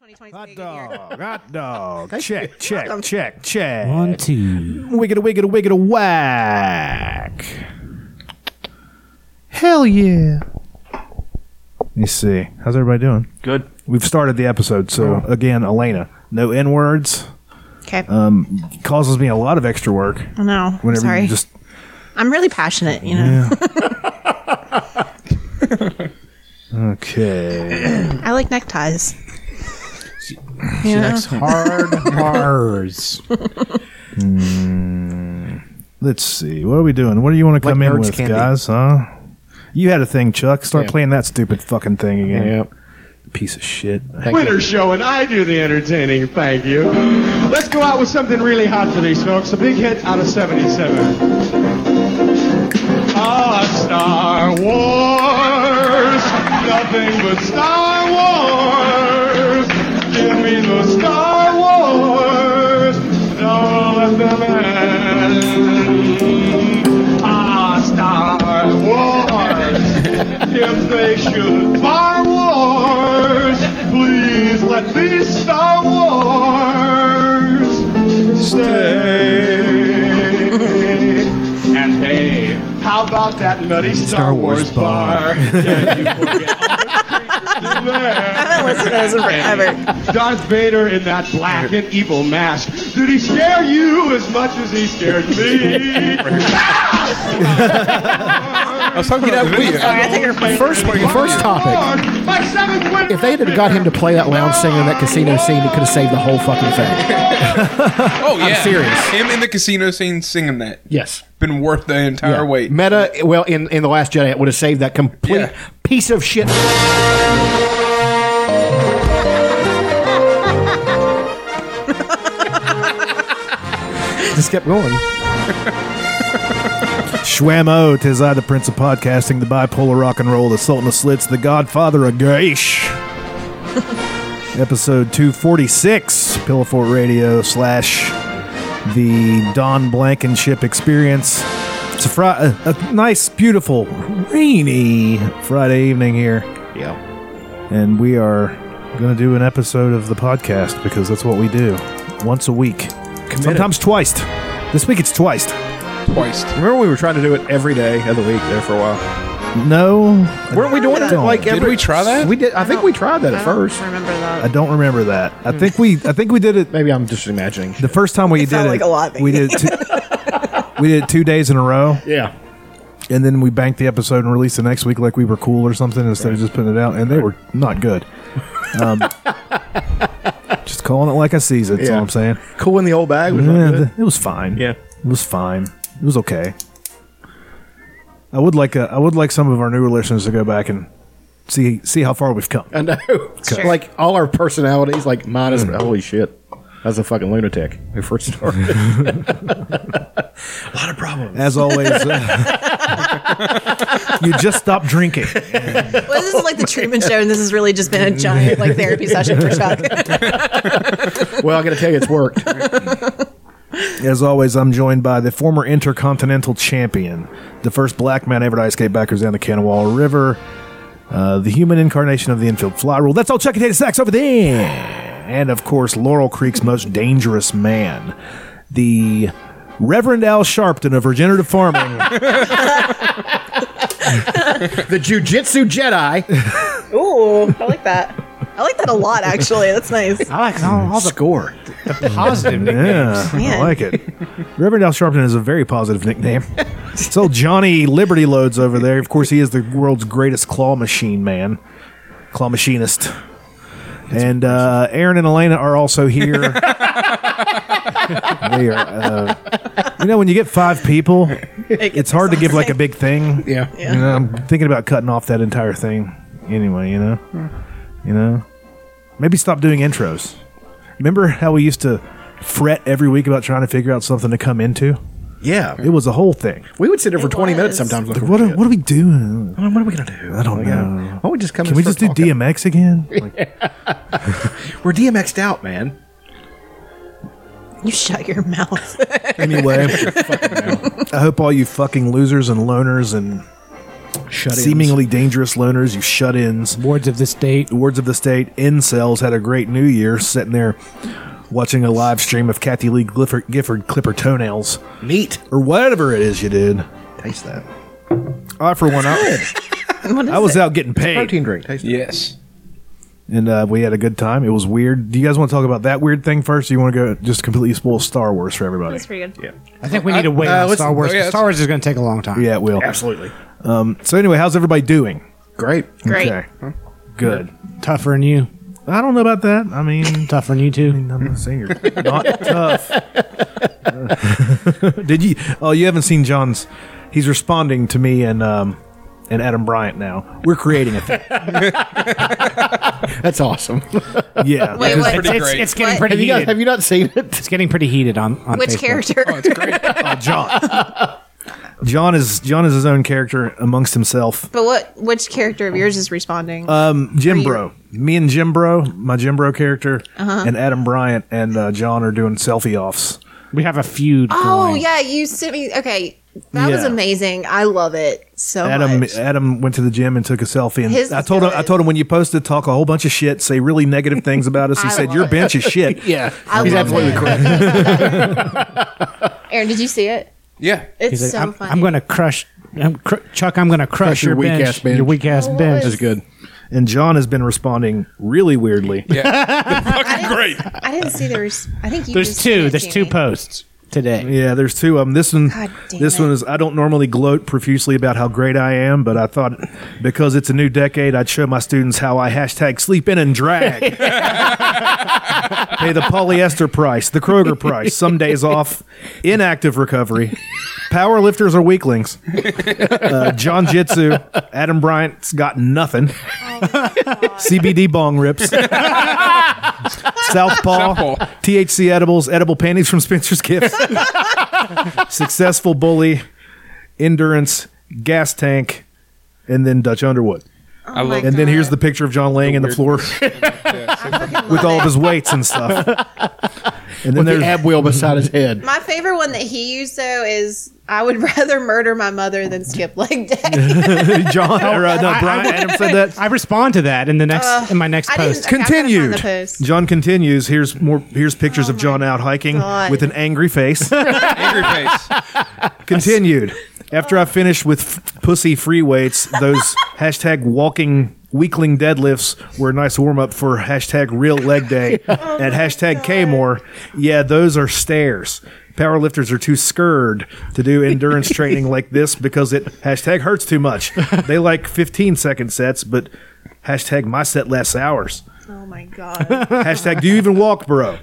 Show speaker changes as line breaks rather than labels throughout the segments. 2023.
Hot
good year.
dog, hot dog. Check, check, check, check.
One, two.
Wiggity, wiggity, wiggity, whack. Hell yeah. Let me see. How's everybody doing?
Good.
We've started the episode, so again, Elena, no N words.
Okay.
Causes me a lot of extra work
I know. I'm
Uh, whenever
sorry.
you just.
I'm really passionate, you know.
Okay.
I like neckties.
She likes hard bars.
Let's see. What are we doing? What do you want to
Like
come in
nerds
with,
can be.
guys? Huh? You had a thing, Chuck. Start
Yeah.
playing that stupid fucking thing again.
Yep.
Piece of shit.
Winter show, and I do the entertaining, thank you. Let's go out with something really hot for these folks. A big hit out of 77. Ah, Star Wars! Nothing but Star Wars! Give me the Star Wars! Don't let them end. Ah, Star Wars! if they should Star Wars, please let these Star Wars stay. And hey, how about that nutty Star, Wars, bar? Can you forget all the creatures in there?
I listen to those forever.
Darth Vader in that black and evil mask. Did he scare you as much as he scared me?
I was talking about weird.
Sorry, I think you're
First,
first topic. If they had got him to play that lounge singer in that casino scene, it could have saved the whole fucking thing.
Oh yeah,
serious.
Him in the casino scene singing that
Yes.
been worth the entire wait.
Meta, uh, well, in, in The Last Jedi, it would have saved that complete
Yeah.
piece of shit. Just kept going.
Schwammo, tis I, the prince of podcasting, the bipolar rock and roll, the sultan of slits, the godfather of geish. Episode 246, Pillowfort Radio slash the Don Blankenship Experience. It's a, fri- a, a nice, beautiful, rainy Friday evening here. Yeah. And we are going to do an episode of the podcast because that's what we do once a week. Sometimes twice. This week it's twice.
Twice.
Remember we were trying to do it every day of the week there for a while.
No.
Weren't we doing it
Don't.
like every?
we try that?
We did. I think we tried Hmm. that at first.
remember that.
I don't remember that. I think we I think we did it
Maybe I'm just imagining.
the first time we did
sounded
it.
like a lot,
we did it two, we did it two days in a row,
Yeah.
and then we banked the episode and released the next week like we were cool or something instead of just putting it out, and they were not good. Um, just calling it like I sees it. That's all
Yeah.
I'm saying.
Cool in the old bag. Was
Yeah,
not good.
th- it was fine.
Yeah.
it was fine. It was okay. I would like a, I would like some of our newer listeners to go back and see see how far we've come.
I know. Like all our personalities, like mine is holy shit. I was a fucking lunatic. We first started. a lot of problems.
As always, uh, you just stop drinking.
Well, this is like the Truman Show, and this has really just been a giant like therapy session for Chuck.
Well, I got to tell you, it's worked.
As always, I'm joined by the former Intercontinental Champion, the first black man ever to ice skate backers down the Kanawha River, uh, the human incarnation of the infield fly rule. That's all Chuck and Tater Sacks over there. And of course, Laurel Creek's most dangerous man, the Reverend Al Sharpton of Regenerative Farming.
The Jujitsu Jedi.
Ooh, I like that. I like that a lot, actually. That's nice.
I like all, all the score.
Positive
yeah, I
Man.
like it. Reverend Al Sharpton is a very positive nickname. so Johnny Liberty Loads over there. Of course, he is the world's greatest claw machine man, claw machinist. and uh, Aaron and Elena are also here. they are, uh, you know, when you get five people, it's hard to give like a big thing.
Yeah.
You know, I'm thinking about cutting off that entire thing anyway, you know? You know? Maybe stop doing intros. Remember how we used to fret every week about trying to figure out something to come into?
Yeah.
It was a whole thing.
we would sit there for 20
was.
minutes sometimes. Looking
What
for
are,
shit.
what are we doing?
What are we going to do?
I don't know.
Why don't we just come
Can
and
we
start
just do
talking?
DMX again? Like,
We're DMX'd out, man.
You shut your mouth.
anyway, I hope all you fucking losers and loners and
Shut
seemingly dangerous loners, you shut ins.
Wards of the state.
Words of the State incels had a great New Year sitting there watching a live stream of Kathy Lee Gifford, Gifford clipper toenails
Neat.
or whatever it is you did.
Taste that.
I for one, I,
What is
I was
it?
out getting paid
Protein drink. Taste it.
Yes.
and uh, we had a good time. It was weird. Do you guys want to talk about that weird thing first? Or you want to go just completely spoil Star Wars for everybody?
That's pretty good.
I think we need to wait
Uh,
on
let's-
Star Wars.
oh, yeah,
Star Wars is going to take a long time.
Yeah, it will.
Absolutely.
So anyway, how's everybody doing?
Great.
Great.
Good.
Tougher than you.
I don't know about that. I mean,
Tougher than you too.
I'm a singer. Not tough. Did you? Oh, you haven't seen John's. He's responding to me and um and Adam Bryant now. We're creating a thing.
That's awesome.
Yeah.
Wait, what?
pretty
It's,
great.
it's getting
What?
pretty
Have
You guys,
heated.
have you not seen it?
it's getting pretty heated on, on
Which
Facebook.
character?
Oh,
Uh, John. John is John is his own character amongst himself.
but what? Which character of yours is responding?
Uh, Jim Bro. Me and Jim Bro, my Jim Bro character, and Adam Bryant and uh, John are doing selfie offs.
We have a feud.
oh
going.
yeah, you sent me. Okay, that was
Yeah.
amazing. I love it so
Adam
much.
Adam went to the gym and took a selfie. And
Oh His
I
is
told him
good.
I told him when you post it, talk a whole bunch of shit, say really negative things about us. He
I
said
love
your
it.
bench is shit. yeah,
I
He's
love
absolutely
it.
correct.
Aaron, did you see it?
Yeah.
It's
He's like,
so
I'm,
funny.
I'm going to crush. I'm cr- Chuck, I'm going to crush, your,
your weak
bench,
ass bench.
Your weak ass
Oh,
bench.
what is-
Good.
And John has been responding really weirdly.
Fucking great.
I didn't see there was. I think you
There's
just sent
two.
it
There's
to
two
me.
posts today.
Yeah, there's two of them. This one,
God damn
this
it.
one is. I don't normally gloat profusely about how great I am, but I thought because it's a new decade, I'd show my students how I hashtag sleep in and drag. Pay the polyester price, the Kroger price, some days off, inactive recovery. Power lifters are weaklings. Uh, John Jitsu, Adam Bryant's got nothing. CBD bong rips. Southpaw,
Southpaw.
THC edibles, edible panties from Spencer's Gifts successful bully, endurance, gas tank, and then Dutch Underwood.
I love
my
And then
God.
here's the picture of John laying in the floor with all of his weights and stuff. And then
The
there's
ab wheel beside his head.
My favorite one that he used though is I would rather murder my mother than skip leg day.
John or uh, no,
I-
Brian Adam said that.
I respond to that in the next in my next
I didn't-
post.
I gotta find the
Continued.
post.
John continues. Here's more. Here's pictures of John out hiking
God.
with an angry face.
Angry face.
continued. After I finished with f- pussy free weights, those hashtag walking weakling deadlifts were a nice warm up for hashtag real leg day at hashtag Kmore. Yeah, those are stairs. Powerlifters are too scared to do endurance training like this because it hashtag hurts too much. They like 15 second sets, but hashtag my set lasts hours.
oh my god.
Hashtag, do you even walk, bro?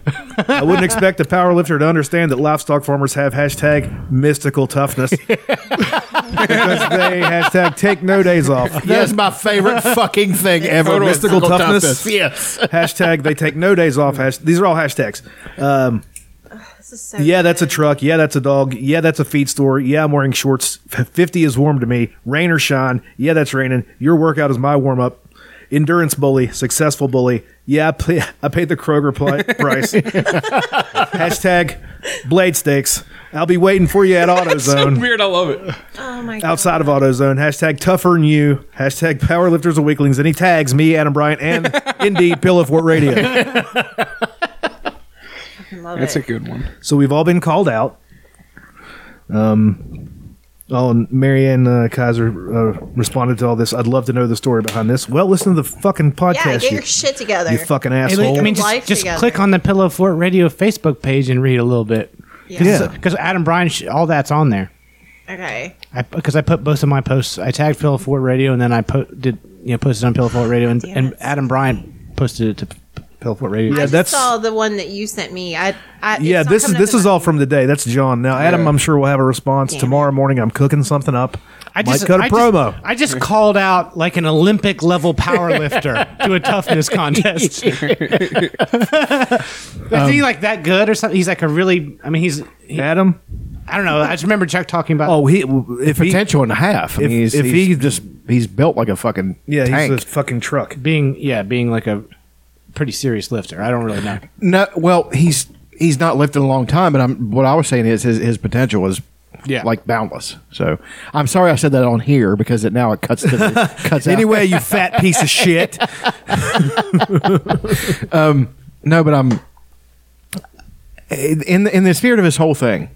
I wouldn't expect a powerlifter to understand that livestock farmers have hashtag mystical toughness because they hashtag take no days off.
That's my favorite fucking thing ever.
Total
Mystical
mystical toughness.
toughness. Yes.
Hashtag they take no days off. Hash- These are all hashtags.
This is so
Yeah, that's a
good.
truck. Yeah, that's a dog. Yeah, that's a feed store. Yeah, I'm wearing shorts. 50 is warm to me. Rain or shine. Yeah, that's raining. Your workout is my warm up. Endurance bully, successful bully. Yeah, I, pay, I paid the Kroger pli- price. Hashtag blade stakes. I'll be waiting for you at
so
AutoZone.
weird. I love it.
Oh my god.
Outside of AutoZone, hashtag tougher than you, hashtag powerlifters and weaklings, and he tags me, Adam Bryant, and indeed Pillow Fort Radio.
I love
That's
it.
a good one.
So we've all been called out. Um, oh, and Marianne uh, Kaiser uh, responded to all this. I'd love to know the story behind this. Well, listen to the fucking
yeah,
podcast,
get
you,
your shit together.
you fucking
I
asshole.
mean, I mean,
Life
just, just
together.
click on the Pillow Fort Radio Facebook page and read a little bit.
yeah.
Because Adam Bryan, sh- all that's on there.
Okay.
Because I, put both of my posts. I tagged Pillow Fort Radio, and then I po- did you know posted on Pillow Fort Radio, and,
Damn
and
it.
Adam Bryan posted it to P- Pillow Fort Radio.
I
Yeah,
just
that's-
saw the one that you sent me. I, I it's
yeah,
not
this is
coming up
this
in
is
my-
all from today. That's John. Now, Adam,
Yeah.
I'm sure will have a response
Damn it.
tomorrow morning. I'm cooking something up. I just, Might cut a
I just-
promo.
I just called out like an Olympic level power lifter to a toughness contest. Is he like that good or something? He's like a really. I mean, he's. He,
Adam.
I don't know. I just remember Chuck talking about.
Oh, he if he
Potential and a half. I
If-
mean, he's,
if
he's
he-
just he's built like a fucking
yeah,
tank.
he's a fucking truck.
being yeah, being like a pretty serious lifter. I don't really know.
No, well, he's he's not lifted in a long time, but I'm what I was saying is his his potential is
Yeah.
like boundless. So I'm sorry I said that on here because it now it cuts to the, cuts out.
Anyway, you fat piece of shit.
No, but I'm in in the spirit of this whole thing.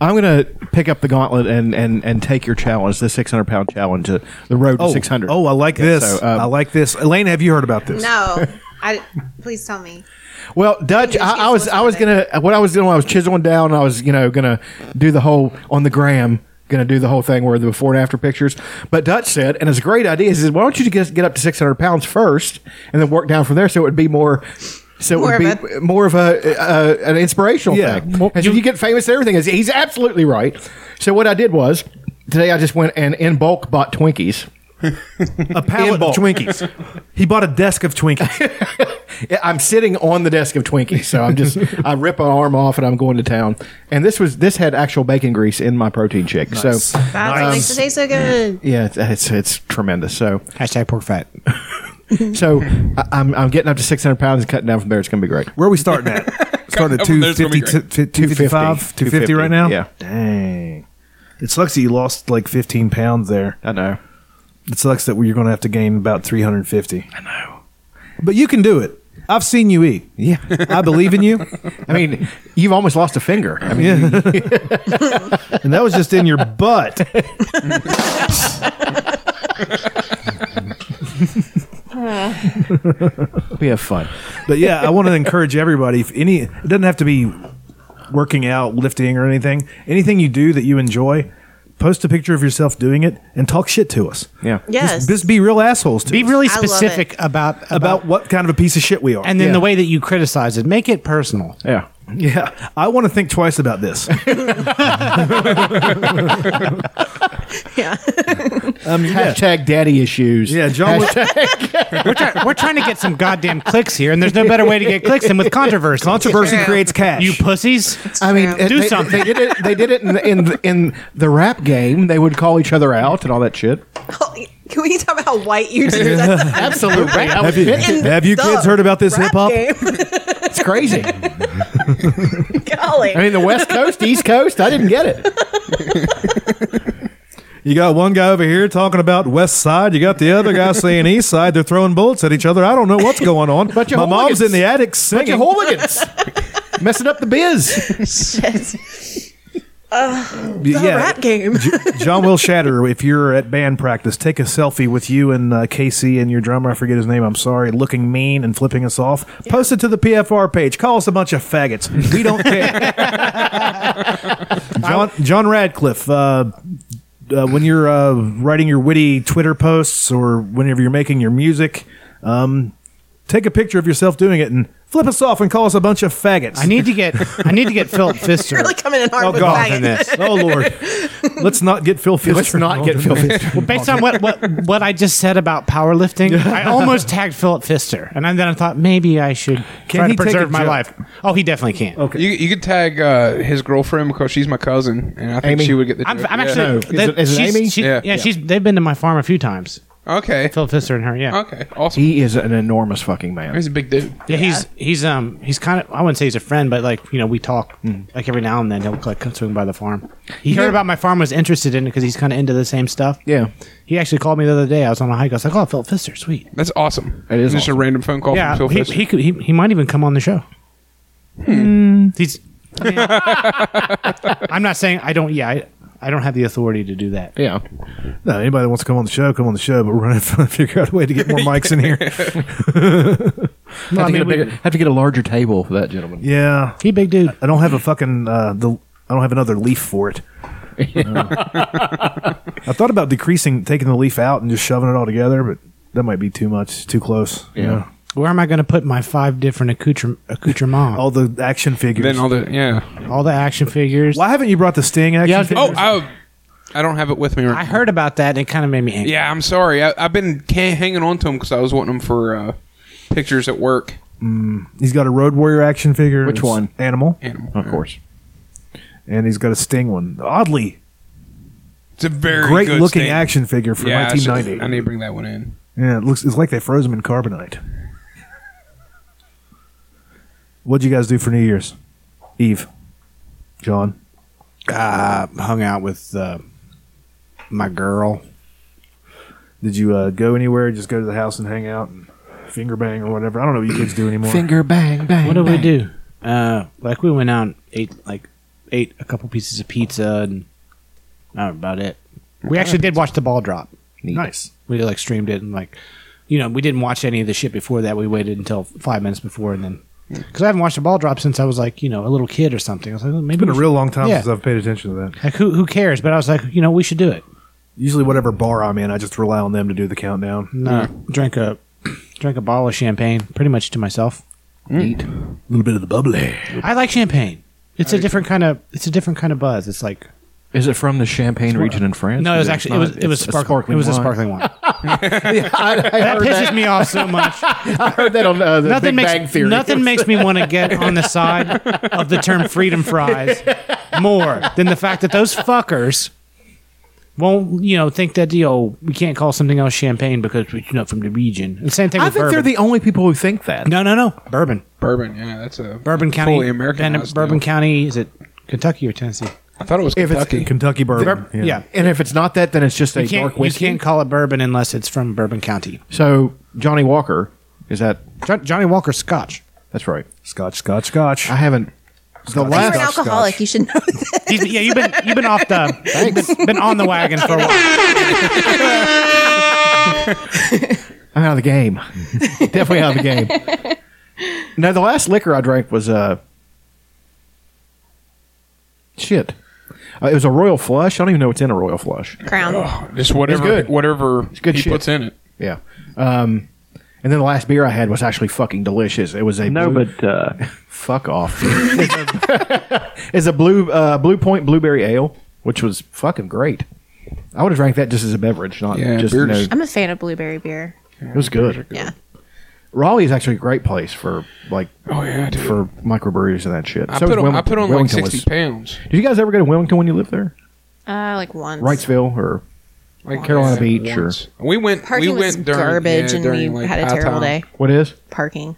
I'm gonna pick up the gauntlet and and and take your challenge, the 600 pound challenge, uh, the road to
Oh,
600.
Oh, I like this.
so, um,
I like this. Elena, have you heard about this?
No, I please tell me.
Well, Dutch,
You just
I, I
get
was
solicited.
I was gonna what I was doing. I was chiseling down. I was you know gonna do the whole on the gram. Gonna do the whole thing where the before and after pictures. But Dutch said, and it's a great idea. He says, why don't you just get up to six hundred pounds first, and then work down from there, so it would be more. So it
More
would
of
be more of a uh, an inspirational
Yeah.
thing. And so you get famous and everything. He's- He's absolutely right. So what I did was today I just went and in bulk bought Twinkies.
A pallet of
bulk.
Twinkies. He bought a desk of Twinkies.
Yeah, I'm sitting on the desk of Twinkies, so I'm just I rip an arm off and I'm going to town. And this was this had actual bacon grease in my protein shake, so
That's what makes it taste so good.
yeah, it's, it's it's tremendous. So
Hashtag pork fat.
so I, I'm I'm getting up to 600 pounds and cutting down from there. It's gonna be great.
Where are we starting at? Starting at
Come, there's gonna
250,
be
255, 250 right now?
Yeah,
Dang. It sucks that you lost like 15 pounds there.
I know.
It sucks that you're going to have to gain about 350. I know. But you can do it. I've seen you eat.
Yeah,
I believe in you.
I mean, you've almost lost a finger. I mean,
And that was just in your butt.
we have fun.
But yeah, I want to encourage everybody. If any, it doesn't have to be working out, lifting, or anything. Anything you do that you enjoy, post a picture of yourself doing it and talk shit to us.
Yeah,
Yes.
Just, just be real assholes to
Be
us
really
I love it.
specific about, about
about what kind of a piece of shit we are.
and then
Yeah.
the way that you criticize it. Make it personal.
yeah.
yeah, I want to think twice about this.
yeah.
Hashtag daddy issues.
Um, Yeah, John. Wick-
We're, try- we're trying to get some goddamn clicks here, and there's no better way to get clicks than with controversy.
Controversy
True.
creates cash.
You pussies.
I mean,
True.
it-
Do
they,
something.
They did it. They did it in the, in the, in the rap game. They would call each other out and all that shit.
Can we talk about how white you do that?
Absolutely,
have you, have you kids heard about this hip hop?
It's crazy.
Golly.
I mean, the West Coast, East Coast. I didn't get it.
You got one guy over here talking about West Side. You got the other guy saying East Side. They're throwing bullets at each other. I don't know what's going on.
Bunch of
My mom's
hooligans.
in the attic
Bunch
singing.
of hooligans messing up the biz.
Shit.
Yeah.
The rap game.
John Will Shatter, if you're at band practice, take a selfie with you and uh, Casey and your drummer. I forget his name. I'm sorry. Looking mean and flipping us off. Post it to the PFR page. Call us a bunch of faggots. We don't care. John, John Radcliffe. Uh, uh, when you're uh, writing your witty Twitter posts or whenever you're making your music, um, take a picture of yourself doing it and flip us off and call us a bunch of faggots.
I need to get I need to get Philip Fister.
really coming in hard
oh
with
God!
faggot.
Oh Lord! Let's not get Phil Fisher.
Let's not get filthy.
Well, based on what, what what I just said about powerlifting, I almost tagged Philip Fister, and then I thought maybe I should try
he
to
take a
preserve my
joke?
life. Oh, he definitely can't. Okay.
You, you could tag uh, his girlfriend because she's my cousin, and I think
Amy.
she would get the.
I'm,
joke.
I'm
Yeah.
actually.
No. Is it- is it
she's-
Amy?
she-
Yeah.
yeah, she's. They've been to my farm a few times.
okay.
Philip Fister and her. Yeah.
Okay, awesome.
He is an enormous fucking man.
He's a big dude.
Yeah, he's he's um he's kind of I wouldn't say he's a friend, but like you know we talk
Hmm.
like every now and then he'll like come swing by the farm. He heard about my farm, was interested in it because he's kind of into the same stuff.
Yeah.
he actually called me the other day. I was on a hike. I was like, oh, Philip Fister, sweet.
That's awesome.
That is
just
awesome.
a random phone call
Yeah,
from
he,
Phil Fish.
he could he, he might even come on the show. Mm, He's. I mean, I'm not saying I don't. Yeah, I, I don't have the authority to do that.
Yeah.
No, anybody that wants to come on the show, come on the show. But we're gonna have to figure out a way to get more mics in here.
Well, I
have, to
mean,
get a
we-
bigger- have to get a larger table for that gentleman.
Yeah,
he big dude.
I don't have a fucking uh, the. I don't have another leaf for it. I thought about decreasing, taking the leaf out, and just shoving it all together, but that might be too much, too close. you
Yeah.
know.
Where am I going to put my five different accoutre- accoutrements?
all the action figures.
Then all the
Oh.
yeah.
all the action figures.
Why haven't you brought the Sting action?
Yeah, I was-
figure?
Oh, I, I don't have it with me right
I heard about that and it kind of made me angry.
Yeah, I'm sorry. I, I've been can- hanging on to them because I was wanting them for uh, pictures at work.
he's got a Road Warrior action figure.
Which
It's
one?
Animal,
Animal.
Of course.
and he's got a Sting one. Oddly,
It's a very
great
good
looking
stand.
action figure for
Yeah, I, should-
1990.
I need to bring that one in.
Yeah, it looks. It's like they froze them in carbonite. What'd you guys do for New Year's Eve, John?
uh, hung out with uh, my girl.
Did you uh, go anywhere? Just go to the house and hang out and finger bang or whatever. I don't know what you kids do anymore.
bang bang.
What did we do? Uh, like we went out, and ate like ate a couple pieces of pizza, and that was about it. We actually did watch the ball drop.
nice.
We like streamed it and like, you know, we didn't watch any of the shit before that. We waited until five minutes before and then, because I haven't watched a ball drop since I was like, you know, a little kid or something. I was like, well, maybe
It's been a
we
real long time
Yeah.
since I've paid attention to that.
should- like who who cares? But I was like, you know, we should do it.
Usually, whatever bar I'm in, I just rely on them to do the countdown.
No, uh, drank a drank a bottle of champagne, pretty much to myself.
A little bit of the bubbly.
I like champagne. It's a different kind of it's a different kind of buzz. It's like
Is it from the Champagne region in France?
no, it was
It's
actually it
not-
was it was
it's a
sparkling. It was a sparkling wine.
I, I
that
heard
pisses
that.
me off so much.
I heard that on uh, the
nothing
Big
makes
Bang Theory.
nothing makes me want to get on the side of the term freedom fries more than the fact that those fuckers won't you know think that you know we can't call something else champagne because we're not from the region. The same thing
I
with
think they're
bourbon.
the only people who think that.
no, no, no. Bourbon.
Bourbon, yeah, that's a
Bourbon County.
fully American.
Ben- Bourbon County. Is it Kentucky or Tennessee?
I thought it was
If it's-
Kentucky.
Kentucky bourbon.
Yeah.
And if it's not that, then it's just a
You, can't,
dark
you
whiskey.
can't call it bourbon unless it's from Bourbon County.
So Johnny Walker is that?
Jo- Johnny Walker Scotch.
That's right.
Scotch, scotch, scotch.
I haven't. The
You're an
last
alcoholic. You should know that.
He's- yeah, you've been you've been off the been, been on the wagon for a while.
I'm out of the game. Definitely out of the game. No, the last liquor I drank was uh shit. Uh, it was a Royal Flush. I don't even know what's in a Royal Flush.
Crown.
Oh, Just whatever,
good.
whatever
good
he
shit.
puts in it.
Yeah. Um, and then the last beer I had was actually fucking delicious. It was a
No,
blue-
but uh,
fuck off. it's a blue uh, Blue Point blueberry ale, which was fucking great. I would have drank that just as a beverage, not
Yeah,
just you know,
beer's-
it
I'm a fan of blueberry beer.
was good.
Yeah.
Raleigh is actually a great place for like
Oh yeah, dude.
for microbreweries and that shit.
I,
So
put
is
on,
Wilming-
I put on like
Wilmington
sixty
was-
pounds.
Did you guys ever go to Wilmington when you lived there?
Uh, like once.
Wrightsville or
Like
Carolina
yeah,
Beach or-
once. We went.
Parking
we
was
went during,
garbage,
yeah,
and
during,
we
like,
had a
high
terrible
tide.
day
what is?
parking.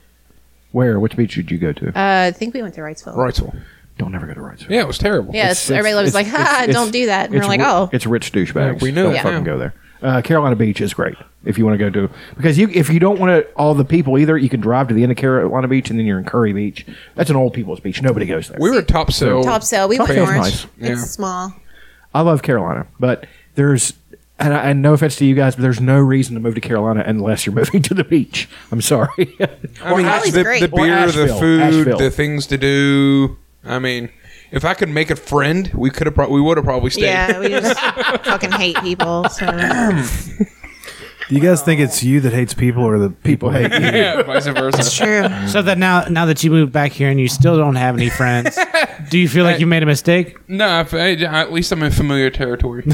Where? Which beach did you go to?
Uh, I think we went to Wrightsville.
Rightsville.
Don't ever go to Wrightsville.
Yeah, it was terrible.
Yeah, it's, everybody was like,
it's-
"Ha,
it's-
don't do that." And
it's
we're like,
ri-
"Oh,
it's rich douchebags.
Yeah, we know
Don't
that
fucking
now.
go there. Uh, Carolina Beach is great if you want to go to because you if you don't want to all the people either, you can drive to the end of Carolina Beach and then you're in Curry Beach. That's an old people's beach. Nobody goes there.
We were top so
top sale." We
Top
went
sale's
orange.
nice.
It's
Yeah.
small.
I love Carolina, but there's and, I, and no offense to you guys, but there's no reason to move to Carolina unless you're moving to the beach. I'm sorry.
I mean,
Raleigh's
the,
great.
the
Or
beer,
Asheville.
the food,
Asheville.
the things to do. I mean, if I could make a friend, we could have. Pro- we would have probably stayed.
Yeah, we just fucking hate people. So
Do you guys think it's you that hates people or the people hate you?
Yeah, vice versa.
true.
So that now, now that you moved back here and you still don't have any friends, do you feel like you made a mistake?
no, I f- I- at least I'm in familiar territory.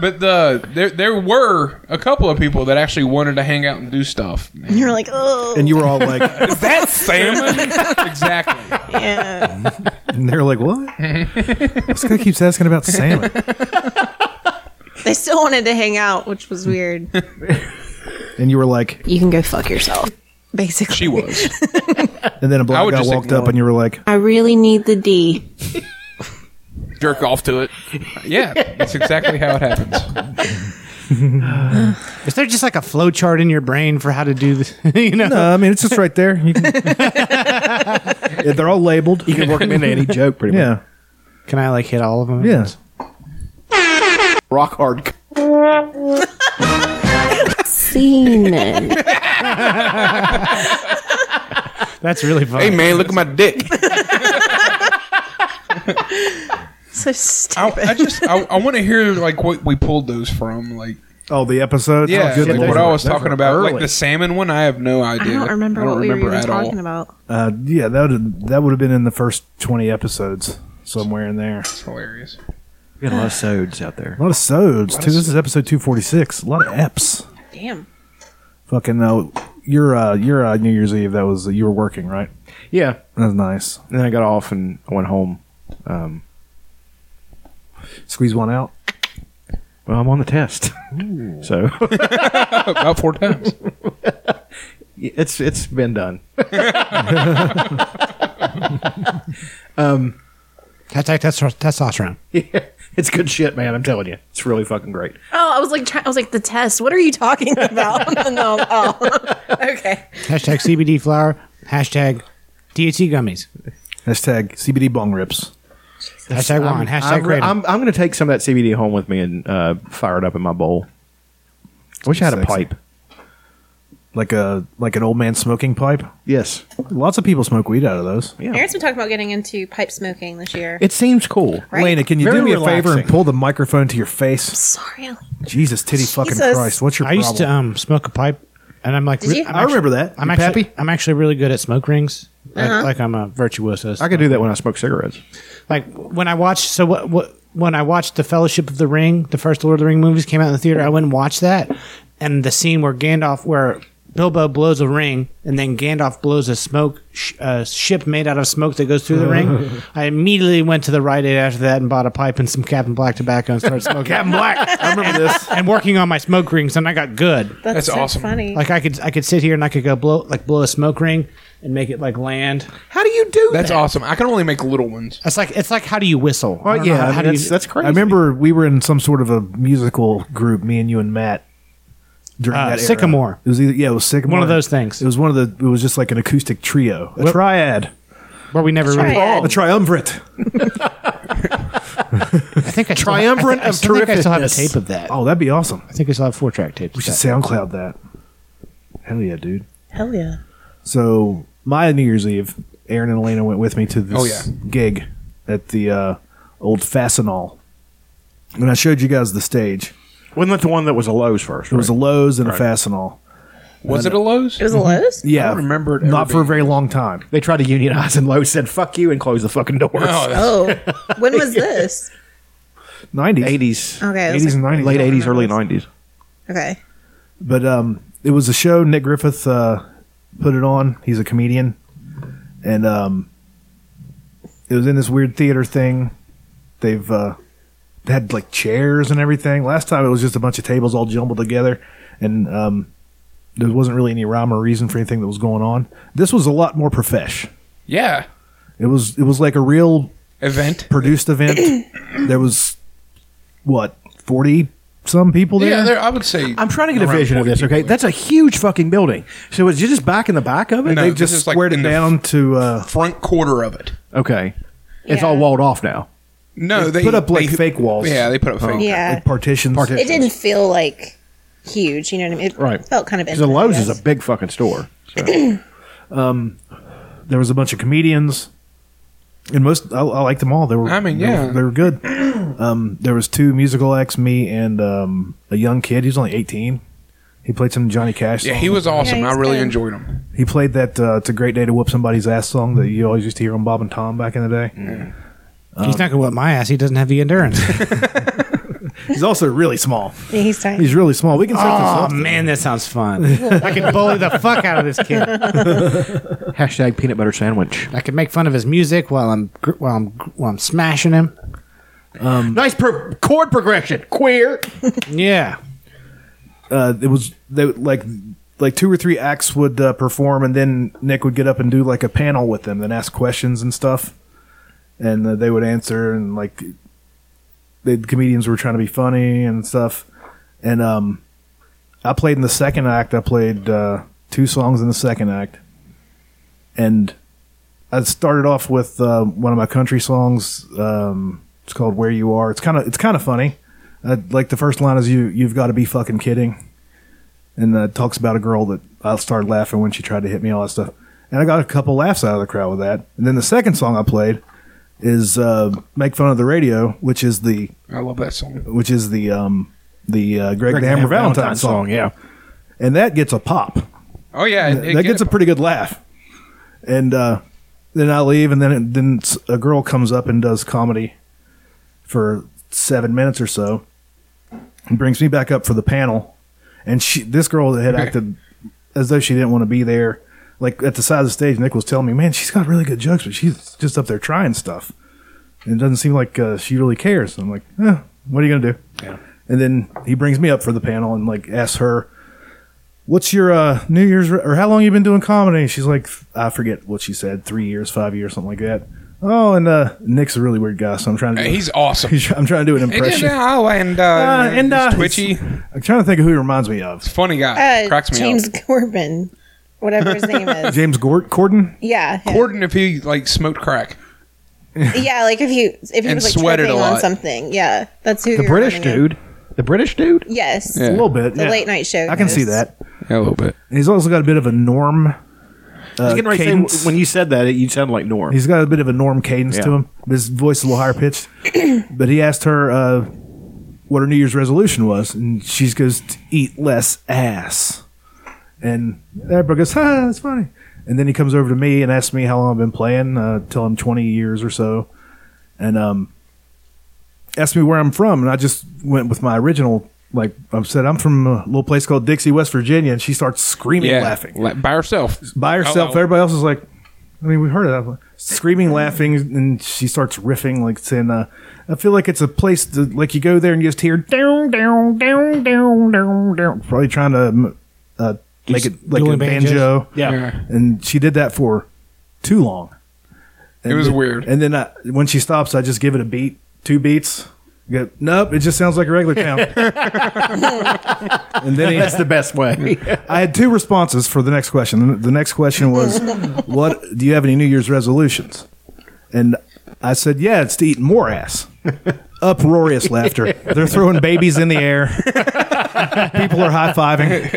but the there there were a couple of people that actually wanted to hang out and do stuff.
You're like, "Oh,
And you were all like,
Is that salmon? exactly.
yeah."
and they're like, what? this guy keeps asking about salmon.
They still wanted to hang out, which was weird.
And you were like,
You can go fuck yourself, basically.
She was.
and then a
I
black
would
guy
just
walked
ignore
up and you were like,
I really need the D.
Jerk off to it. Yeah, that's exactly how it happens.
Is there just like a flow chart in your brain for how to do this? you know,
no, I mean, it's just right there. You can- Yeah, they're all labeled.
you can work them into any joke pretty much.
Yeah.
can I like hit all of them? at
Yeah.
once?
Rock hard.
Semen.
that's really fun.
man, look at my dick.
So
I,
stupid.
I just I, I want to hear like what we pulled those from. Like
Oh, the episodes?
yeah,
Oh, good
like
lord.
what I was
Those
talking
are
about,
early.
like the salmon one. I have no
I
idea.
don't remember what we were even talking about.
Uh, yeah, that would, that would have been in the first 20 episodes, somewhere in there.
It's hilarious.
We got a lot of sods out there.
A lot of sods, too. This is episode 246. A lot of eps.
Damn.
Fucking, uh, your, uh, your uh, New Year's Eve, that was, you were working, right?
Yeah.
That was nice.
And then I got off and I went home.
Squeeze one out.
Well, I'm on the test. So
Oh, About four times.
it's it's been done. um,
That's like testo- testosterone.
it's good shit, man. I'm telling you, it's really fucking great.
Oh, I was like, try- I was like, the test. What are you talking about? no, oh, okay.
Hashtag CBD flower. Hashtag THC gummies.
Hashtag CBD bong rips.
Hashtag wine. Hashtag
I'm, re-
kratom.
I'm, I'm going to take some of that CBD home with me and uh, fire it up in my bowl. Wish I had a
Sexy.
pipe.
Like a like an old man smoking pipe.
Yes,
Lots of people smoke weed out of those.
Yeah.
Aaron's been talking about getting into pipe smoking this year.
it seems cool.
Right?
Lena, can you
Very
do me a favor and
relaxing.
pull the microphone to your face?
Sorry.
Jesus, titty fucking
Jesus.
Christ! What's your
I
problem?
used to um, smoke a pipe, and I'm like,
Did you?
I'm
I remember that.
I'm
You
actually,
pappy?
I'm actually really good at smoke rings. Like, like I'm a virtuoso.
I could do that when I smoke cigarettes.
like when I watched so what what when I watched the Fellowship of the Ring, the first Lord of the Ring movies came out in the theater. I went and watched that, and the scene where Gandalf, where Bilbo blows a ring, and then Gandalf blows a smoke sh- uh, ship made out of smoke that goes through the ring. I immediately went to the Rite Aid after that and bought a pipe and some Captain Black tobacco and started smoking. Captain Black, I remember this. And working on my smoke rings, and I got good.
That's
so
awesome.
Funny.
Like I could I could sit here and I could go blow like blow a smoke ring and make it like land.
How do you do
That's awesome. I can only make little ones.
It's like it's like how do you whistle? I
Well,
don't know
yeah,
how-
I
how
mean,
do you-
that's, that's crazy.
I remember we were in some sort of a musical group, me and you and Matt. During
Uh,
that era.
Sycamore.
It was either yeah, it was Sycamore.
One of those things.
It was one of the. It was just like an acoustic trio, a triad,
where we never really
Triad.
a triumvirate.
I think I
Triumvirate
still, I, I,
of
still think I still have a
terrificness.
tape of that.
Oh, that'd be awesome.
I think I still have four track tapes.
We
of
should
that.
SoundCloud that. Hell yeah, dude.
Hell yeah.
So my New Year's Eve, Aaron and Elena went with me to this
Oh, yeah.
gig at the uh, old Fastenal. When I showed you guys the stage,
Wasn't that the one that was a Lowe's first?
it was a Lowe's and a Fastenal.
Was it a Lowe's?
It was a Lowe's.
Yeah,
don't remember it ever
not for a
being
very long time.
they tried to unionize, and Lowe's said "fuck you" and closed the fucking doors.
Oh, that's-
Oh, when was this?
Nineties,
Eighties,
Okay. it was
eighties, and nineties,
late eighties, early
this.
nineties.
like- okay.
But um, it was a show. Nick Griffith uh, put it on. He's a comedian, and um, it was in this weird theater thing. They've uh, they had like chairs and everything. Last time it was just a bunch of tables all jumbled together, and um, there wasn't really any rhyme or reason for anything that was going on. This was a lot more profesh.
yeah.
It was it was like a real
Event.
produced event. there was what forty some people there.
Yeah, there, I would say.
I'm trying to get a
around
vision of
40
this. Okay,
people.
that's a huge fucking building. So is you just back in the back of it?
No,
they
this
just
is, like,
squared
in
it
the
down to uh,
front quarter of it.
Okay, it's
Yeah.
all walled off now.
No, they,
put up, like,
they-
fake walls.
Yeah, they put up fake.
Yeah.
like, partitions.
It didn't feel like huge. You know what I mean? It
Right.
felt kind of
Because the
intimate.
Lowe's
I
is
guess.
a big fucking store.
Um, there was a bunch of comedians, and most I, I liked them all. They were,
I mean,
they
yeah.
were, they were good. Um, there was two musical acts, me and um, a young kid. He was only eighteen. He played some Johnny Cash.
Yeah,
song.
he was awesome.
Yeah, he's
I really
good.
enjoyed him.
He played that uh, "It's a Great Day to Whoop Somebody's Ass" song that you always used to hear on Bob and Tom back in the day.
He's not going to whip my ass. He doesn't have the endurance.
He's also really small.
Yeah, he's tiny.
He's really small. We can set
oh
this up.
man, that sounds fun. I could bully the fuck out of this kid.
Hashtag peanut butter sandwich.
I could make fun of his music while I'm gr- while I'm gr- while I'm smashing him.
Nice pro- chord progression. Queer.
Yeah,
uh, it was they, like like two or three acts would uh, perform, and then Nick would get up and do like a panel with them, and ask questions and stuff, and uh, they would answer, and like the comedians were trying to be funny and stuff, and um, I played in the second act. I played uh, two songs in the second act, and I started off with uh, one of my country songs. Um, it's called "Where You Are." It's kind of it's kind of funny. Uh, like the first line is you you've got to be fucking kidding, and uh, talks about a girl that I started laughing when she tried to hit me, all that stuff. And I got a couple laughs out of the crowd with that. And then the second song I played is uh, "Make Fun of the Radio," which is the
I love that song.
which is the um, the uh, Greg, the Hammer, Valentine, song,
Yeah.
and that gets a pop
Oh yeah, it, it
that
get-
gets a pretty good laugh. And uh, then I leave, and then it, then s- a girl comes up and does comedy for seven minutes or so, and brings me back up for the panel. And she, this girl that had acted as though she didn't want to be there, like at the side of the stage, Nick was telling me, "Man, she's got really good jokes, but she's just up there trying stuff, and it doesn't seem like uh, she really cares." And I'm like, eh, "What are you gonna do?" Yeah. And then he brings me up for the panel and like asks her what's your uh, New Year's re- or how long you been doing comedy? She's like, I forget what she said, three years, five years, something like that. Oh, and uh, Nick's a really weird guy, so I'm trying to. Do,
He's awesome.
he's- I'm trying to do an
Hey,
impression.
yeah, oh, and uh,
Uh, and,
and
uh,
twitchy,
I'm trying to think of who he reminds me of.
funny guy,
Uh,
cracks me
James
up.
Corbin, whatever his name is.
James Gord- Corden.
Yeah, him.
Gordon, if he like smoked crack,
yeah. Like if you if he
And
was like
sweated a
tripping on
lot.
something. Yeah, that's who
The
you're
British
running in.
dude. The British dude.
Yes,
Yeah.
A little bit.
the
yeah.
late night show.
I can see
host.
that.
yeah, a little bit.
And he's also got a bit of a norm. Uh,
Getting ready to say,
cadence.
when you said that, it, you sounded like Norm.
He's got a bit of a norm cadence to
Yeah.
him. His voice is a little higher pitched. but he asked her uh, what her New Year's resolution was, and she goes, "To "Eat less ass." And Edinburgh goes, "Ha, that's funny." And then he comes over to me and asks me how long I've been playing. Uh, tell him twenty years or so, and um, asked me where I'm from, and I just went with my original. Like I said, I'm from a little place called Dixie, West Virginia, and she starts screaming,
Yeah,
laughing
la- by herself.
by herself.
Uh-oh.
Everybody else is like, I mean, we heard it. I'm like, Screaming, laughing, and she starts riffing, like saying, uh, I feel like it's a place to, like, you go there and you just hear down, down, down, down, down, down. Probably trying to um, uh, make it like a
dueling banjos?
banjo.
Yeah.
And she did that for too long. And
It was
then-
weird.
And then I, when she stops, I just give it a beat, two beats. Go, nope, it just sounds like a regular town. and then he,
That's the best way.
I had two responses for the next question. The next question was, "What do you have any New Year's resolutions?" And I said, "Yeah, it's to eat more ass." Uproarious laughter. They're throwing babies in the air. People are high fiving.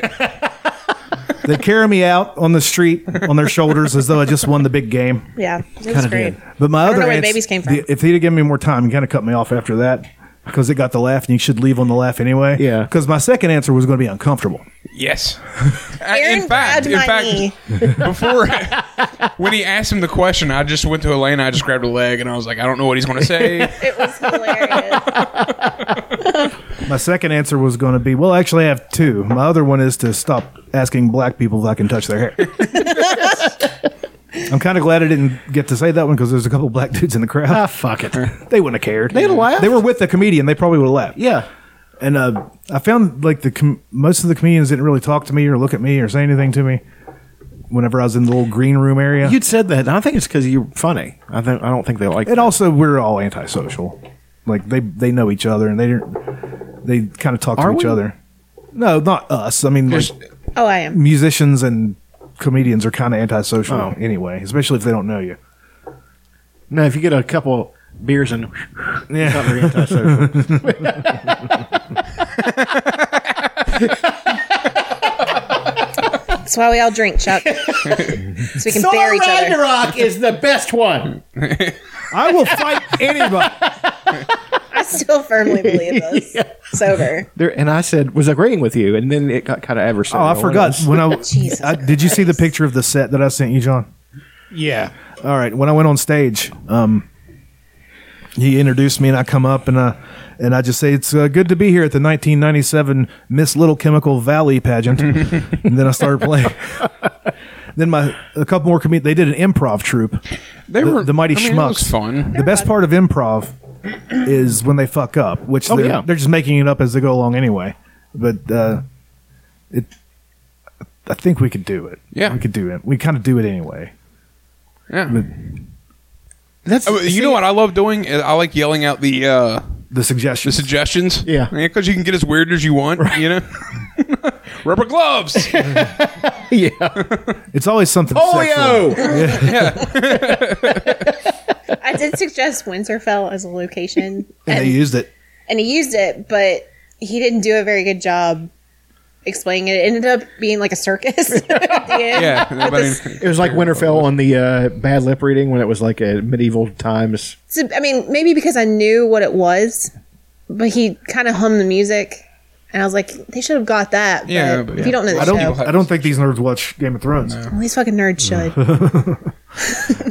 They carry me out on the street on their shoulders as though I just won the big game.
Yeah, it was great.
But my
don't
other
know where the
ans-
babies came from.
the- if he'd have given me more time, he kind of cut me off after that because it got the laugh, and you should leave on the laugh anyway.
Yeah.
Because my second answer was going to be uncomfortable.
Yes. Uh,
Aaron
in fact,
grabbed my knee.
in fact, before when he asked him the question, I just went to Elena. I just grabbed her leg and I was like, I don't know what he's going to say.
It was hilarious.
My second answer was going to be well, actually, I have two. My other one is to stop asking black people if I can touch their hair. I'm kind of glad I didn't get to say that one because there's a couple black dudes in the crowd. Ah, fuck it. They wouldn't have cared. They'd
have laughed.
They were with the comedian. They probably would have laughed.
yeah.
And uh, I found like the com- most of the comedians didn't really talk to me or look at me or say anything to me whenever I was in the little green room area.
You'd said that, and I think it's because you're funny. I think I don't think they like
and
that.
also, we're all antisocial. Like they they know each other and they didn't. They kind of talk to
Are
each
we?
other. No, not us. I mean, like,
Just-
Oh, I am.
musicians and comedians are kind of antisocial
Oh.
anyway, especially if they don't know you.
No, if you get a couple beers and
Yeah.
That's why we all drink, Chuck. so we can bear each other.
Ragnarok is the best one.
I will fight anybody.
I still firmly believe this. Sober.
There, and I said, was agreeing with you, and then it got kind of adversarial.
Oh, I forgot when I,
Jesus
Uh,
I did you see the picture of the set that I sent you, John?
Yeah.
All right, when I went on stage, um, he introduced me, and I come up and I and I just say it's uh, good to be here at the 1997 Miss Little Chemical Valley pageant, and then I started playing. then my a couple more comedians. They did an improv troupe.
they
The-
were
the mighty
I mean, It
schmucks.
was fun.
the best part of improv is when they fuck up, which
Oh,
they're,
yeah.
they're just making it up as they go along anyway. But uh, it, I think we could do it.
Yeah.
we could do it. We kind of do it anyway.
Yeah.
That's
Oh, You know what I love doing? I like yelling out the uh,
The
the
suggestion.
suggestions.
Yeah.
because you can get as weird as you want. You know, rubber gloves.
it's always something.
Oh,
sexual.
I did suggest Winterfell as a location,
And they used it.
and he used it, but he didn't do a very good job explaining it. It ended up being like a circus. at the end.
Yeah, nobody-
It was like Winterfell on the uh, bad lip reading when it was like a medieval times.
So, I mean, maybe because I knew what it was, but he kind of hummed the music, and I was like, they should have got that. But
Yeah, but
if
yeah.
you don't know the
I don't.
show,
I don't think these nerds watch Game of Thrones.
well, these fucking nerds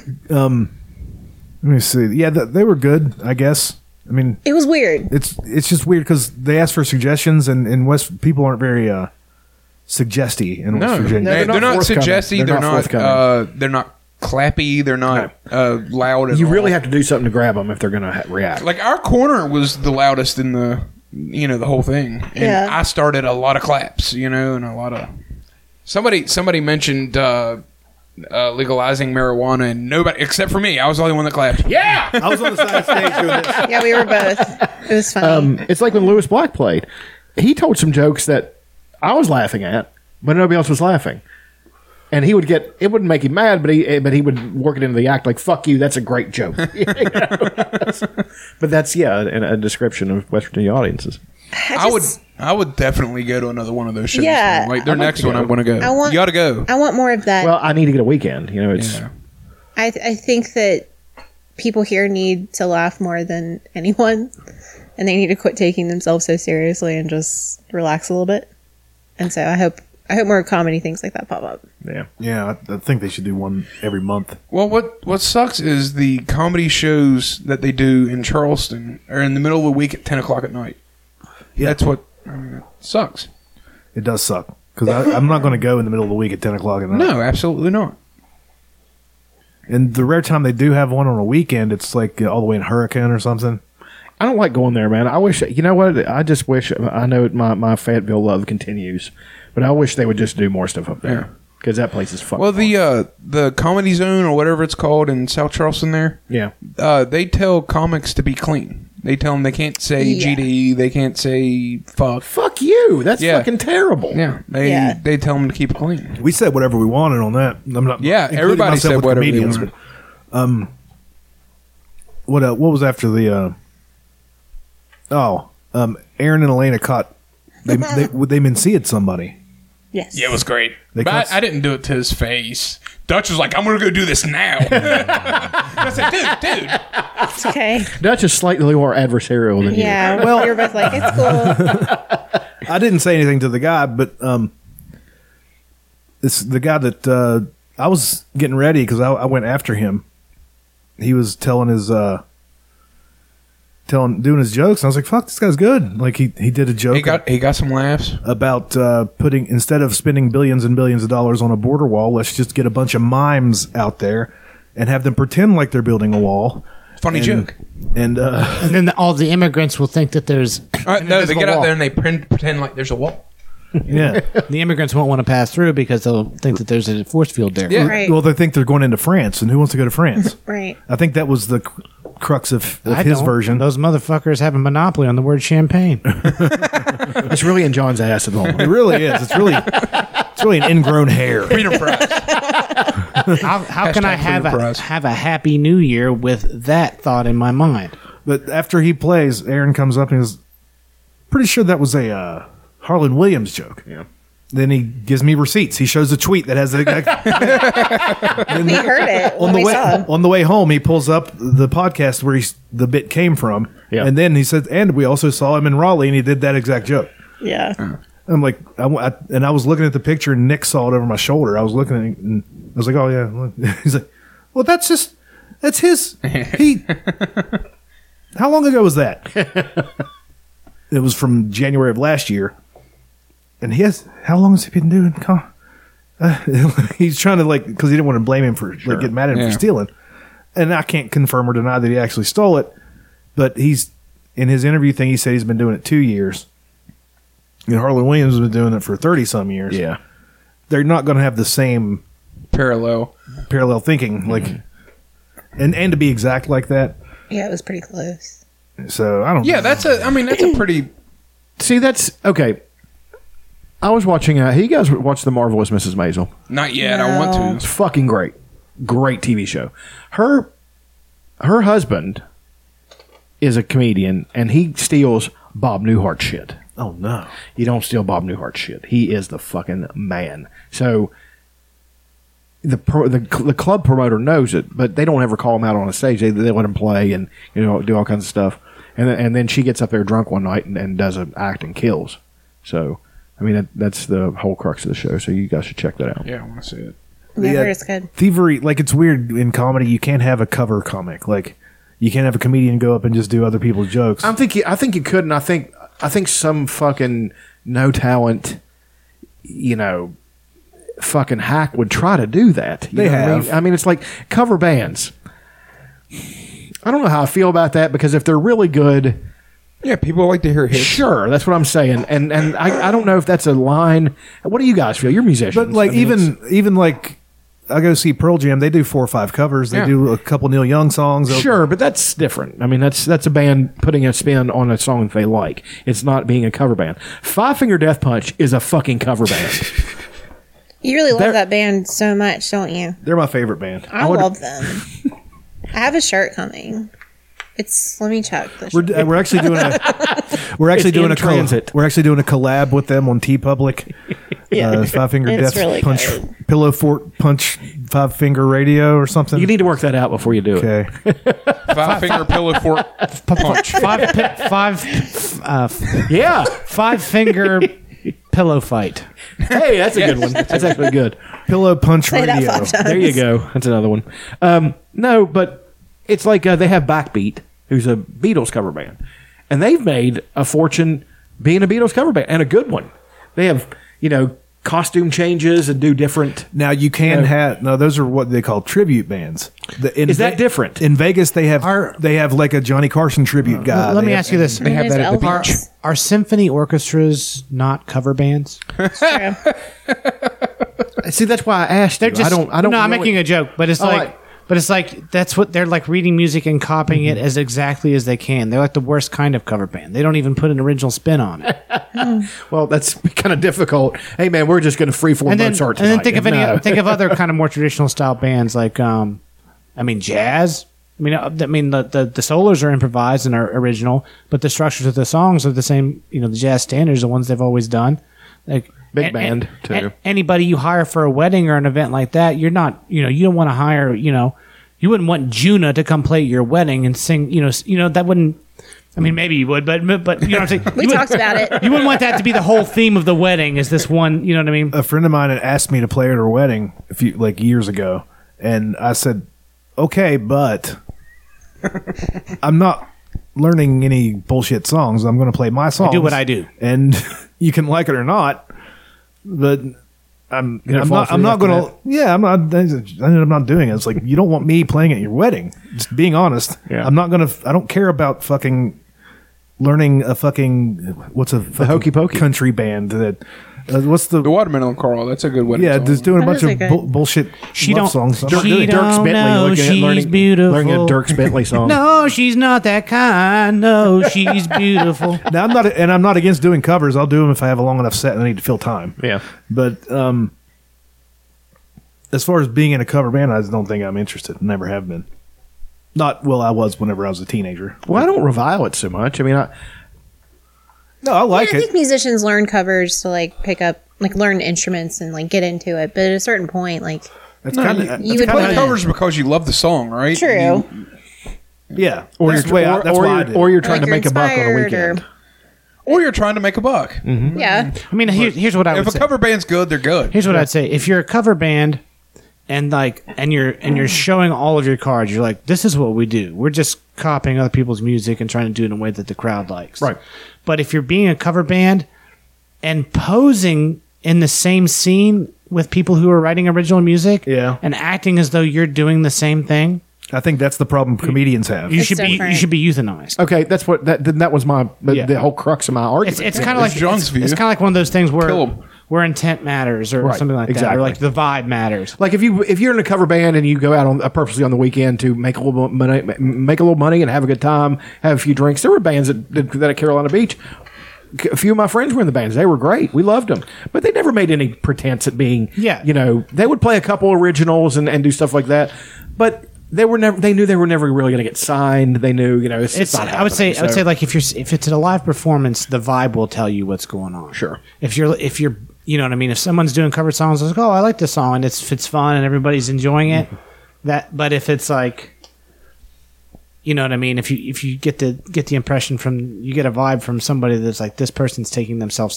should.
Let me see. Yeah, th- they were good. I guess. I mean,
it was weird.
it's it's just weird because they ask for suggestions, and and West people aren't very uh, suggesty in West
No,
Virginia.
they,
they're not
are not,
forthcoming.
suggesty.
They're
They're,
not
not.
forthcoming.
uh, they're not clappy. They're not uh, loud. At
You
all.
really have to do something to grab them if they're going to ha- react.
like our corner was the loudest in the you know the whole thing and
Yeah.
i started a lot of claps you know and a lot of somebody somebody mentioned uh uh, legalizing marijuana, and nobody except for me, I was the only one that clapped. Yeah,
I was on the side of stage doing this.
Yeah, we were both. It was funny.
Um,
Um, It's like when Lewis Black played. He told some jokes that I was laughing at, but nobody else was laughing. And he would get it wouldn't make him mad, but he eh, but he would work it into the act like "fuck you." That's a great joke. You know? but that's yeah, a, a description of West Virginia audiences.
I would. I would definitely go to another one of those shows.
Yeah,
man. like their next one, I'm going to go.
I want-
you ought to go.
I want more of that.
Well, I need to get a weekend. You know, it's
Yeah.
I, I think that people here need to laugh more than anyone, and they need to quit taking themselves so seriously and just relax a little bit. And so I hope I hope more comedy things like that pop up.
Yeah, I, I think they should do one every month.
Well, what what sucks is the comedy shows that they do in Charleston are in the middle of the week at ten o'clock at night.
Yeah.
That's what I mean, it sucks.
It does suck because I'm not going to go in the middle of the week at 10 o'clock at night.
No, absolutely not.
And the rare time they do have one on a weekend, it's like uh, all the way in Hurricane or something.
I don't like going there, man. I wish you know what? I just wish I know my my Fayetteville love continues, but I wish they would just do more stuff up there because that place is fucking.
Well, the uh, the comedy zone or whatever it's called in South Charleston, there,
yeah,
uh, they tell comics to be clean. They tell them they can't say
Yeah.
GD, they can't say fuck.
fuck you. That's
Yeah.
fucking terrible.
Yeah, they
Yeah.
they tell them to keep it clean.
We said whatever we wanted on that. I'm not.
Yeah,
including
everybody
myself
said
with
whatever they
comedians,
wanted.
but, um, what uh, what was after the? Uh, oh, um, Aaron and Elena caught. They they they menseed somebody.
Yes.
Yeah, it was great.
They
but
can't-
I, I didn't do it to his face. Dutch was like, "I'm gonna go do this now." I said, "Dude, dude,
It's okay.
Dutch is slightly more adversarial than you.
Yeah. Well, we were both like, it's cool.
I didn't say anything to the guy, but um, this the guy that uh, I was getting ready because I, I went after him. He was telling his uh, telling doing his jokes, and I was like, "Fuck, this guy's good." Like he he did a joke
he got he got some laughs."
about uh, putting instead of spending billions and billions of dollars on a border wall, let's just get a bunch of mimes out there and have them pretend like they're building a wall.
Funny
and,
joke.
And uh,
And then the, all the immigrants will think that there's
Uh, no, they
invisible
get out
wall.
there and they print, pretend like there's a wall.
yeah,
the immigrants won't want to pass through because they'll think that there's a force field there.
Yeah.
Right.
well, they think they're going into France, and who wants to go to France?
Right.
I think that was the cr- crux of, of
I
his
don't.
version.
Those motherfuckers have a monopoly on the word champagne.
It's really in John's ass at the moment.
It really is. It's really it's really an ingrown hair.
Freedom Prize.
how how can I
Hashtag
have
freedom
a,
prize.
have a happy new year with that thought in my mind?
But after he plays, Aaron comes up and is pretty sure that was a uh, Harlan Williams joke. Yeah. Then he gives me receipts. He shows a tweet that has the exact.
We heard it
on
when
the
we
way
saw him.
on the way home, he pulls up the podcast where he's, the bit came from,
Yeah.
and then he said, "And we also saw him in Raleigh, and he did that exact joke."
Yeah.
I'm like, I, w- I- and I was looking at the picture, and Nick saw it over my shoulder. I was looking at it, and I was like, oh, yeah. Look. He's like, well, that's just, that's his. He, how long ago was that? it was from January of last year. And he has, how long has he been doing? co- Uh, he's trying to, like, because he didn't want to blame him for like, getting mad at him
Yeah.
for stealing. And I can't confirm or deny that he actually stole it, but he's, in his interview thing, he said he's been doing it two years. And Harlan Williams has been doing it for 30 some years.
Yeah.
They're not going to have the same
Parallel.
parallel thinking. Like, and, and to be exact like that.
Yeah, it was pretty close.
So I don't
Yeah, that's a. I mean, that's a pretty.
See, that's okay. I was watching. Uh, you guys watched the marvelous Mrs. Maisel?
Not yet. I want
It's
to.
fucking great. Great TV show. Her her husband is a comedian and he steals Bob Newhart shit.
Oh, no.
You don't steal Bob Newhart shit. He is the fucking man. So the pro, the, the club promoter knows it, but they don't ever call him out on a stage. They, they let him play and you know do all kinds of stuff. And then, and then she gets up there drunk one night and, and does an act and kills. So I mean that, that's the whole crux of the show. So you guys should check that out.
Yeah, I want to see it.
Yeah, I
Yeah.
heard it's good.
Thievery, like, it's weird in comedy. You can't have a cover comic. Like, you can't have a comedian go up and just do other people's jokes.
I'm thinking. I think you could, and I think I think some fucking no talent, you know, fucking hack would try to do that. You
They
know what I
have.
mean? I mean, it's like cover bands. I don't know how I feel about that because if they're really good,
Yeah, people like to hear hits.
sure, that's what I'm saying. And and I, I don't know if that's a line. What do you guys feel? You're musicians,
but, like,
I mean, it's-
even, even like, I go see Pearl Jam. They do four or five covers. They
Yeah.
do a couple Neil Young songs. They'll-
Sure, but that's different. I mean, that's that's a band putting a spin on a song that they like. It's not being a cover band. Five Finger Death Punch is a fucking cover band.
You really love
They're-
that band so much, don't you?
They're my favorite band.
I, love them. I have a shirt coming. It's let me check. The
We're,
shirt.
uh, we're actually doing a we're actually
It's
doing
in
a col-
transit.
we're actually doing a collab with them on T Public. Uh, five finger
It's
death
really
punch
good.
pillow fort punch five finger radio or something.
You need to work that out before you do it.
okay.
Five finger pillow fork punch.
Five, pi- five, uh,
Yeah.
five finger pillow fight.
Hey, that's a good one. That's actually good.
Pillow punch
Say that
radio.
five times.
There you go. That's another one. Um, no, but it's like uh, they have Backbeat, who's a Beatles cover band, and they've made a fortune being a Beatles cover band and a good one. They have you know costume changes and do different.
Now you can
Yeah.
have no; those are what they call tribute bands. The, in
Is that different?
In Vegas, they have
Are-
they have like a Johnny Carson tribute guy.
Uh, Let
They
me
Uh,
have-
ask you this:
They have that at the
are,
beach.
are symphony orchestras not cover bands?
See, that's why I asked.
They're
you.
just.
I don't. Oh, I don't.
No, I'm
really-
making a joke, but it's like.
right.
But it's like that's what they're like reading music and copying it
Mm-hmm.
as exactly as they can. They're like the worst kind of cover band. They don't even put an original spin on it.
Well, that's kind of difficult. Hey, man, we're just going to freeform
and then,
Mozart
and then
tonight.
think of any
No.
think of other kind of more traditional style bands like um i mean jazz i mean uh, i mean the, the the solos are improvised and are original but the structures of the songs are the same you know the jazz standards the ones they've always done like
Big
and-
band,
and-
too.
and anybody you hire for a wedding or an event like that you're not you know you don't want to hire you know you wouldn't want Juna to come play at your wedding and sing you know s- you know that wouldn't I mean, maybe you would, but but you know what I'm saying.
We
you
talked
wouldn't-
about it.
You wouldn't want that to be the whole theme of the wedding. Is this one? You know what I mean?
a friend of mine had asked me to play at her wedding a few like years ago, and I said, "Okay, but I'm not learning any bullshit songs. I'm going to play my songs.
what I do.
and you can like it or not, but." I'm, I'm
fall
not. I'm
through
not
after
gonna.
that.
Yeah, I'm not. I ended up not doing it. It's like you don't want me playing at your wedding. Just being honest.
Yeah.
I'm not gonna. I don't care about fucking learning a fucking what's a fucking
hokey pokey.
country band that. Uh, what's the
The watermelon Carl. That's a good wedding.
yeah,
song.
just doing
That
a bunch
is a
of
good-
bu- bullshit
She
love
don't-
songs. I'm
she
not doing it.
don't-
Dirk Bentley
know,
looking at
she's
learning,
beautiful.
learning a Dirk Bentley song.
No, she's not that kind. No, she's beautiful.
Now, I'm not, and I'm not against doing covers. I'll do them if I have a long enough set and I need to fill time.
Yeah.
But um, as far as being in a cover band, I just don't think I'm interested. Never have been. Not well. I was whenever I was a teenager.
Well, I don't revile it so much. I mean, I,
No, I like
I
it.
think musicians learn covers to like pick up, like learn instruments and like get into it. But at a certain point, like
That's kinda,
you
that's
would
kinda-
wanna-
play covers because you love the song, right?
true,
You-
yeah. Or
that's
you're, way I,
or-
that's
or
why I
you're-
did.
or you're
Or like
trying to
you're
make a buck on a
inspired or-
weekend.
or you're trying to make a buck.
yeah,
I mean, here, here's what I
If
would
a
say.
cover band's good, they're good.
here's what I'd say. If you're a cover band and like and you're and you're showing all of your cards, you're like, this is what we do. We're just copying other people's music and trying to do it in a way that the crowd likes.
Right.
But if you're being a cover band and posing in the same scene with people who are writing original music
Yeah.
and acting as though you're doing the same thing,
I think that's the problem comedians have.
you
It's
should be
different.
you should be euthanized.
Okay, that's what that then that was my the,
Yeah.
the whole crux of my argument.
It's it's kind of
It's
like
John's
it's,
view.
kind of like one of those things where
Kill 'em.
where intent matters or
Right,
something like that,
exactly.
or like the vibe matters.
like if you if you're in a cover band and you go out on uh, purposely on the weekend to make a little bit money, ma- make a little money and have a good time, have a few drinks. There were bands that did that at Carolina Beach. C- A few of my friends were in the bands. They were great. We loved them, but they never made any pretense at being.
Yeah.
you know, they would play a couple originals and, and do stuff like that, but they were never. They knew they were never really going to get signed. They knew, you know, it's,
It's,
it's not.
I would say
happening,
I would
so-
say like if you're s- if it's at a live performance, the vibe will tell you what's going on.
Sure.
If you're if you're you know what I mean, if someone's doing cover songs, it's like oh I like this song and it's it's fun and everybody's enjoying it. That but if it's like you know what I mean, if you if you get the get the impression from you get a vibe from somebody that's like this person's taking themselves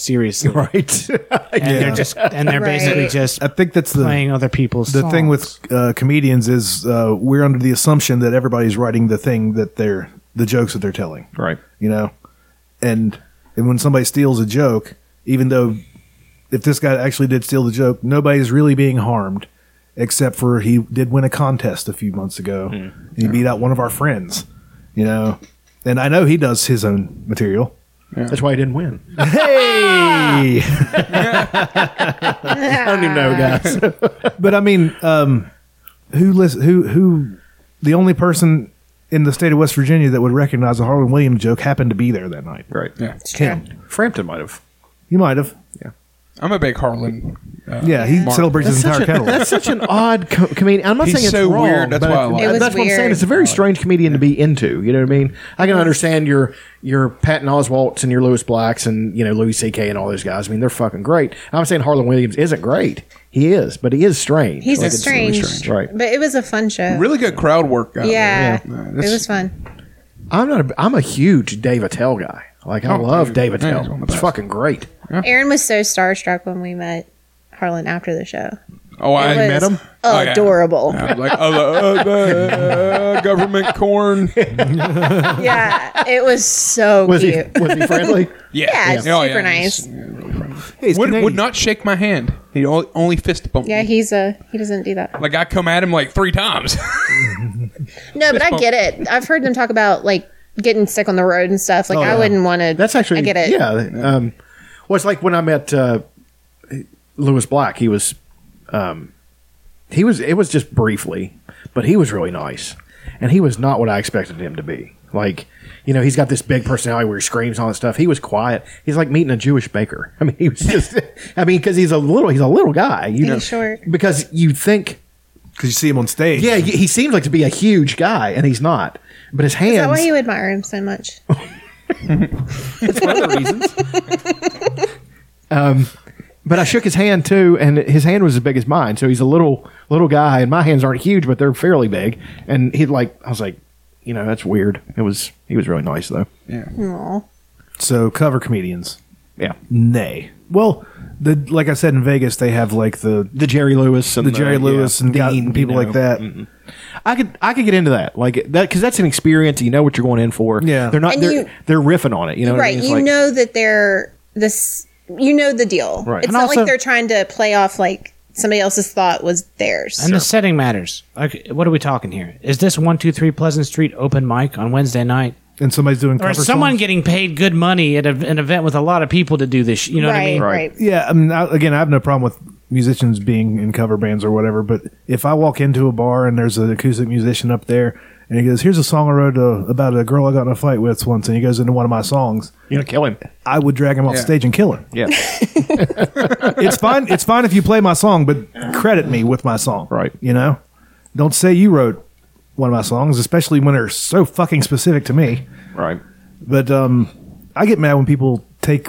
seriously
right.
and they're just and they're
Right.
basically just
I think that's the
playing other people's
the thing
songs.
with uh, comedians is uh, we're under the assumption that everybody's writing the thing that they're the jokes that they're telling
right.
you know and and when somebody steals a joke even though if this guy actually did steal the joke nobody's really being harmed except for he did win a contest a few months ago and he beat out one of our friends you know and i know he does his own material
That's why he didn't win.
Hey!
I don't even know, guys.
But I mean, um, who listen, who who the only person in the state of West Virginia that would recognize a Harlan Williams joke happened to be there that night.
right.
Yeah.
It's true.
Frampton might have.
You might have.
I'm a big Harlan. Uh,
Yeah, he
Mark.
celebrates his entire
Such a-
catalog.
that's such an odd co- comedian. I'm not
He's
saying it's
so
wrong,
weird, that's
but
why I like
It was
that's what I'm saying.
weird.
It's a very strange comedian to be into. You know what I mean? I can understand your your Patton Oswalt's and your Lewis Blacks and you know Louis C.K. and all those guys. I mean, they're fucking great. I'm saying Harlan Williams isn't great. He is, but he is strange.
He's
Like,
a
it's
strange,
right?
but it was a fun show.
Really good crowd work. Guy
Yeah,
there.
it
that's-
was fun.
I'm not. A, I'm a huge Dave Attell guy. Like I
Oh,
love
dude.
Dave
Man, he's
Attell.
one of the
It's
best.
fucking great.
Aaron was so starstruck when we met Harlan after the show.
Oh, I
It was
met him. Oh, yeah.
Adorable.
I was like oh, the, uh, the government corn.
yeah, it was so
Was he
cute.
was he friendly?
Yeah, it's
Oh,
super nice.
he's-
Hey, it's
Would, would
Canadian.
not shake my hand. He only, only fist bump.
Yeah, he's a he doesn't do that.
like I come at him like three times.
No, but I get it. I've heard them talk about like getting sick on the road and stuff. Like I
yeah.
wouldn't want to.
That's actually
I get it.
Yeah. Um, well, it's like when I met uh, Lewis Black. He was, um, he was. It was just briefly, but he was really nice, and he was not what I expected him to be. Like, you know, he's got this big personality where he screams and all that stuff. He was quiet. He's like meeting a Jewish baker. I mean, he was just. I mean, because he's a little. He's a little guy. You know,
He's short.
Because you think.
because you see him on stage.
Yeah, he he seems like to be a huge guy, and he's not. But his hands.
Is that why you admire him so much?
But I shook his hand too, and his hand was as big as mine. So he's a little little guy, and my hands aren't huge, but they're fairly big. And he like, I was like, you know, that's weird. It was he was really nice though.
Aw.
So cover comedians.
Yeah,
Nay. Well, the like I said in Vegas, they have like the
the Jerry Lewis and
the Jerry Lewis
uh, yeah,
and, got-
Dean,
and people
you
like
know.
that.
I could I could get into that like that because that's an experience. You know what you're going in for.
Yeah.
they're not
And
they're
you-
they're riffing on it. You know, what I
Right.
mean? It's
You
like-
know that they're this. You know the deal.
Right.
It's
And
not
also-
like they're trying to play off like somebody else's thought was theirs.
And the setting matters. Like, what are we talking here? Is this one two three Pleasant Street open mic on Wednesday night,
And somebody's doing
or
cover
is someone
songs.
getting paid good money at a, an event with a lot of people to do this? sh- You know
right,
what I mean?
right.
Yeah, I mean, I, again, I have no problem with musicians being in cover bands or whatever, but if I walk into a bar and there's an acoustic musician up there and he goes, "Here's a song I wrote uh, about a girl I got in a fight with once," and he goes into one of my songs,
you're gonna kill him.
I would drag him off
Yeah.
stage and kill him.
Yeah,
It's fine. It's fine if you play my song, but credit me with my song,
Right.
You know, don't say you wrote one of my songs, especially when they're so fucking specific to me.
right.
But um, I get mad when people take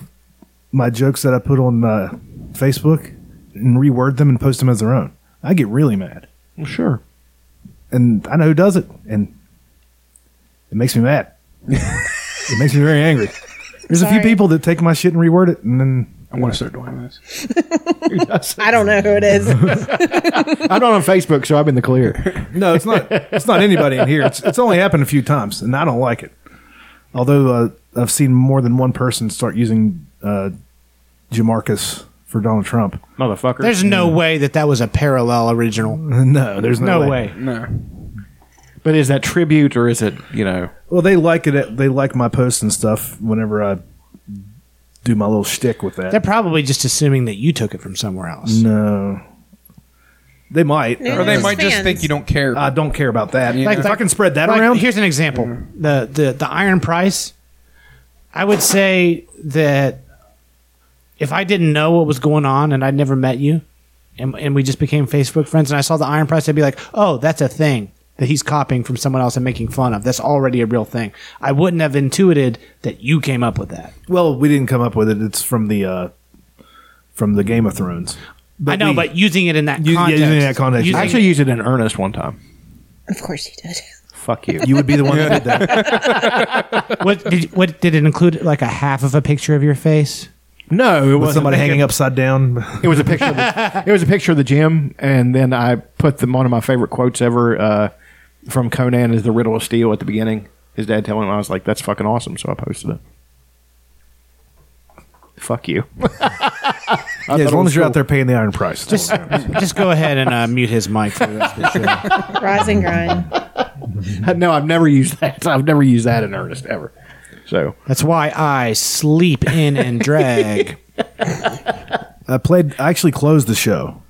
my jokes that I put on uh, Facebook and reword them and post them as their own. I get really mad,
Well, sure.
and I know who does it, and it makes me mad. it makes me very angry. There's a few
Sorry.
people that take my shit and reword it, and then
I want to start doing this.
I don't know who it is.
I'm not on Facebook, so I'm in the clear.
no, it's not. it's not anybody in here. It's, it's only happened a few times, and I don't like it. Although uh, I've seen more than one person start using uh, Jamarcus for Donald Trump.
Motherfucker.
There's no way that that was a parallel original.
Mm. No, there's no,
No
way.
way.
No.
but is that tribute or is it you know?
Well, they like it. They like my posts and stuff. Whenever I do my little shtick with that,
They're probably just assuming that you took it from somewhere else.
no, they might.
No,
Or
I
they
Those
might just
fans.
think you don't care.
Uh,
I don't care about that.
Yeah. Like-
if I can spread that
Like,
around,
Here's an example: the the the iron price. I would say that if I didn't know what was going on and I'd never met you, and and we just became Facebook friends, and I saw the iron price, I'd be like, oh, that's a thing that he's copying from someone else and making fun of. That's already a real thing. I wouldn't have intuited that you came up with that.
well, we didn't come up with it. It's from the uh, from the Game of Thrones. But
I know,
we-
but using it in that
You- yeah,
context,
using it in that context.
using-
I actually used it in earnest one time.
of course you did.
Fuck you.
you would be the one that did that.
what did what did it include? Like a half of a picture of your face.
No, it
With
was
somebody hanging upside down.
It was a picture. Of the, it was a picture of the gym, and then I put them one of my favorite quotes ever uh, from Conan is the riddle of steel at the beginning. His dad telling him, I was like, "That's fucking awesome," so I posted it. Fuck you.
Yeah, as long as you're out there paying the iron price.
Just go ahead and uh, mute his mic for the rest of the show.
Rise and grind.
no, I've never used that. I've never used that in earnest ever.
So
That's why I sleep in and drag.
I played. I actually closed the show.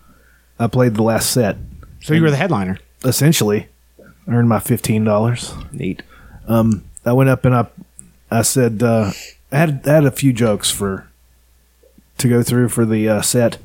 I played the last set.
so you were the headliner.
Essentially, I earned my fifteen dollars.
neat.
Um, I went up and I, I said uh, I had I had a few jokes for to go through for the uh, set.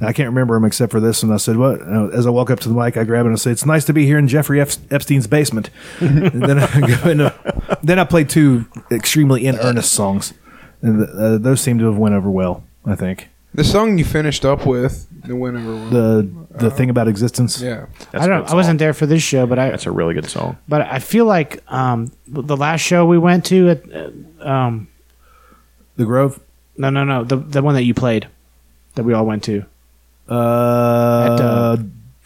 I can't remember them except for this. And I said, "What?" Uh, As I walk up to the mic, I grab it and I say, "It's nice to be here in Jeffrey Ep- Epstein's basement." and then I go into, then I play two extremely in earnest songs, and uh, those seem to have went over well. I think
The song you finished up with, the whenever one.
the
Uh-huh.
the thing about existence.
yeah.
That's
I
a
don't.
good
I wasn't
song.
there for this show, but I.
That's a really good song.
but I feel like um, the last show we went to at uh, um,
The Grove.
no no no the the one that you played that we all went to
Uh,
At, uh,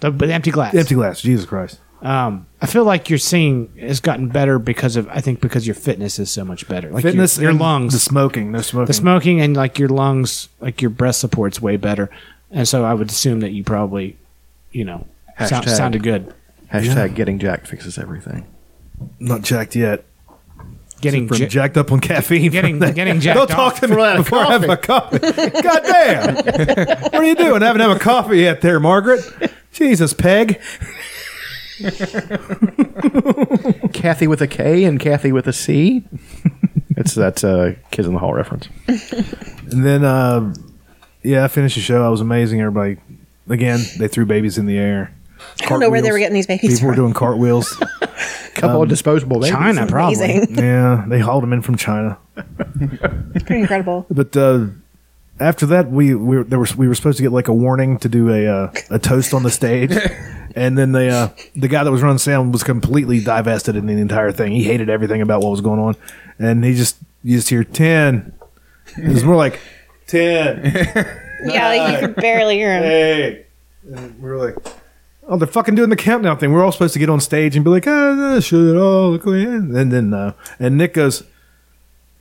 the, the empty glass
empty glass. Jesus Christ.
um, I feel like your singing has gotten better because of I think because your fitness is so much better like
Fitness.
your, your
and
lungs
The smoking. No smoking.
the smoking and like your lungs like your breath support's way better and so I would assume that you probably you know sound,
Hashtag.
sounded good
Hashtag getting jacked fixes everything.
Not jacked yet.
getting
From
ja-
jacked up on caffeine.
Getting-
from that-
getting jacked
Don't talk
off
to me before I have my coffee. God damn. what are you doing? I haven't had a coffee yet, there, Margaret. Jesus, Peg.
Kathy with a K and Kathy with a C. it's that uh, Kids in the Hall reference.
And then, uh, yeah, I finished the show. I was amazing. Everybody, again, they threw babies in the air.
I don't know where they were
Cartwheels.
getting these babies
People were
from.
doing cartwheels.
Couple
Um,
of disposable babies.
China probably
Amazing.
yeah, they hauled them in from China.
It's pretty incredible.
But uh, after that, we we were, there was we were supposed to get like a warning to do a uh, a toast on the stage, and then the uh, the guy that was running sound was completely divested in the entire thing. He hated everything about what was going on, and he just you just hear ten. It was more like ten.
Yeah, like you could barely hear him.
Hey, and we were like. Oh, they're fucking doing the countdown thing. We're all supposed to get on stage and be like, "Ah, oh, should all in?" And then, no. And Nick goes,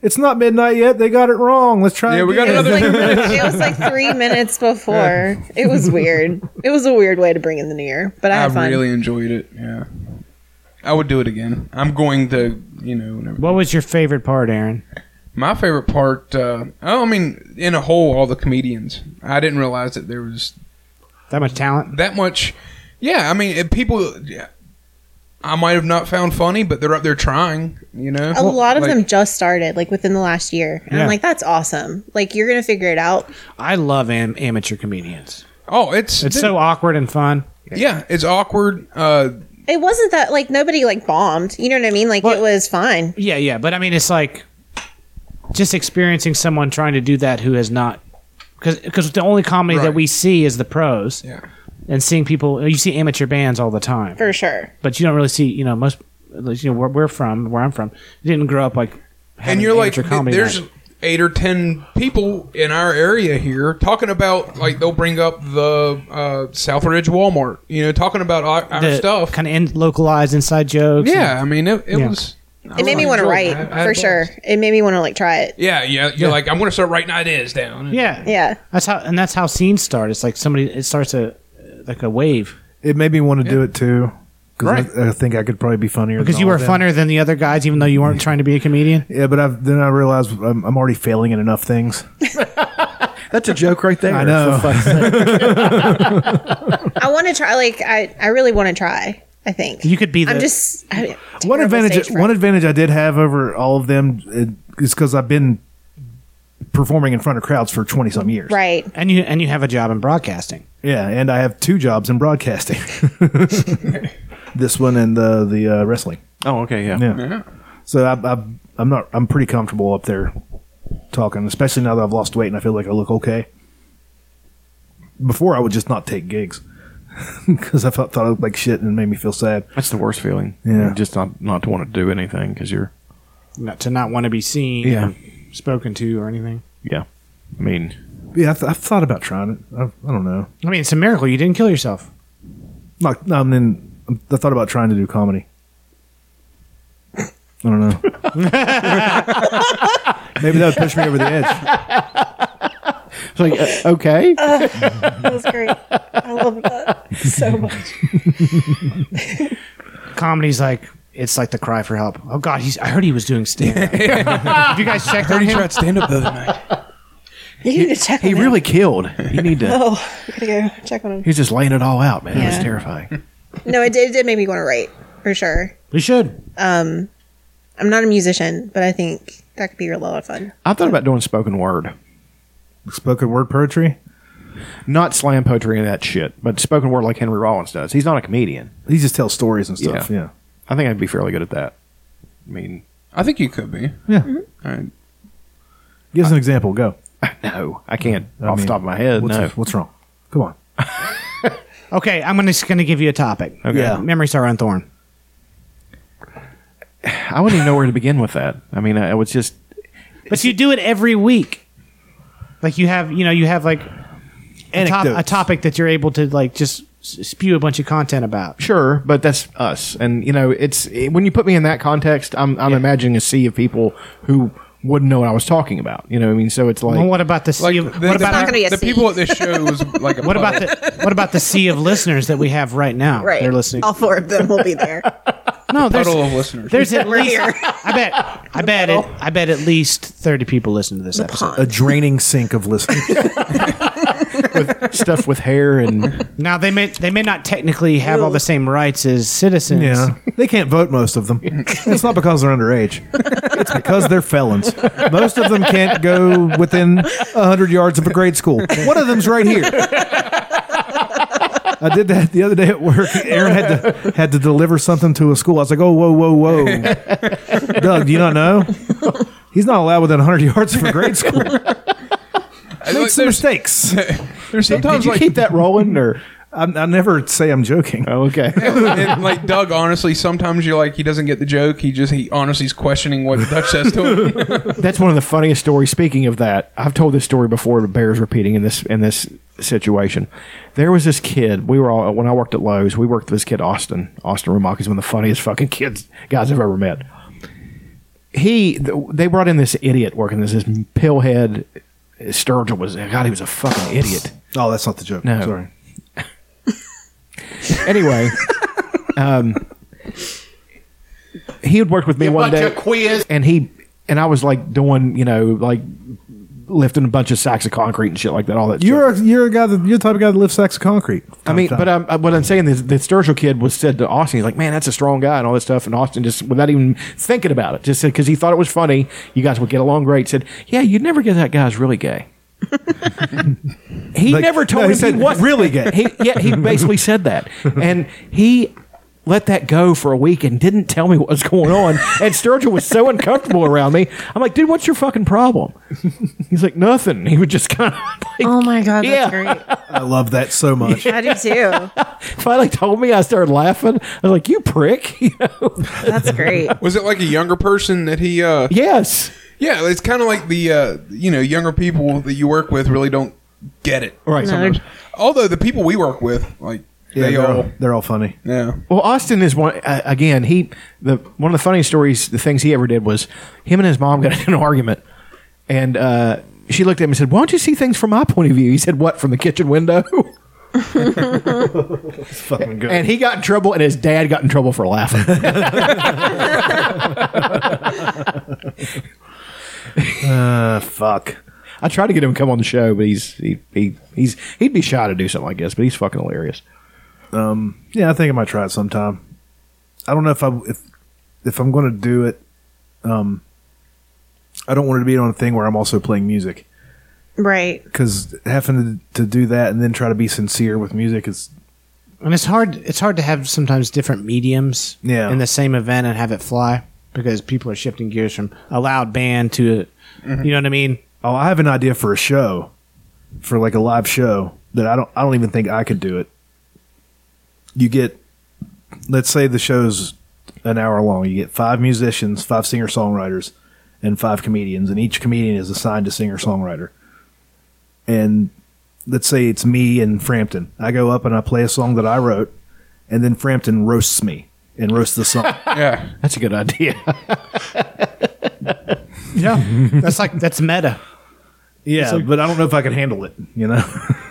"It's not midnight yet. They got it wrong. Let's try."
Yeah, we got
again."
It was,
another
like, it was like three minutes before. It was weird. It was a weird way to bring in the new year, but I
I
had fun.
really enjoyed it. Yeah. I would do it again. I'm going to, you know, and everything.
what was your favorite part Aaron
my favorite part. Uh, oh, I mean, in a whole, all the comedians. I didn't realize that there was
that much talent
that much. Yeah, I mean, it, people. yeah, I might have not found funny, but they're up there trying. You know,
a lot of
Like,
them just started, like within the last year, and
Yeah.
I'm like, that's awesome. Like you're gonna figure it out.
I love am- amateur comedians
Oh, it's
It's so awkward and fun.
yeah, it's awkward. Uh,
It wasn't that like nobody like bombed. You know what I mean? Like
Well-
it was fine.
Yeah, yeah, but I mean, it's like just experiencing someone trying to do that who has not, because the only comedy that
Right.
we see is the pros,
yeah,
and seeing people. You see amateur bands all the time,
For sure.
but you don't really see. You know, most at least, you know where we're from, where I'm from, you didn't grow up like. having
and you're like,
amateur comedy
there's
night.
eight or ten people in our area here talking about like they'll bring up the uh, Southridge Walmart. You know, talking about our, our
the
stuff.
kind of in, localized inside jokes.
yeah, I mean, it, it
Yeah.
was. I
It made me
really
want to
enjoyed
write
it. I- I had a
for
blast.
sure. It made me want to like try it.
Yeah, yeah. You're like, I'm gonna start writing ideas down.
and- yeah,
Yeah.
That's how, and that's how scenes start. It's like somebody, it starts a like a wave
It made me want to do it too. 'cause
Right.
I, I think I could probably be funnier than
because you
all
were
of them.
funner than the other guys, even though you weren't trying to be a comedian.
Yeah, but I've, then I realized I'm, I'm already failing at enough things.
That's a joke right there.
I know.
For fuck's sake.
I want to try. Like I, I really want to try. I think
You could be the
I'm just I,
One
terrible
advantage,
stage
one
fright.
advantage I did have over all of them uh, is because I've been performing in front of crowds for twenty some years.
right.
and you and you have a job in broadcasting.
Yeah, and I have two jobs in broadcasting. this one and the the uh, wrestling.
Oh, okay, yeah.
Yeah. So I, I, I'm not. I'm pretty comfortable up there talking, especially now that I've lost weight and I feel like I look okay. Before I would just not take gigs because I thought, thought I looked like shit and it made me feel sad.
That's the worst feeling.
Yeah.
Just not, not to want to do anything because you're.
not to not want to be seen,
Yeah.
or spoken to, or anything.
Yeah. I mean,
Yeah, I th- I've thought about trying it. I, I don't know.
I mean, it's a miracle you didn't kill yourself.
Not, no, I mean, I thought about trying to do comedy. I don't know. Maybe that would push me over the edge.
it's like, uh, okay.
That was great. I love that so much.
Comedy's like it's like the cry for help. Oh God, he's. I heard he was doing stand. Have you guys checked on
Heard he
him?
tried stand up the other night.
You need to check.
He
on him.
really killed. You need to.
Oh, I gotta go check on him.
He's just laying it all out, man. It was
Yeah.
terrifying.
No, it did, it did make me want to write for sure.
we should.
I'm not a musician, but I think that could be a lot of fun.
I thought about doing spoken word,
Spoken word poetry.
not slam poetry and that shit, but spoken word like Henry Rollins does. He's not a comedian.
He just tells stories and stuff.
Yeah.
Yeah.
I think I'd be fairly good at that. I mean,
I think you could be.
Yeah.
All right.
Give us an example. Go.
no, I can't
I
off
mean,
the top of my head.
What's,
No,
what's wrong? Come on.
Okay, I'm gonna, just going to give you a topic.
Okay. Yeah.
Memory Star on Thorn.
I wouldn't even know where to begin with that. I mean, I, I was just
But you do it every week. Like you have, you know, you have like a, top, a
Anecdotes.
topic that you're able to like just s- spew a bunch of content about.
sure, but that's us. And you know, it's it, when you put me in that context, I'm I'm imagining a sea of people who wouldn't know what I was talking about. You know, what I mean, so it's like
Well, what about the sea?
Like,
of,
the,
what
the-
about
not
our-
gonna be a
the
C.
people at this show was like a
what about
puppet.
the what about the sea of listeners that we have right now?
Right.
they're listening.
All four of them will be there.
no, there's
puddle of listeners?
there's at least
here.
I bet I bet it I bet at least thirty people listen to this episode.
A draining sink of listeners.
stuff with hair and
Now they may they may not technically have all the same rights as citizens.
yeah. They can't vote, most of them. It's not because they're underage, it's because they're felons. Most of them can't go within 100 yards of a grade school. One of them's right here. I did that the other day at work. Aaron had to had to deliver something to a school. I was like, "Oh, whoa, whoa, whoa, Doug, do you not know? He's not allowed within 100 yards of a grade school. Make
Like,
some
there's,
mistakes."
there's sometimes
did you
like
keep that rolling or
I, I never say I'm joking.
oh, okay
and like Doug, honestly, sometimes you're like he doesn't get the joke. He just he honestly is questioning what Dutch says to him.
that's one of the funniest stories speaking of that i've told this story before but bears repeating in this in this situation there was this kid we were all when i worked at lowe's we worked with this kid austin austin rumock is one of the funniest fucking kids guys i've ever met he th- they brought in this idiot working this this pillhead sturgill was god he was a fucking idiot
Oh, that's not the joke.
No.
Sorry.
anyway um he had worked with me one day and he and i was like doing you know like lifting a bunch of sacks of concrete and shit like that all that stuff.
You're a, you're a guy that you're the type of guy that lifts sacks of concrete.
I mean, but I'm, what I'm saying is, the Sturgill kid was said to Austin, he's like, man, that's a strong guy and all this stuff. And Austin just, without even thinking about it, just said, because he thought it was funny, you guys would get along great, said, yeah, you'd never get that guy's really gay. he
Like-
never told
no, he
him
said,
he was
"Really gay."
He, yeah, he basically said that. And he let that go for a week and didn't tell me what was going on. And Sturgill was so uncomfortable around me. I'm like, dude, what's your fucking problem? He's like, nothing. He would just kind of like,
Oh my god,
that's
that's
Yeah.
I love that so much.
great. I do too.
finally told me. I started laughing. I was like, "You prick!" You know?
That's great.
Was it like a younger person that he? uh
yes,
Yeah, it's kind of like the uh you know younger people that you work with really don't get it.
right.
No,
Although the people we work with, like
Yeah,
they
they're,
all,
all, they're all funny.
yeah.
Well, Austin is one uh, again. He the one of the funniest stories, the things he ever did was him and his mom got in an argument, and uh, she looked at him and said, "Why don't you see things from my point of view?" He said, "What from the kitchen window?"
Fucking good.
and he got in trouble, and his dad got in trouble for laughing.
uh, fuck.
I tried to get him to come on the show, but he's he, he he's he'd be shy to do something like this, but he's fucking hilarious.
Yeah, I think I might try it sometime. I don't know if I if if I'm going to do it. Um, I don't want it to be on a thing where I'm also playing music
Right.
because having to, to do that and then try to be sincere with music is
and it's hard. It's hard to have sometimes different mediums
Yeah.
in the same event and have it fly because people are shifting gears from a loud band to,
Mm-hmm.
you know what I mean.
Oh, I have an idea for a show, for like a live show that I don't. I don't even think I could do it. You get, let's say the show's an hour long. You get five musicians, five singer songwriters, and five comedians, and each comedian is assigned a singer songwriter. And let's say it's me and Frampton. I go up and I play a song that I wrote, and then Frampton roasts me and roasts the song.
Yeah,
That's a good idea.
Yeah, that's like that's meta.
yeah, but I don't know if I could handle it. You know.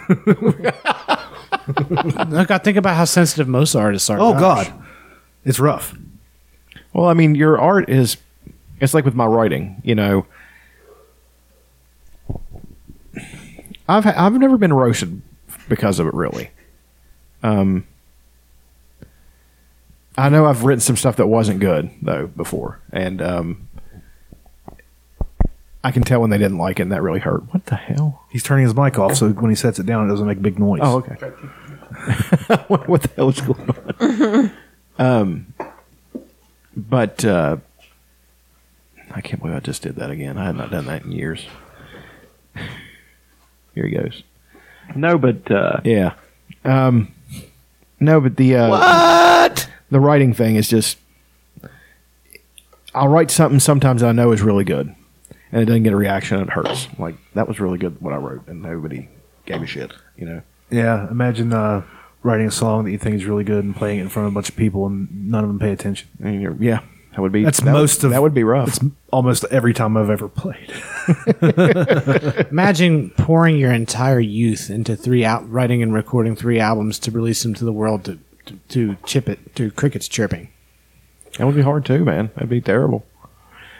Look, I think about how sensitive most artists are.
Oh
Gosh.
God, it's rough.
Well, I mean, your art is it's like with my writing, you know. I've ha- I've never been roasted because of it really. Um I know I've written some stuff that wasn't good though before and um I can tell when they didn't like it and that really hurt. What the hell?
He's turning his mic off, so when he sets it down, it doesn't make a big noise.
Oh, okay. I wonder what the hell is going on? um, but uh, I can't believe I just did that again. I had not done that in years. Here he goes.
No, but uh,
Yeah. Um, no, but the uh, what the writing thing is just. I'll write something sometimes I know is really good, and it doesn't get a reaction. and It hurts. Like that was really good what I wrote, and nobody gave a shit. You know.
Yeah, imagine uh, writing a song that you think is really good and playing it in front of a bunch of people and none of them pay attention.
And you're, yeah, that would be
That's
that
most
would,
of-
that would be rough.
It's almost every time I've ever played.
Imagine pouring your entire youth into three out writing and recording three albums to release them to the world to to, to chip it to crickets chirping.
That would be hard too, man. That'd be terrible.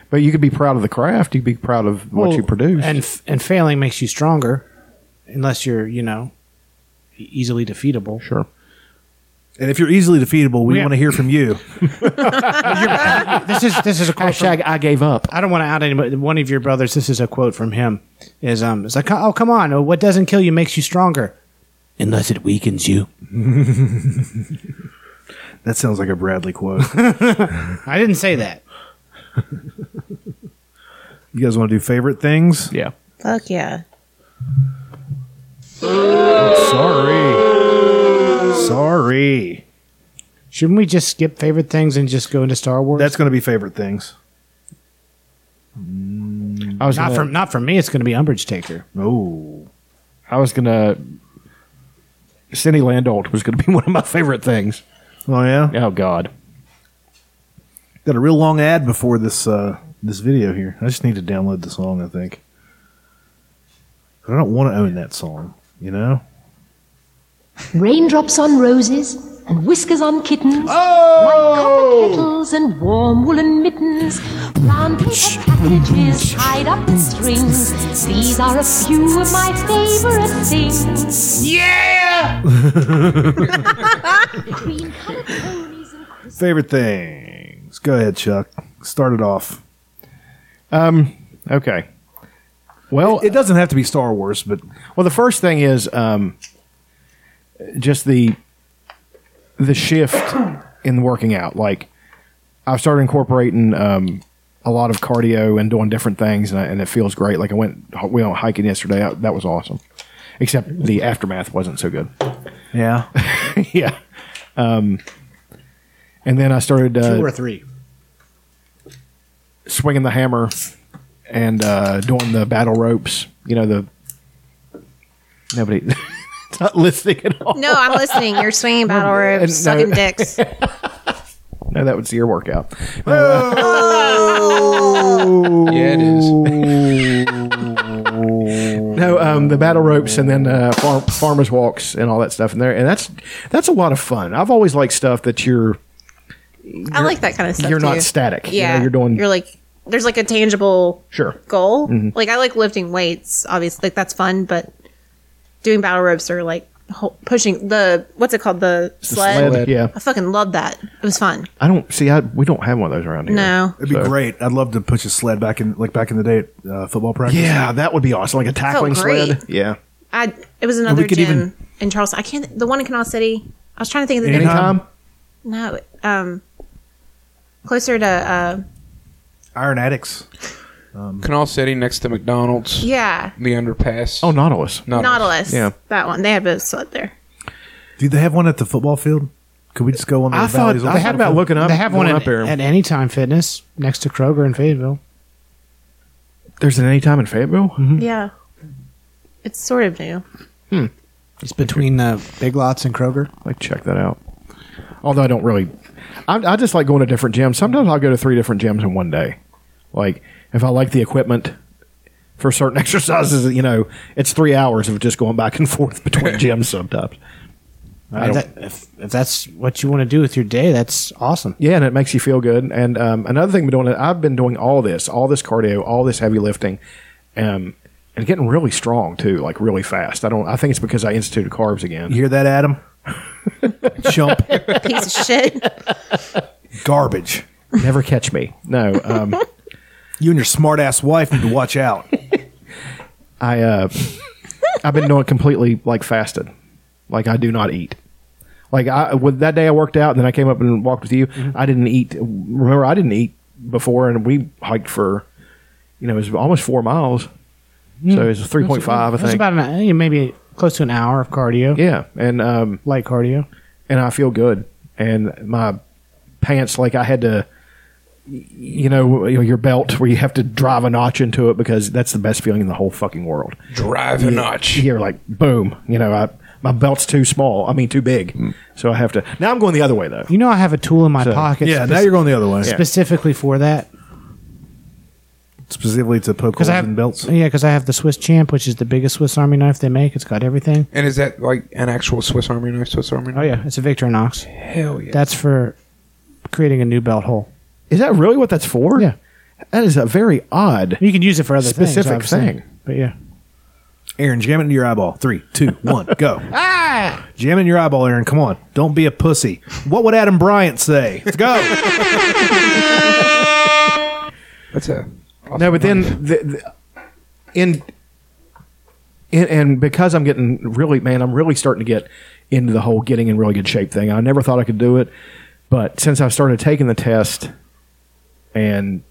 But you could be proud of the craft. You could be proud of what you
Well,
produce.
and f- and failing makes you stronger, unless you're you know e- easily defeatable.
sure.
And if you're easily defeatable, we
Yeah.
want to hear from you.
This is this is a quote. From,
Hashtag I gave up.
I don't want to out anybody. One of your brothers. This is a quote from him. Is um. It's like oh come on. What doesn't kill you makes you stronger, unless it weakens you.
That sounds like a Bradley quote.
I didn't say that.
you guys want to do favorite things?
Yeah.
Fuck yeah.
Sorry. Sorry.
Shouldn't we just skip favorite things and just go into Star Wars?
That's going to be favorite things.
I was
not
gonna,
for not for me. It's going to be Umbrage Taker.
Oh.
I was gonna. Cindy Landolt was gonna be one of my favorite things.
Oh yeah.
Oh God.
Got a real long ad before this uh, this video here. I just need to download the song. I think. I don't want to own that song. You know.
Raindrops on roses and whiskers on kittens. Oh! Like copper kettles and warm woolen mittens. Brown paper packages tied up in strings. These are a few of my favorite things. Yeah! Cream-colored ponies and Christmas
Favorite things. Go ahead, Chuck. Start it off.
Okay. Well,
It doesn't have to be Star Wars, but
Well, the first thing is um, just the the shift in working out. Like I've started incorporating um, a lot of cardio and doing different things, and, I, and it feels great. Like I went we went hiking yesterday. That, that was awesome. Except the aftermath wasn't so good.
yeah.
yeah. Um, and then I started uh,
Two or three.
swinging the hammer and uh, doing the battle ropes. You know the nobody. it's not listening at all.
No, I'm listening. You're swinging battle ropes,
no.
sucking dicks.
No, that was your workout. Uh,
Yeah, it is.
No, um, the battle ropes and then uh, farm, farmers walks and all that stuff in there, and that's that's a lot of fun. I've always liked stuff that you're
I like that kind of stuff.
you're not
too.
static. You know,
Yeah,
you're doing Mm-hmm.
You're like there's like a tangible
sure.
goal. Like I like lifting weights. Obviously, like that's fun, but doing battle ropes or like ho- pushing the what's it called the sled.
Sled, Yeah,
I fucking loved that. It was fun.
I don't see. I we don't have one of those around here.
No,
It'd be
So-
great. I'd love to push a sled back in, like back in the day at uh, football practice.
Yeah, that would be awesome. Like a tackling
great.
sled. Yeah.
I it was another
could
gym
even-
in Charleston. I can't the one in Canal City. I was trying to think of the name.
Anytime.
No, um, closer to uh,
Iron Addicts.
Canal City next to McDonald's.
yeah,
The underpass.
Oh, Nautilus.
Nautilus.
Nautilus.
Yeah.
that one. They had a sled there.
Do they have one at the football field? Could we just go on the
I thought
valleys?
I had about looking up.
They have one
going
at,
up here.
at Anytime Fitness next to Kroger in Fayetteville.
There's an anytime in Fayetteville.
Yeah, it's sort of new.
It's between the Big Lots and Kroger.
Like check that out. Although I don't really, I, I just like going to different gyms. Sometimes I'll go to three different gyms in one day. Like if I like the equipment for certain exercises, you know, it's three hours of just going back and forth between gyms sometimes.
I mean, that, if, if that's what you want to do with your day, that's awesome.
Yeah, and it makes you feel good. And um, another thing, I've been doing, I've been doing all this, all this cardio, all this heavy lifting, um, and getting really strong too, like really fast. I don't. I think it's because I instituted carbs again.
You hear that, Adam? Chump.
Piece of shit.
Garbage.
Never catch me. No, um,
You and your smart ass wife need to watch out.
I. Uh, I've been doing completely like fasted, like I do not eat. Like I with that day I worked out, and then I came up and walked with you.
Mm-hmm.
I didn't eat. Remember, I didn't eat before, and we hiked for, you know, it was almost four miles. So it was three point five, I
Hmm. That's
think.
about an, eh, maybe close to an hour of cardio,
yeah, and um,
light cardio.
and I feel good. And my pants, like I had to, you know, your belt where you have to drive a notch into it because that's the best feeling in the whole fucking world.
Drive a notch.
You're like, boom, you know, I, my belt's too small. I mean, too big. So I have to. Now I'm going the other way though.
You know, I have a tool in my
So,
pocket.
Yeah,
spe-
now you're going the other way.
specifically for that
Specifically to poke holes
I have
in belts.
Yeah, because I have the Swiss Champ, which is the biggest Swiss Army knife they make. It's got everything.
And is that like an actual Swiss Army knife? Swiss Army
Oh
knife?
yeah, it's a Victorinox.
Hell yeah.
That's for creating a new belt hole.
Is that really what that's for?
Yeah.
That is a very odd.
You can use it for other things,
Specific
obviously.
thing.
But yeah,
Aaron, jam it into your eyeball. Three, two, one, go. ah! Jam it in your eyeball, Aaron. Come on. Don't be a pussy. What would Adam Bryant say? Let's go.
That's a.
No, but then the, the, in, in and because I'm getting really man, I'm really starting to get into the whole getting in really good shape thing. I never thought I could do it, but since I started taking the test and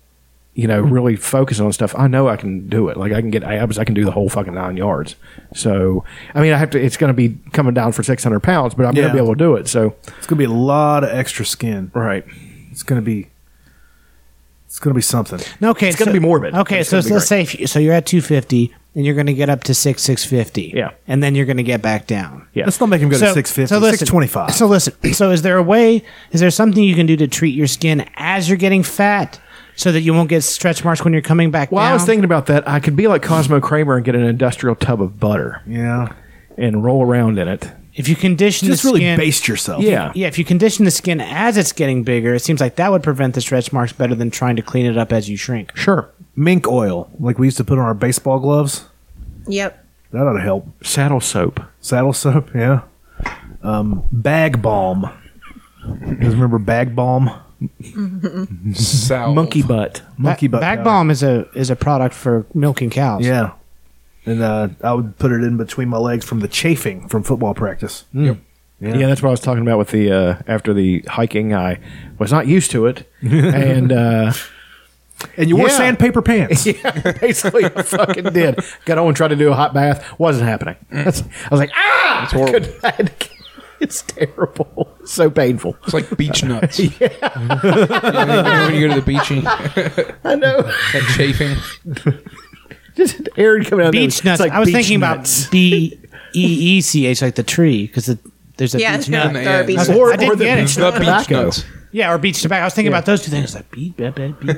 you know really focusing on stuff, I know I can do it. Like I can get abs, I can do the whole fucking nine yards. So I mean, I have to. It's going to be coming down for 600 pounds, but I'm going
Yeah.
to be able to do it. So
It's gonna be a lot of extra skin.
right,
It's gonna be. It's gonna be something.
okay,
It's gonna be morbid.
Okay,
It's
so
gonna be
let's say if you- so you're at 250 and you're going to get up to six 650.
Yeah.
and then you're going to get back down.
yeah.
Let's not make him go to 650,
listen-
625.
So listen. So is there a way? Is there something you can do to treat your skin as you're getting fat, so that you won't get stretch marks when you're coming back?
Well, I was
down?
thinking about that. I could be like Cosmo Kramer and get an industrial tub of butter
yeah.
and roll around in it.
if you condition
Just
the
really
skin,
baste yourself.
Yeah.
Yeah, if you condition the skin as it's getting bigger, it seems like that would prevent the stretch marks better than trying to clean it up as you shrink.
Sure.
Mink oil, like we used to put on our baseball gloves.
Yep.
That ought to help.
Saddle soap.
Saddle soap, yeah. Um, bag balm. You guys remember bag balm?
Salve.
Monkey butt.
Monkey butt.
Bag
powder.
balm is a is a product for milking cows.
Yeah. And uh, I would put it in between my legs from the chafing from football practice.
Mm. Yeah. that's what I was talking about with the uh, after the hiking. I was not used to it, and uh,
And you wore
Yeah.
sandpaper pants.
basically I fucking did. Got on, tried to do a hot bath. Wasn't happening. That's, I was like, ah, Mm. it's
horrible.
It's terrible. So painful.
It's like beach nuts. yeah. when you go to the beach and
I know.
that chafing.
Just Aaron coming out. there,
Beech
it's
nuts.
like
I was
beech
thinking
nuts.
about B E E C H, like the tree, because there's a
Yeah.
beech
yeah,
nut.
yeah.
Darby.
That's
Or- I didn't get it.
Not beach
Tobacco.
nuts.
Yeah, or beach tobacco. I was thinking about those two things. Like beep, beep, beep, beep.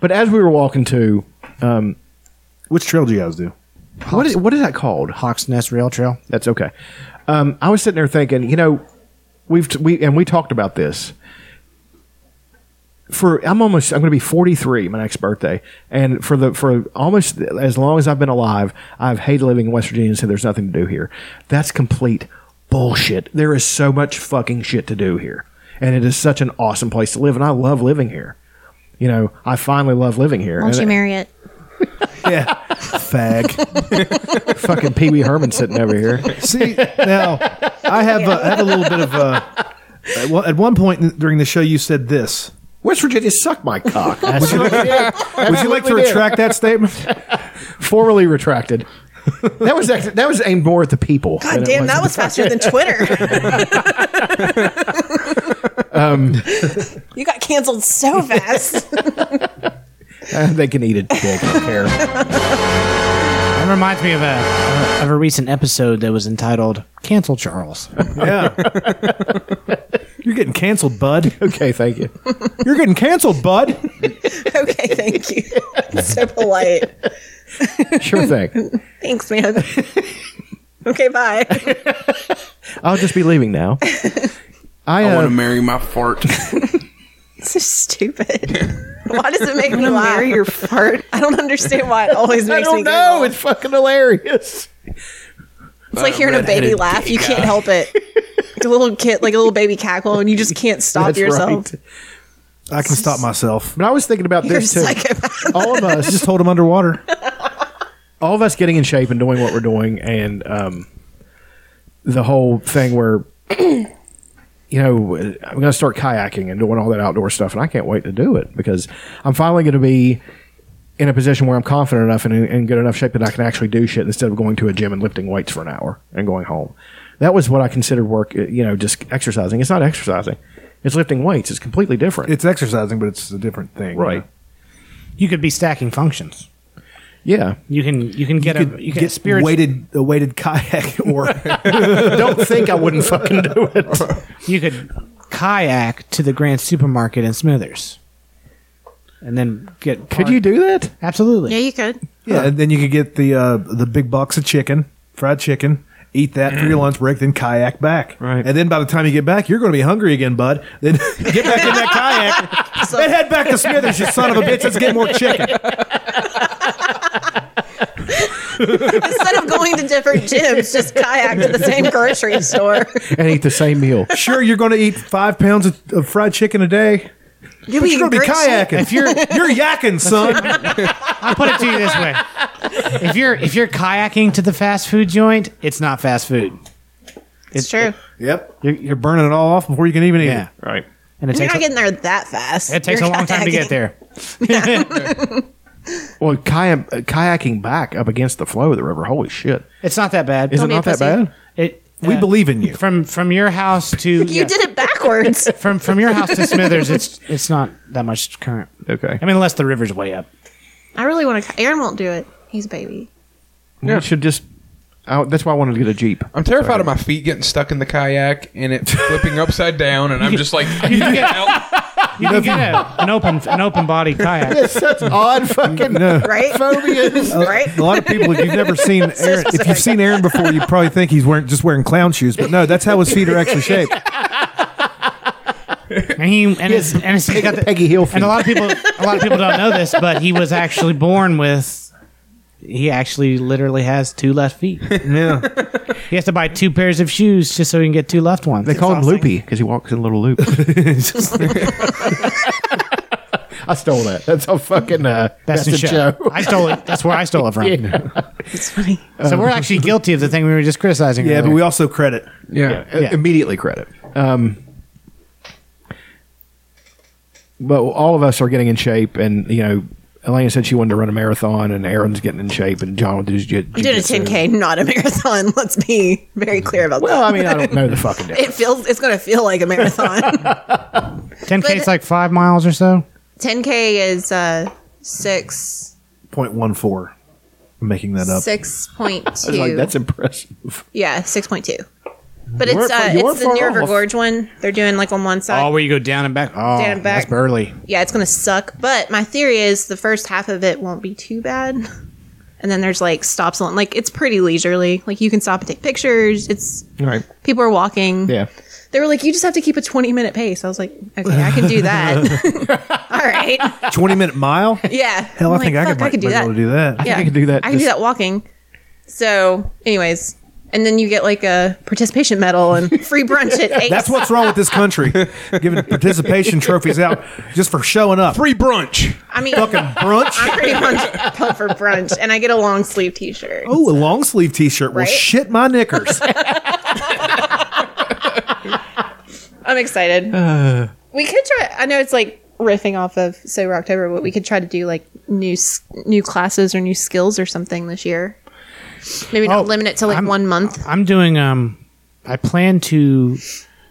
But as we were walking to, um,
Which trail do you guys do?
what is what is that called?
Hawk's Nest Rail Trail.
That's okay. Um, I was sitting there thinking, you know, we've t- we and we talked about this. For I'm almost I'm going to be 43 my next birthday, and for the for almost as long as I've been alive, I've hated living in West Virginia and said there's nothing to do here. That's complete bullshit. There is so much fucking shit to do here, and it is such an awesome place to live, and I love living here. You know, I finally love living here.
Why don't
And-
you marry it?
Yeah. Fag.
fucking Pee Wee Herman sitting over here.
See, now, I have, a, I have a little bit of a. At one- at one point during the show, you said this.
West Virginia sucked my cock. Would you,
Would you like to retract that statement?
Formally retracted. That was act- that was aimed more at the people. than
God
it
damn, that was
was.
faster than Twitter. you got canceled so fast.
they can eat a dick. I don't care.
That reminds me of a of a recent episode that was entitled "Cancel Charles."
Yeah. You're getting canceled, bud.
Okay, thank you.
You're getting canceled, bud.
okay, thank you. so polite.
Sure thing.
Thanks, man. Okay, bye.
I'll just be leaving now. I,
I want
uh,
to marry my fart.
It's so stupid. Why does it make me laugh? Marry your fart. I don't understand why it always
I
makes me.
don't
Giggle.
know. It's fucking hilarious.
It's like hearing a baby
redheaded
laugh. You
dick
can't
guy.
help it. It's a little kid, like a little baby cackle, and you just can't stop
That's
yourself.
right.
I can stop myself.
But I was thinking about
You're a
this too.
psychopath.
all of us,
Just hold him underwater.
all of us getting in shape and doing what we're doing, and um, the whole thing where you know I'm going to start kayaking and doing all that outdoor stuff, and I can't wait to do it because I'm finally going to be in a position where I'm confident enough and in good enough shape that I can actually do shit instead of going to a gym and lifting weights for an hour and going home. That was what I considered work. uh, You know, just exercising. It's not exercising. It's lifting weights. It's completely different.
It's exercising, but it's a different thing.
right.
You could be stacking functions.
Yeah.
You can you can get
You
a
could
you can
get
spirit
weighted a weighted kayak or
Don't think I wouldn't fucking do it.
you could kayak to the Grand Supermarket in Smithers, and then get.
Could you do that?
Absolutely.
Yeah, you could.
yeah, and then you could get the uh, the big box of chicken, fried chicken. Eat that for your lunch break, then kayak back.
Right.
and then by the time you get back, you're going to be hungry again, bud. Then get back in that kayak and head back to Smithers, you son of a bitch. Let's get more chicken.
Instead of going to different gyms, just kayak to the same grocery store.
and eat the same meal.
Sure, you're going to eat five pounds of, of fried chicken a day.
You'll
But you're going to be kayaking.
If you're,
You're yakking, son.
I'll put it to you this way: if you're if you're kayaking to the fast food joint, it's not fast food,
It's true.
yep. You're, you're burning it all off before you can even eat
Yeah.
it.
Right.
and it
You're
takes
not
a,
getting there that fast.
it takes a
You're
long time to
kayaking.
get there.
Well, kayak, kayaking back up against the flow of the river. Holy shit!
It's not that bad.
Is
Don't
it
be a
not that
pussy.
bad?
It,
We
uh,
believe in you.
from from your house to
You
yeah.
did it backwards.
from from your house to Smithers. It's it's not that much current.
Okay.
I mean, unless the river's way up.
I really want to. Aaron won't do it. He's a baby.
You should just. I, that's why I wanted to get a jeep.
I'm terrified of my feet getting stuck in the kayak and it flipping upside down, and I'm just like, you get out.
You can get a, an open an open body kayak.
Such odd fucking
Right?
phobias.
right?
A lot of people, if you've never seen Aaron, if you've seen Aaron before, you probably think he's wearing just wearing clown shoes, but no, that's how his feet are actually shaped.
And he and it's, and it's he got the,
Peggy Hill feet.
And a lot of people, a lot of people don't know this, but he was actually born with. He actually literally has two left feet.
Yeah,
He has to buy two pairs of shoes just so he can get two left ones.
they call him
It's awesome.
Loopy because he walks in little loops. I stole that. That's a fucking. Uh,
That's,
that's, a
the show.
joke.
I stole it. That's where I stole it from.
Yeah.
It's funny.
So we're actually guilty of the thing we were just criticizing.
yeah, but
earlier.
we also credit.
Yeah.
Yeah.
Immediately credit. Um, but all of us are getting in shape, and you know, Elena said she wanted to run a marathon, and Aaron's getting in shape, and John will do his jiu-
I'm doing a
jujitsu.
10K, not a marathon. Let's be very clear about
Well, I
that.
mean, I don't know the fucking difference.
it feels it's going to feel like a marathon.
10k is
but-
like five miles or so.
10K is uh 6
Point one four. I'm making that up.
6.2.
It's like, that's impressive.
yeah, 6.2. But
You
it's
weren't
uh,
far- you
it's
weren't
the
far
New River
off.
Gorge one. They're doing like on one side.
where you go down and back. Oh,
Down and back.
that's burly.
yeah, it's gonna suck. But my theory is the first half of it won't be too bad, and then there's like stops along. Like it's pretty leisurely. Like you can stop and take pictures. It's
Right.
people are walking.
Yeah.
They were like, you just have to keep a 20 minute pace. I was like, okay, I can do that. All right.
Twenty minute mile.
Yeah.
Hell,
I'm
I think
like,
I
fuck,
could, might,
do
might be
that.
able to do that.
yeah.
I could do that
I can do
just-
that walking. So, anyways, and then you get like a participation medal and free brunch at eight.
That's what's wrong with this country, giving participation trophies out just for showing up.
Free brunch.
I mean,
fucking brunch.
I'm pretty much pumped for brunch, and I get a long sleeve T-shirt.
Oh, a long sleeve T-shirt. Well,
Right?
shit, my knickers.
I'm excited. we could try. I know it's like riffing off of Sober October, but we could try to do like new s- new classes or new skills or something this year. Maybe not
Oh,
limit it to like
I'm-
one month.
I'm doing. Um, I plan to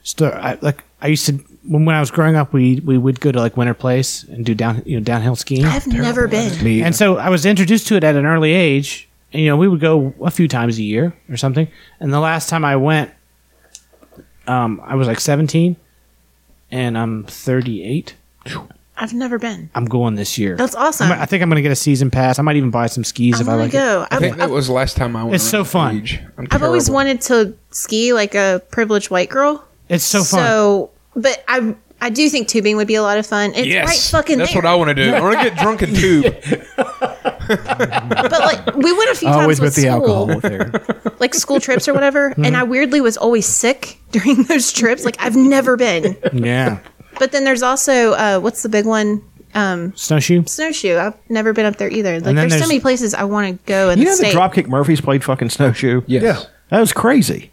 start. I, like I used to when, when I was growing up, we we would go to like Winter Place and do down you know downhill skiing.
I've never been.
And so I was introduced to it at an early age. And, you know, we would go a few times a year or something. And the last time I went, um, I was like 17 and I'm 38.
I've never been.
I'm going this year.
That's awesome.
I'm- I think I'm going to get a season pass. I might even buy some skis
I
if I
want
like
to
it.
go.
I think
I've,
that
I've,
was last time I went.
It's so
around
fun.
age. I'm
I've always
terrible.
wanted to ski like a privileged white girl.
It's so Oh, fun.
So, but I I do think tubing would be a lot of fun. It's
Yes,
right fucking
that's
there.
what I want to do. I want to get drunk and tube.
but like we went a few
I
times
always
with
with the
school,
alcohol with there.
like school trips or whatever, and I weirdly was always sick during those trips. Like I've never been.
yeah.
But then there's also uh, what's the big one?
Snowshoe?
Snowshoe. I've never been up there either. Like
then
there's,
there's-
so many places I want to go in
You
the
know the
state.
Dropkick Murphys played fucking snowshoe.
Yes. Yeah.
that was crazy.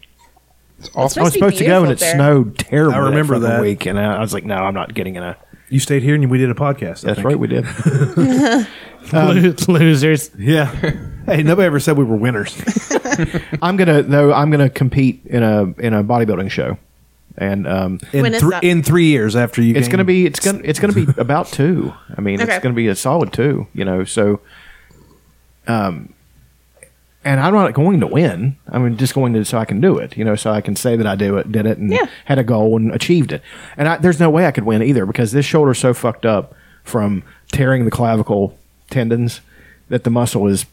It's
I was supposed to go and it snowed terribly.
I remember
fucking
that.
week, and I I was like, "No, I'm not getting in a."
You stayed here and we did a podcast. I
That's
think.
right, we did.
Lo- Losers.
Yeah. hey, nobody ever said we were winners.
I'm gonna though. I'm gonna compete in a in a bodybuilding show, and um,
In,
When is
thr-
that?
in three years after you,
it's
gained-
gonna be it's gonna it's gonna be about two. I mean,
Okay.
it's gonna be a solid two. You know, so um, and I'm not going to win. I'm just going to so I can do it. You know, so I can say that I do it, did it, and
Yeah.
had a goal and achieved it. And I, there's no way I could win either because this shoulder's so fucked up from tearing the clavicle tendons that the muscle is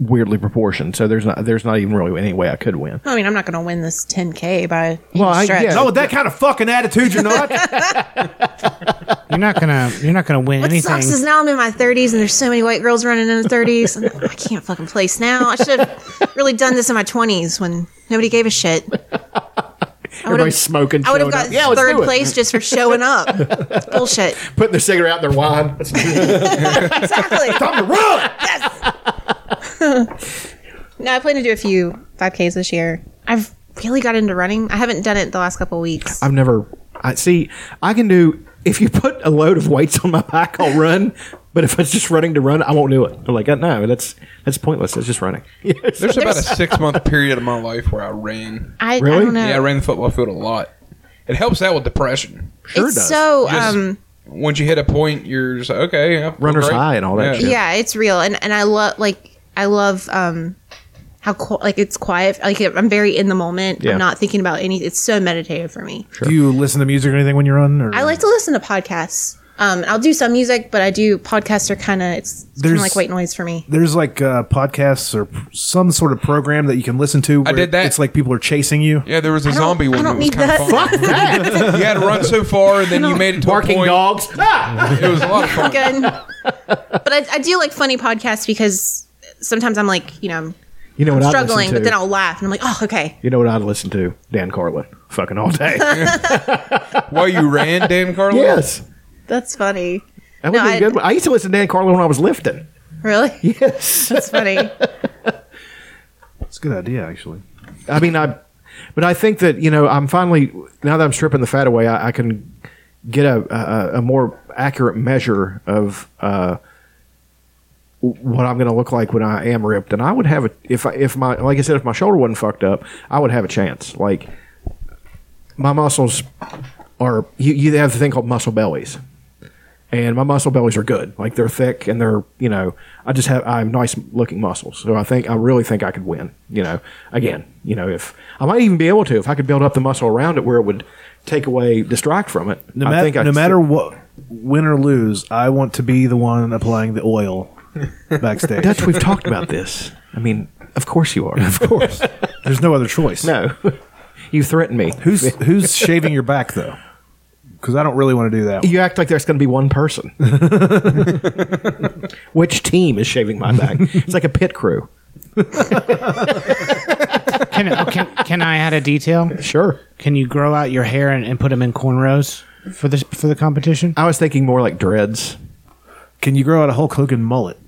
weirdly proportioned. So there's not there's not even really any way I could win.
I mean, I'm not going to win this 10k by any
Well, I-
stretch.
yeah,
No, with that kind of fucking attitude, you're not.
You're not gonna. You're not gonna win
What
anything.
sucks is now I'm in my 30s and there's so many white girls running in the 30s. I'm like, "Oh, I can't fucking place now. I should have really done this in my 20s when nobody gave a shit. I would have,
Everybody's smoking.
I would have
showing
got
up. Yeah, let's
third
do it.
place just for showing up. It's bullshit.
Putting their cigarette out in their wine. Let's do it.
Exactly. Time to run. Yes. no, I plan to do a few 5Ks this year. I've really got into running. I haven't done it the last couple weeks.
I've never. I see. I can do. If you put a load of weights on my back, I'll run. But if it's just running to run, I won't do it. I'm like, uh, no, that's that's pointless. It's just running. Yes.
There's about a six month period of my life where I ran.
I, I
Really?
don't know.
Yeah, I ran the football field a lot. It helps out with depression.
Sure
it's
does.
so
Just-
um
Once you hit a point, you're just like, okay. I feel
Runner's
great.
high and all that
Yeah.
shit.
yeah it's real and and i love like i love um how qu- like it's quiet like i'm very in the moment
Yeah.
i'm not thinking about any it's so meditative for me
Do you listen to music or anything when you run? Or?
i like to listen to podcasts um i'll do some music but i do podcasts are kind of it's, it's kind
There's-
of like white noise for me
There's like uh, podcasts or p- some sort of program that you can listen to. Where
did that.
It's like people are chasing you.
Yeah, there was a
don't-
zombie
I
one that
don't
was
need
kind of
that.
fun. you had to run so far, and then you made it to a
Barking
point.
dogs. Ah!
It was a lot of fun.
good but I, I do like funny podcasts because sometimes i'm like you know i'm
You know what I'm
struggling but then
I'll-
i'll laugh and i'm like oh okay
you know what I'd listen to? Dan Carlin. Fucking all day.
While you ran, Dan Carlin?
yes.
that's funny
That would
No,
be a
I-
good one. I used to listen to Dan Carlin when I was lifting.
really
Yes.
that's funny
It's a good idea, actually.
I mean, I, but I think that you know, I'm finally now that I'm stripping the fat away, I, I can get a, a a more accurate measure of uh, w- what I'm going to look like when I am ripped. And I would have a if I, if my like I said, if my shoulder wasn't fucked up, I would have a chance. Like my muscles are you you have the thing called muscle bellies. And my muscle bellies are good. Like they're thick and they're, you know, I just have, I have nice looking muscles. So I think, I really think I could win, you know, again, you know, if I might even be able to, if I could build up the muscle around it where it would take away, distract from it.
No,
I
mat-
think I
no
could-
matter what, win or lose, I want to be the one applying the oil backstage.
Dutch, we've talked about this. I mean, of course you are. Of course.
There's no other choice.
no. You threaten me.
Who's who's shaving your back though? Because I don't really want to do that. one.
You act like there's going to be one person. Which team is shaving my back? It's like a pit crew.
Can, oh, can, can I add a detail?
Sure.
Can you grow out your hair and, and put them in cornrows for this for the competition?
I was thinking more like dreads.
Can you grow out a Hulk Hogan mullet?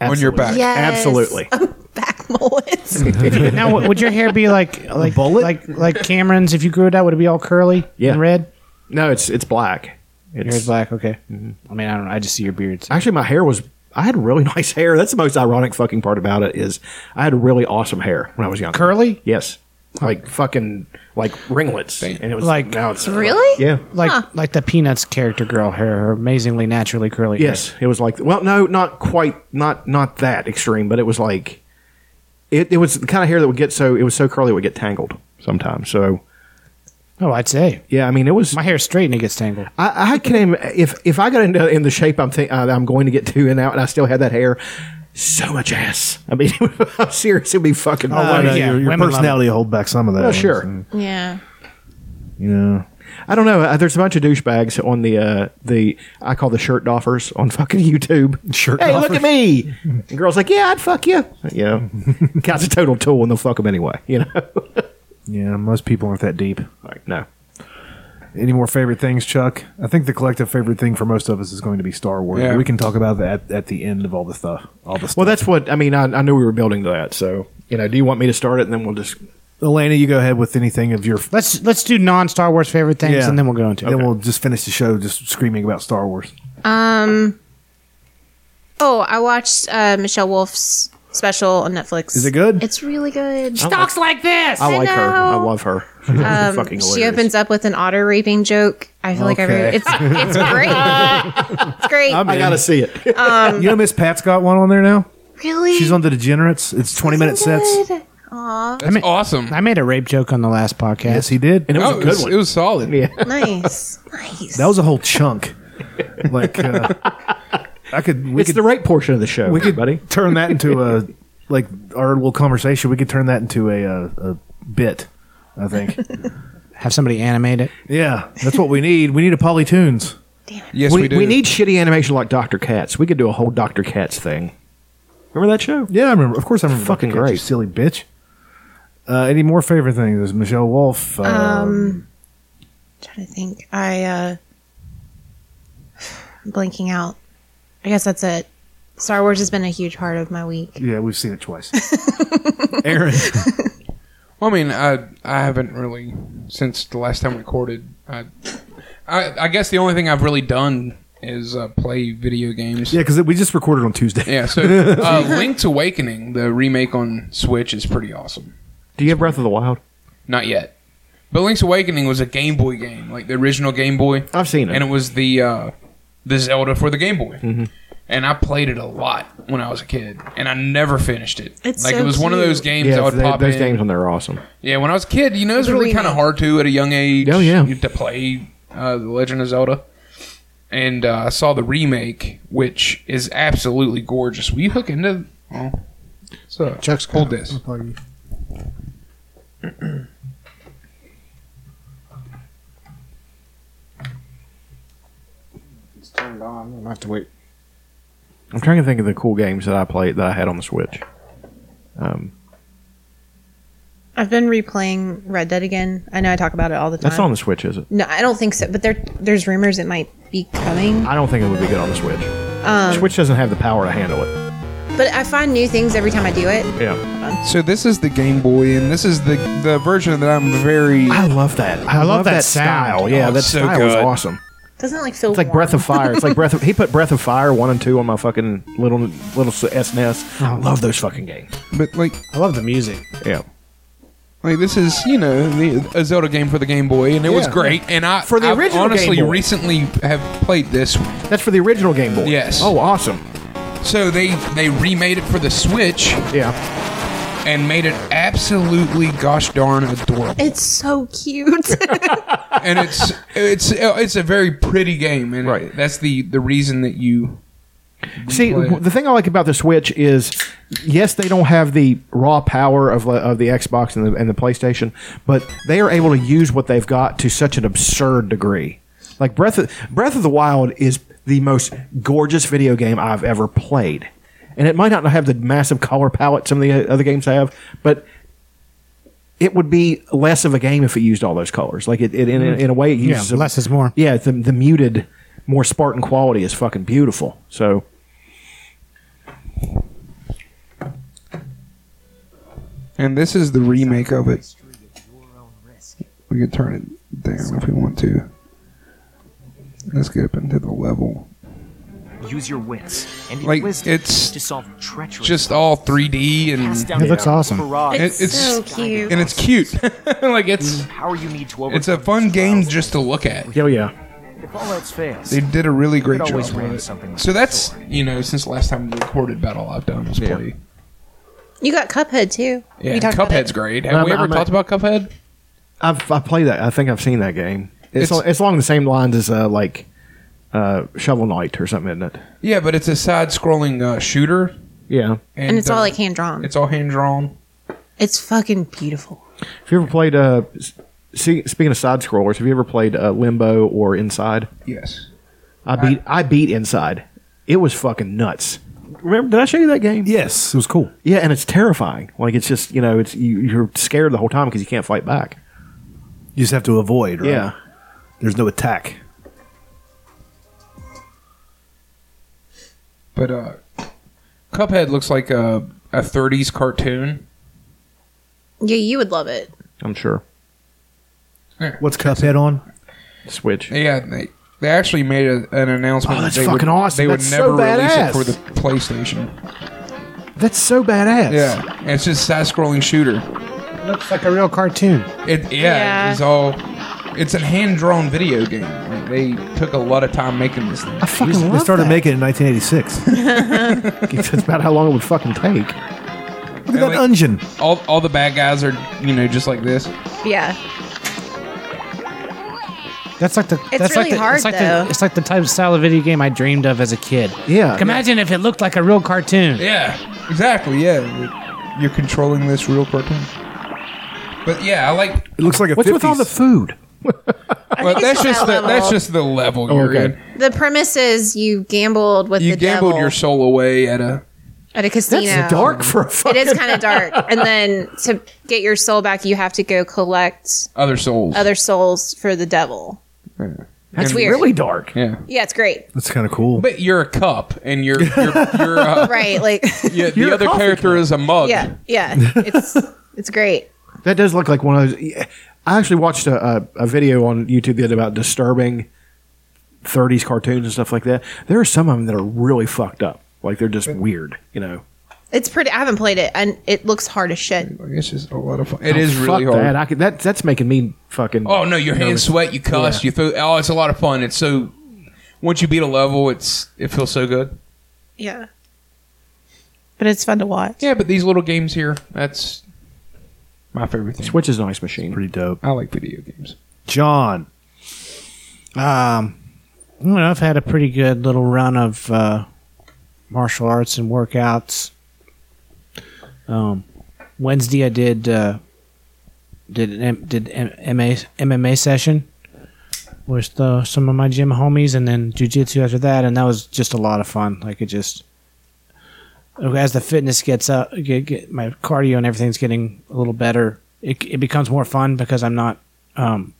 On your back.
yes
Absolutely.
back mullets
now, w- would your hair be like like
bullet?
like like Cameron's? If you grew it out, would it be all curly
Yeah.
and red?
No, it's it's black. It's,
Yours black. Okay. Mm-hmm. I mean, I don't know. I just see your beard. so-
Actually, my hair was. I had really nice hair. That's the most ironic fucking part about it is I had really awesome hair when I was young.
Curly?
Yes, like fucking like ringlets, and it was
Like-
now it's
really
yeah.
Like like the Peanuts character girl hair, her amazingly naturally curly. hair.
Yes, it was like well, no, not quite, not not that extreme, but it was like it. It was the kind of hair that would get so it was so curly it would get tangled sometimes. So
Oh, I'd say
Yeah, I mean it was.
my hair's straight and it gets tangled. Uh,
I, I can if if I got into in the shape I'm think, uh, I'm going to get to and out, and I still had that hair. So much ass. I mean, I'm serious. It'd be fucking.
Oh, well,
yeah,
your, your
women love
personality will hold back some of that.
Oh, sure.
And,
Yeah.
you know,
I don't know. Uh, there's a bunch of douchebags on the uh, the I call the shirt doffers on fucking YouTube.
Shirt
Hey, look
doffers?
at me. And girls like, yeah, I'd fuck you. You know, guy's a total tool, and they'll fuck him anyway. You know,
yeah, most people aren't that deep.
like no.
Any more favorite things, Chuck? I think the collective favorite thing for most of us is going to be Star Wars.
Yeah.
We can talk about that at the end of all the stuff. All the stuff.
Well, that's what I mean. I, I knew we were building to that, so you know. Do you want me to start it, and then we'll just
Elena, you go ahead with anything of your.
Let's let's do non Star Wars favorite things and then we'll go into it.
Then we'll just finish the show just screaming about Star Wars.
Oh, I watched uh, Michelle Wolf's special on Netflix.
Is it good?
It's really good.
Talks like this.
I like her. I
know. Um,
love her. She's fucking
She opens up with an otter raping joke. I feel like
Okay.
every it's it's great. it's great.
I gotta see it.
um,
you know, Miss Pat's got one on there now.
really?
She's on the Degenerates. It's twenty minute sets.
Good. Aw,
That's awesome.
I made a rape joke on the last podcast.
Yes, he did.
And it was
Oh,
a
it
good
was,
one.
it was solid.
nice, nice.
That was a whole chunk. Like uh, I could, we
it's
could,
the right portion of the show.
we could
buddy.
turn that into a like our little conversation. We could turn that into a uh, a, a bit. I think.
Have somebody animate it.
yeah, that's what we need. We need a Polytunes.
Yes, we,
We, we,
do.
need shitty animation like Doctor Katz. We could do a whole Doctor Katz thing. Remember that show?
Yeah, I remember. Of course, I remember.
Fucking
Dr. Katz, you
great.
silly bitch. Uh, any more favorite things? There's Michelle Wolf. Uh,
trying to think. I uh I'm blanking out. I guess that's it. Star Wars has been a huge part of my week.
yeah, we've seen it twice. Aaron,
Well, I mean, I I haven't really since the last time we recorded. I I, I guess the only thing I've really done is uh, play video games.
yeah, because we just recorded on Tuesday.
Yeah, so uh, Link's Awakening, the remake on Switch, is pretty awesome.
Do you have Breath of the Wild?
Not yet, but Link's Awakening was a Game Boy game, like the original Game Boy,
I've seen it.
and it was the uh, the Zelda for the Game Boy.
Mm-hmm.
And I played it a lot when I was a kid, and I never finished it.
It's
like
so
it was one of
cute.
those games I
yeah,
would
they-
pop
those
in.
games on there are awesome.
Yeah, when I was a kid, you know, it was
The
really kind of
remake.
hard to at a young age.
Oh, yeah.
to play uh, the Legend of Zelda, and uh, I saw the remake, which is absolutely gorgeous. Will you hook into? Oh, so Chuck's hold this. It's turned on. I'm gonna have to wait.
I'm trying to think of the cool games that I played that I had on the Switch. Um,
I've been replaying Red Dead again. I know I talk about it all the time.
that's not on the Switch, is it?
no, I don't think so, but there there's rumors it might be coming.
I don't think it would be good on the Switch. Switch doesn't have the power to handle it.
But I find new things every time I do it.
Yeah,
So this is the Game Boy, and this is the the version that I'm very.
I love that. I,
love that
style.
sound.
Yeah,
Oh,
that
it's so
style is
good.
awesome.
Doesn't it, like feel
It's like Breath of Fire. It's like Breath of. He put Breath of Fire one and two on my fucking little little SNES. I love those fucking games.
But like,
I love the music.
Yeah.
Like this is, you know, the, a Zelda game for the Game Boy, and it was
Yeah.
great. And I,
For the
I've
original Game
honestly,
Boy.
recently have played this.
That's for the original Game Boy.
Yes.
Oh, awesome.
So they they remade it for the Switch
Yeah.
and made it absolutely gosh darn adorable.
It's so cute.
and it's it's it's a very pretty game, and
Right.
that's the the reason that you
See,
Play it.
w- the thing I like about the Switch is, yes, they don't have the raw power of, le- of the Xbox and the, and the PlayStation, but they are able to use what they've got to such an absurd degree. Like Breath of, Breath of the Wild is the most gorgeous video game I've ever played, and it might not have the massive color palette some of the uh, other games have, but it would be less of a game if it used all those colors. Like it, it in, a- in a way, it
Yeah,
uses a-
less is more.
yeah, the the muted, more Spartan quality is fucking beautiful. So
And this is the remake of it. We can turn it down if we want to. Let's get up into the level.
Use your wits and
Like,
wisdom
it's
to solve treacherous.
Just all 3D and
down
It looks awesome.
barrage.
It- it's
so cute.
and it's cute. like it's
Power you need to overcome.
it's a fun
these
game
trials.
just to look at.
oh yeah.
If all else fails,
They did a really great
It
job.
always
with
ran
it.
something like
So that's
before.
you know since last time we recorded Battle I've done was play.
you got Cuphead too.
Yeah,
We talked about it.
Cuphead's great. Have
I'm-
we ever
I'm a-
talked about Cuphead?
I've I played that. I think I've seen that game. It's it's, along the same lines as uh, like uh, Shovel Knight or something, isn't it?
Yeah, but it's a side-scrolling uh, shooter,
Yeah.
And, it's all
uh,
like hand drawn.
it's all hand drawn.
It's fucking beautiful.
Have you ever played? Uh, s- see, speaking of side scrollers, have you ever played uh, Limbo or Inside?
Yes.
I beat I, beat Inside. It was fucking nuts. Remember? Did I show you that game?
Yes, it was cool.
Yeah, and it's terrifying. Like it's just you know it's you, you're scared the whole time because you can't fight back.
You just have to avoid, right?
Yeah.
There's no attack.
But uh, Cuphead looks like a a 30s cartoon.
Yeah, you would love it.
I'm sure.
What's Cuphead on?
Switch.
Yeah, they they actually made a, an announcement.
Oh, that's
that they
fucking
would,
awesome.
They would
That's
never
so
release
badass.
it for the PlayStation.
That's so badass.
Yeah, and it's just side-scrolling shooter.
Looks like a real cartoon.
It yeah,
Yeah.
it's all. It's a hand-drawn video game. Like, they took a lot of time making this thing.
I fucking
They
love
started
that.
making it in 1986.
That's about how long it would fucking
Look
take.
at that
like-
dungeon.
All all the bad guys are you know just like this.
Yeah.
That's like the.
It's
that's
really
like the,
hard,
it's like
though.
The, it's like the type of style of video game I dreamed of as a kid.
Yeah.
Like, imagine if it looked like a real cartoon.
Yeah, exactly. Yeah, you're controlling this real cartoon. But yeah, I like
It looks like a
What's with all the food?
Well,
think
that's
it's
just
that
the, that's
level.
just the level you're
okay.
in.
The premise is you gambled with
You
the
gambled
devil
your soul away at uh, a.
at a casino.
Dark for a
It
fucking.
is kind of dark. And then to get your soul back, you have to go collect
Other souls.
other souls for the devil.
That's
weird.
really dark.
yeah.
Yeah, it's great.
That's kind of cool.
But you're a cup, and you're you're, you're uh,
Right. Like,
yeah,
You're a
the other
coffee
character is a mug.
yeah. Yeah. It's, it's great.
That does look like one of those. yeah. I actually watched a, a, a video on YouTube the other about disturbing 30s cartoons and stuff like that. There are some of them that are really fucked up. Like they're just weird, you know.
It's pretty. I haven't played it, and it looks hard as shit.
Like, it's just a lot of fun. It is really
Oh, Fuck
hard.
That. I could, that that's making me fucking.
Oh no, your hands sweat, you cuss, you feel. Oh, it's a lot of fun. It's so. Once you beat a level, it's it feels so good.
Yeah. But it's fun to watch.
Yeah, but these little games here, that's my favorite thing.
Switch is a nice machine.
Pretty dope.
I like video games.
John.
Um, I don't know, I've had a pretty good little run of uh, martial arts and workouts. Um, Wednesday I did uh, did an M- did M- MA, MMA session with uh some of my gym homies, and then jujitsu after that, and that was just a lot of fun. Like it just as the fitness gets up, get, get my cardio and everything's getting a little better. It it becomes more fun because I'm not um,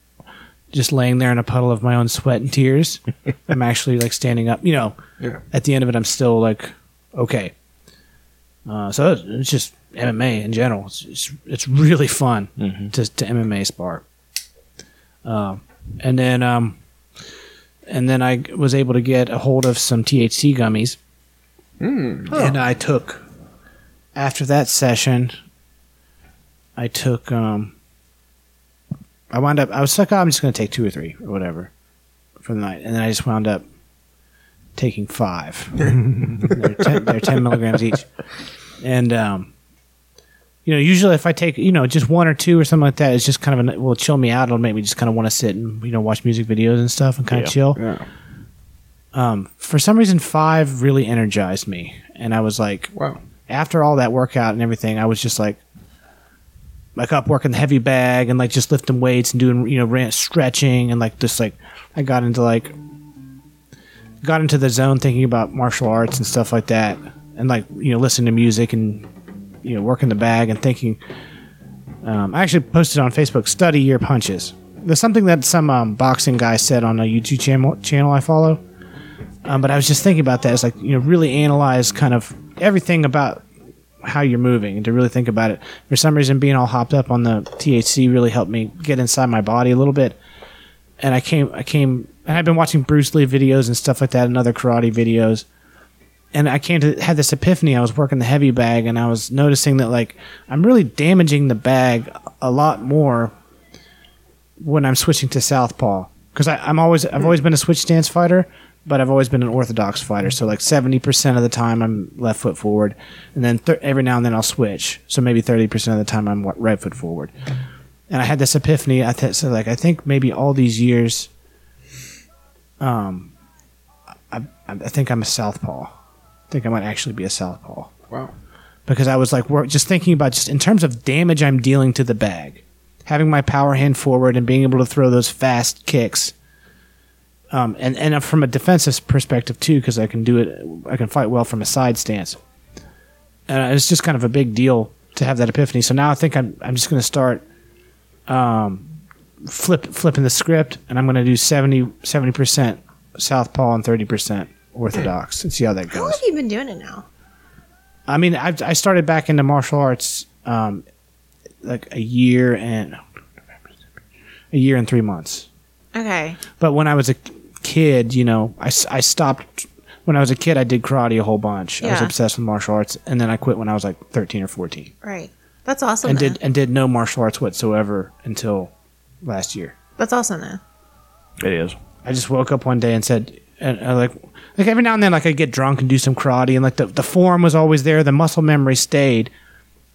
just laying there in a puddle of my own sweat and tears. I'm actually like standing up. You know,
Yeah.
at the end of it, I'm still like, okay. Uh, so it's- it's just MMA in general. It's it's, it's really fun to to MMA spar. Um, and then um, and then I was able to get a hold of some THC gummies, and I took after that session. I took um, I wound up. I was like, oh, I'm just going to take two or three or whatever for the night, and then I just wound up taking five. they're, ten, they're ten milligrams each, and um, you know, usually if I take you know just one or two or something like that, it's just kind of an, will chill me out. It'll make me just kind of want to sit and you know watch music videos and stuff and kind of chill. Um, for some reason, five really energized me, and I was like,
Wow.
after all that workout and everything, I was just like, like up working the heavy bag and like just lifting weights and doing you know ran- stretching and like just like I got into like got into the zone thinking about martial arts and stuff like that and like you know listening to music and you know working the bag and thinking. Um, I actually posted on Facebook study your punches. There's something that some um, boxing guy said on a YouTube channel channel I follow. Um, but I was just thinking about that. It's like you know, really analyze kind of everything about how you're moving, and to really think about it. For some reason, being all hopped up on the THC really helped me get inside my body a little bit. And I came, I came, and I've been watching Bruce Lee videos and stuff like that, and other karate videos. And I came to had this epiphany. I was working the heavy bag, and I was noticing that like I'm really damaging the bag a lot more when I'm switching to southpaw because I'm always I've always been a switch stance fighter, but I've always been an orthodox fighter. So like seventy percent of the time I'm left foot forward, and then th- every now and then I'll switch. So maybe thirty percent of the time I'm wa- right foot forward. and I had this epiphany. I th- so like I think maybe all these years, um, I, I I think I'm a southpaw. I think I might actually be a southpaw
Wow.
because I was like, wor- just thinking about just in terms of damage I'm dealing to the bag, having my power hand forward and being able to throw those fast kicks, um, and and from a defensive perspective too, because I can do it, I can fight well from a side stance, and it's just kind of a big deal to have that epiphany. So now I think I'm I'm just going to start, um, flip flipping the script, and I'm going to do 70 percent southpaw and thirty percent orthodox and see how that
How
goes.
long have you been doing it now?
I mean, I, I started back into martial arts um, like a year and a year and three months.
Okay.
But when I was a kid, you know, I, s- I stopped. When I was a kid, I did karate a whole bunch. I was
Yeah.
obsessed with martial arts, and then I quit when I was like thirteen or fourteen,
Right. That's awesome.
and
though.
did and did no martial arts whatsoever until last year.
That's awesome though.
It is. I just woke up one day and said, and I like, like every now and then, like I'd get drunk and do some karate, and like the, the form was always there, the muscle memory stayed,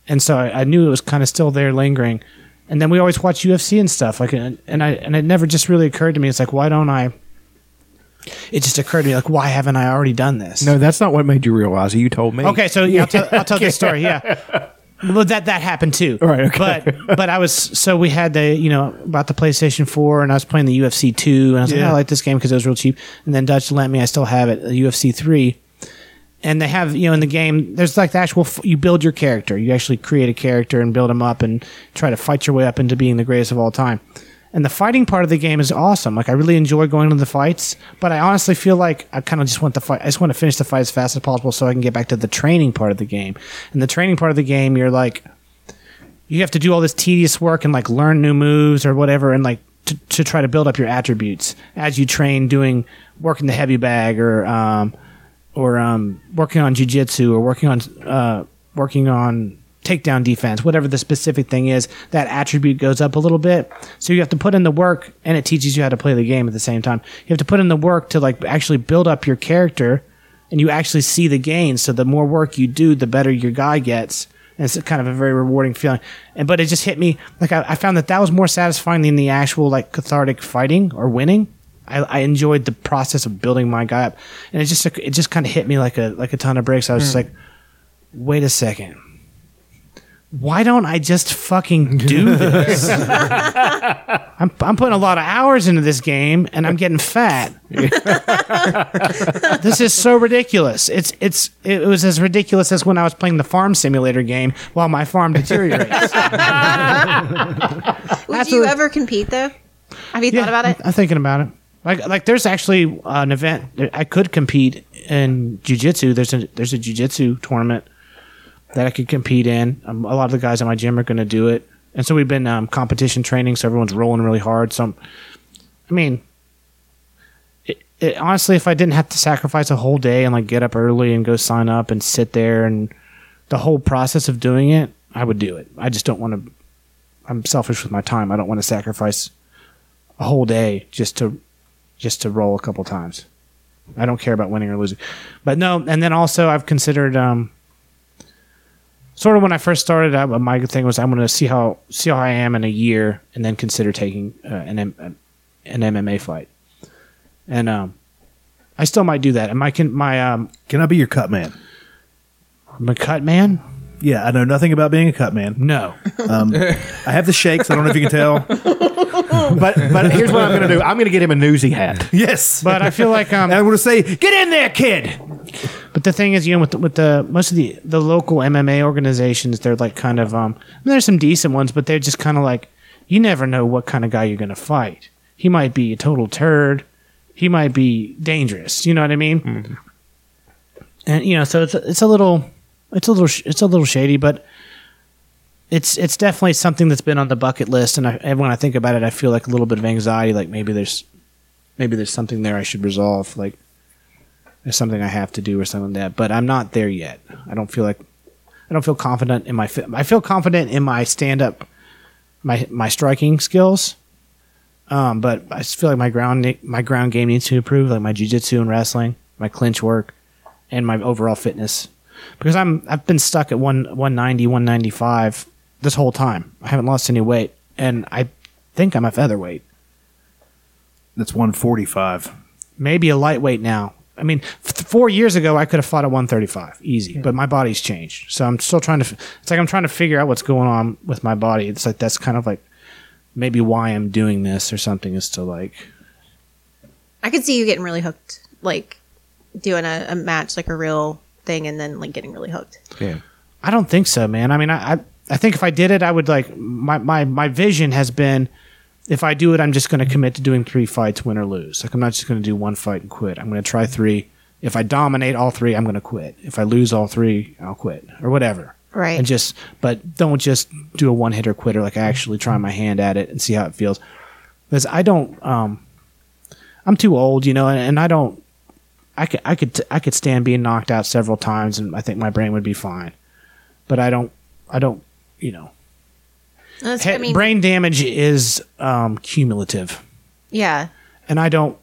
and so I, I knew it was kind of still there, lingering. And then we always watch UFC and stuff, like, and, and I and it never just really occurred to me. It's like, why don't I? It just occurred to me, like, why haven't I already done this?
No, that's not what made you realize it. You told me.
Okay, so yeah, I'll tell, I'll tell this story. Yeah. Well, that that happened too. Right. But but I was so we had the you know about the PlayStation Four and I was playing the UFC Two and I was like
Yeah.
"Oh, I like this game because it was real cheap and then Dutch lent me I still have it the UFC Three and they have you know in the game there's like the actual f- you build your character you actually create a character and build him up and try to fight your way up into being the greatest of all time and the fighting part of the game is awesome like i really enjoy going to the fights but i honestly feel like i kind of just want the fight i just want to finish the fight as fast as possible so i can get back to the training part of the game and the training part of the game you're like you have to do all this tedious work and like learn new moves or whatever and like to, to try to build up your attributes as you train doing working the heavy bag or um or um working on jujitsu or working on uh working on takedown defense whatever the specific thing is that attribute goes up a little bit so you have to put in the work and it teaches you how to play the game at the same time you have to put in the work to like actually build up your character and you actually see the gains. So the more work you do, the better your guy gets. And it's kind of a very rewarding feeling. And but it just hit me like I, I found that that was more satisfying than the actual like cathartic fighting or winning. I, I enjoyed the process of building my guy up, and it just it just kind of hit me like a like a ton of bricks. I was just
Hmm.
like, wait a second. Why don't I just fucking do this? I'm, I'm putting a lot of hours into this game and I'm getting fat. this is so ridiculous. It's it's it was as ridiculous as when I was playing the farm simulator game while my farm deteriorates.
Would you ever compete though? Have you thought about it?
I'm thinking about it. Like like there's actually an event that I could compete in jujitsu. There's a there's a jujitsu tournament that I could compete in. Um, a lot of the guys at my gym are going to do it, and so we've been um, competition training. So everyone's rolling really hard. So I'm- I mean, it, it, honestly, if I didn't have to sacrifice a whole day and like get up early and go sign up and sit there and the whole process of doing it, I would do it. I just don't want to. I'm selfish with my time. I don't want to sacrifice a whole day just to just to roll a couple times. I don't care about winning or losing, but no. And then also, I've considered um, sort of when I first started. I, my thing was I'm going to see how see how I am in a year, and then consider taking uh, an M- an MMA fight. And um, I still might do that. And my can my um,
can I be your cut man?
I'm a cut man.
Yeah, I know nothing about being a cut man.
No,
um, I have the shakes. I don't know if you can tell.
But but here's what I'm going to do. I'm going to get him a newsy hat.
Yes,
but I feel like um, I
want to say, get in there, kid.
But the thing is, you know, with the, with the most of the the local MMA organizations, they're like kind of um, I mean, there's some decent ones, but they're just kind of like you never know what kind of guy you're gonna fight. He might be a total turd. He might be dangerous. You know what I mean? And you know, so it's it's a little it's a little sh- it's a little shady, but it's it's definitely something that's been on the bucket list. And, I, and when I think about it, I feel like a little bit of anxiety. Like maybe there's maybe there's something there I should resolve. Like there's something I have to do or something like that. But I'm not there yet. I don't feel like I don't feel confident in my fi- I feel confident in my stand up my my striking skills. Um, but I just feel like my ground my ground game needs to improve, like my jujitsu and wrestling, my clinch work, and my overall fitness. Because I'm I've been stuck at one 190, 195 this whole time. I haven't lost any weight. and I think I'm a featherweight.
That's 145.
Maybe a lightweight now. I mean, f- four years ago I could have fought at 135, easy. But my body's changed, so I'm still trying to. F- it's like I'm trying to figure out what's going on with my body. It's like that's kind of like maybe why I'm doing this or something is to like
I could see you getting really hooked, like doing a, a match, like a real thing, and then like getting really hooked.
Yeah. I don't think so, man. I mean, I, I, I think if I did it, I would like my, my, my vision has been if I do it, I'm just going to commit to doing three fights, win or lose. Like, I'm not just going to do one fight and quit. I'm going to try three. If I dominate all three, I'm going to quit. If I lose all three, I'll quit or whatever.
Right.
And just, but don't just do a one hitter quitter. Like, I actually try my hand at it and see how it feels. Because I don't, um, I'm too old, you know, and, and I don't, I could, I could, t- I could stand being knocked out several times, and I think my brain would be fine. But I don't, I don't, you know,
That's-
he-
I mean,
brain damage is um, cumulative,
yeah.
and I don't,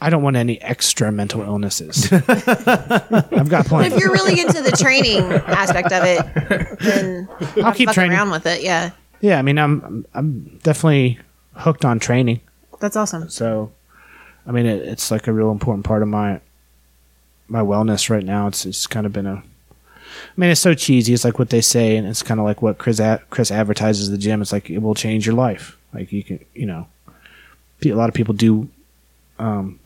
I don't want any extra mental illnesses. I've got
But
plenty.
if you're really into the training aspect of it, then
I'll
not
keep
fuck
training.
around with it. Yeah,
yeah, I mean, I'm, I'm, I'm definitely hooked on training.
that's awesome.
So, I mean, it, it's like a real important part of my my wellness right now. It's it's kind of been a. I mean, it's so cheesy. It's like what they say, and it's kind of like what Chris a- Chris advertises the gym. It's like it will change your life. Like you can, you know, pe- a lot of people do, um,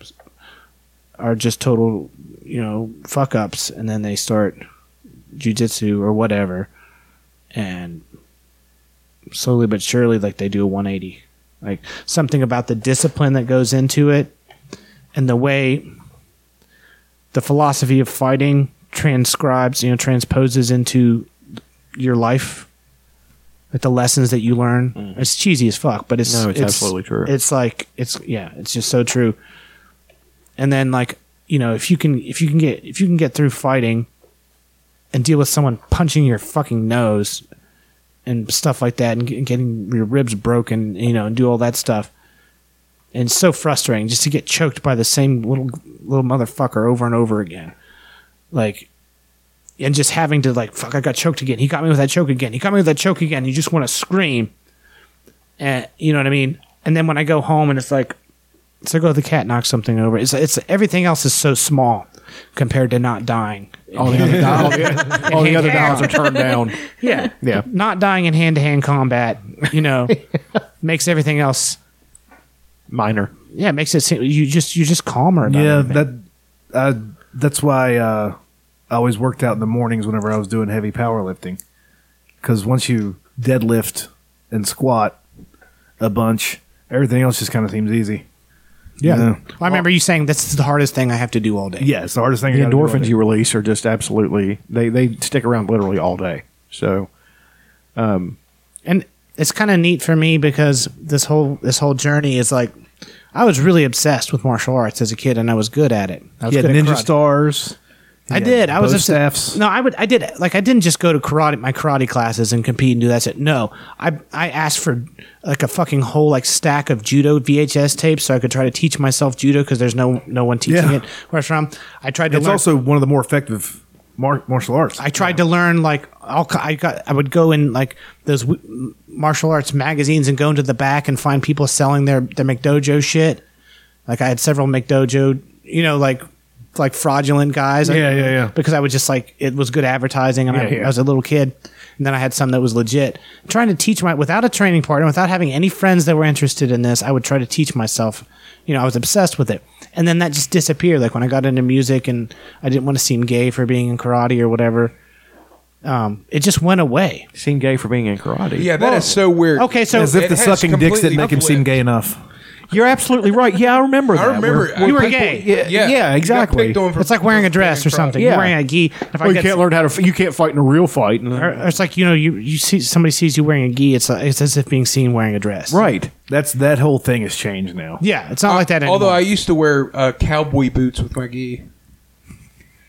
are just total, you know, fuck ups, and then they start jujitsu or whatever, and slowly but surely, like they do a one eighty like something about the discipline that goes into it and the way the philosophy of fighting transcribes you know transposes into your life like the lessons that you learn it's cheesy as fuck but it's
Mm-hmm. No, it's absolutely true.
it's like it's yeah it's just so true and then like you know if you can if you can get if you can get through fighting and deal with someone punching your fucking nose and stuff like that and get- getting your ribs broken, you know, and do all that stuff. And it's so frustrating just to get choked by the same little little motherfucker over and over again. Like and just having to like fuck I got choked again. He got me with that choke again. He got me with that choke again. You just want to scream. And you know what I mean? And then when I go home and it's like it's like oh the cat knocked something over. It's it's everything else is so small compared to not dying.
All the other, all the, all the other dials are turned down.
Yeah.
Yeah.
Not dying in hand to hand combat, you know, makes everything else
Minor.
yeah, it makes it seem you just you're just calmer about
yeah,
everything.
that uh, that's why uh, I always worked out in the mornings whenever I was doing heavy powerlifting. Because once you deadlift and squat a bunch, everything else just kind of seems easy.
yeah.
Yeah.
I remember you saying that's the hardest thing I have to do all day.
Yeah, it's the hardest thing.
The
I gotta do all
endorphins
day.
you release are just absolutely they they stick around literally all day. So
and it's kind of neat for me because this whole this whole journey is like I was really obsessed with martial arts as a kid, and I was good at it. I was
You had
good at
ninja
karate.
stars.
I
Yeah,
did. I was
bow
obsessed.
staffs.
No, I would. I did. Like I didn't just go to karate my karate classes and compete and do that shit. No, I I asked for like a fucking whole like stack of judo VHS tapes so I could try to teach myself judo because there's no no one teaching
Yeah.
it where I'm from. I tried to.
It's
learn,
also one of the more effective mar- martial arts.
I tried to learn like all. ki- I got. I would go in like those w- martial arts magazines and go into the back and find people selling their their McDojo shit. Like I had several McDojo, you know, like like fraudulent guys.
Yeah, yeah, yeah.
Because I would just like it was good advertising, and I,
Yeah, yeah.
I was a little kid, and then I had some that was legit. Trying to teach my without a training partner, without having any friends that were interested in this, I would try to teach myself. You know, I was obsessed with it, and then that just disappeared. Like when I got into music, and I didn't want to seem gay for being in karate or whatever. Um, it just went away.
seem gay for being in karate.
Yeah, that is so weird.
Okay, so
As if
It
the
has
sucking dicks didn't
completely
make him seem
uplifted.
gay enough.
You're absolutely right. Yeah, I remember that.
I remember
Where-
I-
you were
people-
gay.
yeah, yeah,
You got
exactly.
picked on for
it's like wearing a dress or
being
something.
Yeah.
You're wearing a gi. If
Well, you
get-
can't learn how to. F- you can't fight in a real fight. and-
or- or it's like you know, you you see somebody sees you wearing a gi. It's like, it's as if being seen wearing a dress.
right.
That's that whole thing has changed now.
Yeah, it's not like that anymore.
Uh, Although I used to wear uh, cowboy boots with my gi.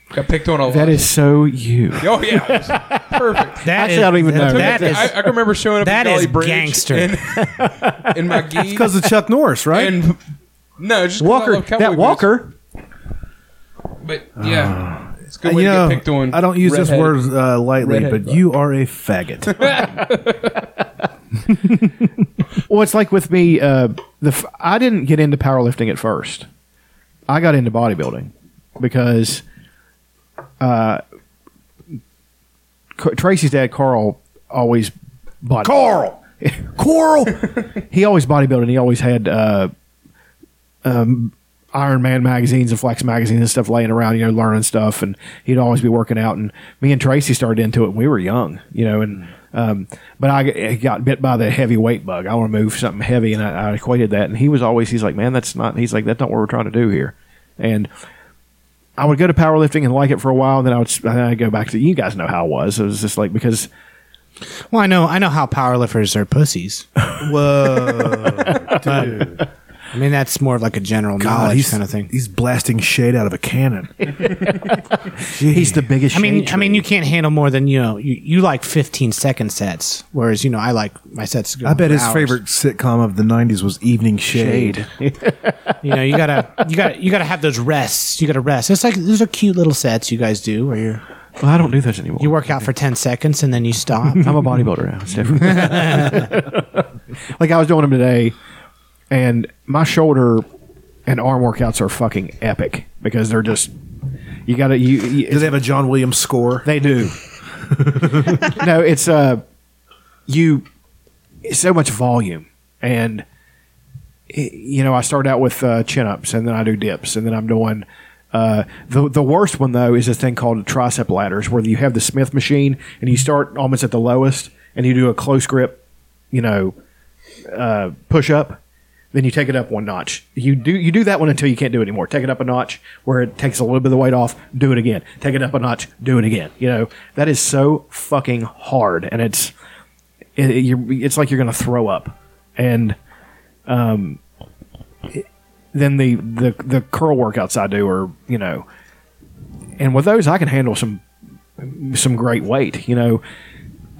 Got picked on a lot.
That is so you.
Oh yeah, it was perfect.
That
Actually,
is-
I don't even know.
That is
I, I can remember showing up
that
at Jolly
is
Bridge
gangster.
in, in my gi.
Because of Chuck Norris, right?
and no, just 'cause I
Walker.
love cowboy
That
boots.
Walker.
But yeah, it's a good
Uh,
way
you
to
know,
get picked on.
I don't use this
Redhead.
word uh, lightly,
Redhead
but you are a faggot.
Well, it's like with me. Uh, the f- I didn't get into powerlifting at first. I got into bodybuilding because uh, C- Tracy's dad Carl always body Carl Carl. he always bodybuilding. He always had uh, um, Iron Man magazines and Flex magazines and stuff laying around, you know, learning stuff. And he'd always be working out. And me and Tracy started into it when we were young, you know. And um, but I g- I got bit by the heavy weight bug. I want to move something heavy, and I, I equated that. And he was always he's like, man, that's not. He's like, that's not what we're trying to do here. And I would go to powerlifting and like it for a while, and then I would s- and then I'd go back to you guys know how it was. It was just like because
Well, I know, I know how powerlifters are pussies. Whoa, dude. I mean, that's more of like a general knowledge
he's-
kind of thing.
He's blasting shade out of a cannon.
he's the biggest.
I mean, I mean, you can't handle more than you know. You, you like fifteen second sets, whereas you know I like my sets. to go
I
on
bet
for
his
hours.
favorite sitcom of the '90s was Evening Shade.
You know, you gotta, you gotta, you gotta have those rests. You gotta rest. It's like those are cute little sets you guys do where you're.
Well, I don't do those anymore.
You work out for ten seconds and then you stop.
I'm a bodybuilder now. It's different. like I was doing them today, and my shoulder and arm workouts are fucking epic because they're just you gotta you. you
Do they have a John Williams score?
They do. no, it's uh, you it's so much volume and it- you know I start out with uh, chin ups and then I do dips and then I'm doing. Uh, the the worst one though is this thing called tricep ladders, where you have the Smith machine and you start almost at the lowest and you do a close grip, you know, uh, push up. Then you take it up one notch. You do you do that one until you can't do it anymore. Take it up a notch where it takes a little bit of the weight off. Do it again. Take it up a notch. Do it again. You know that is so fucking hard, and it's it, it- you're, it's like you're gonna throw up. And um, it- then the, the the curl workouts I do are you know, and with those I can handle some some great weight. You know,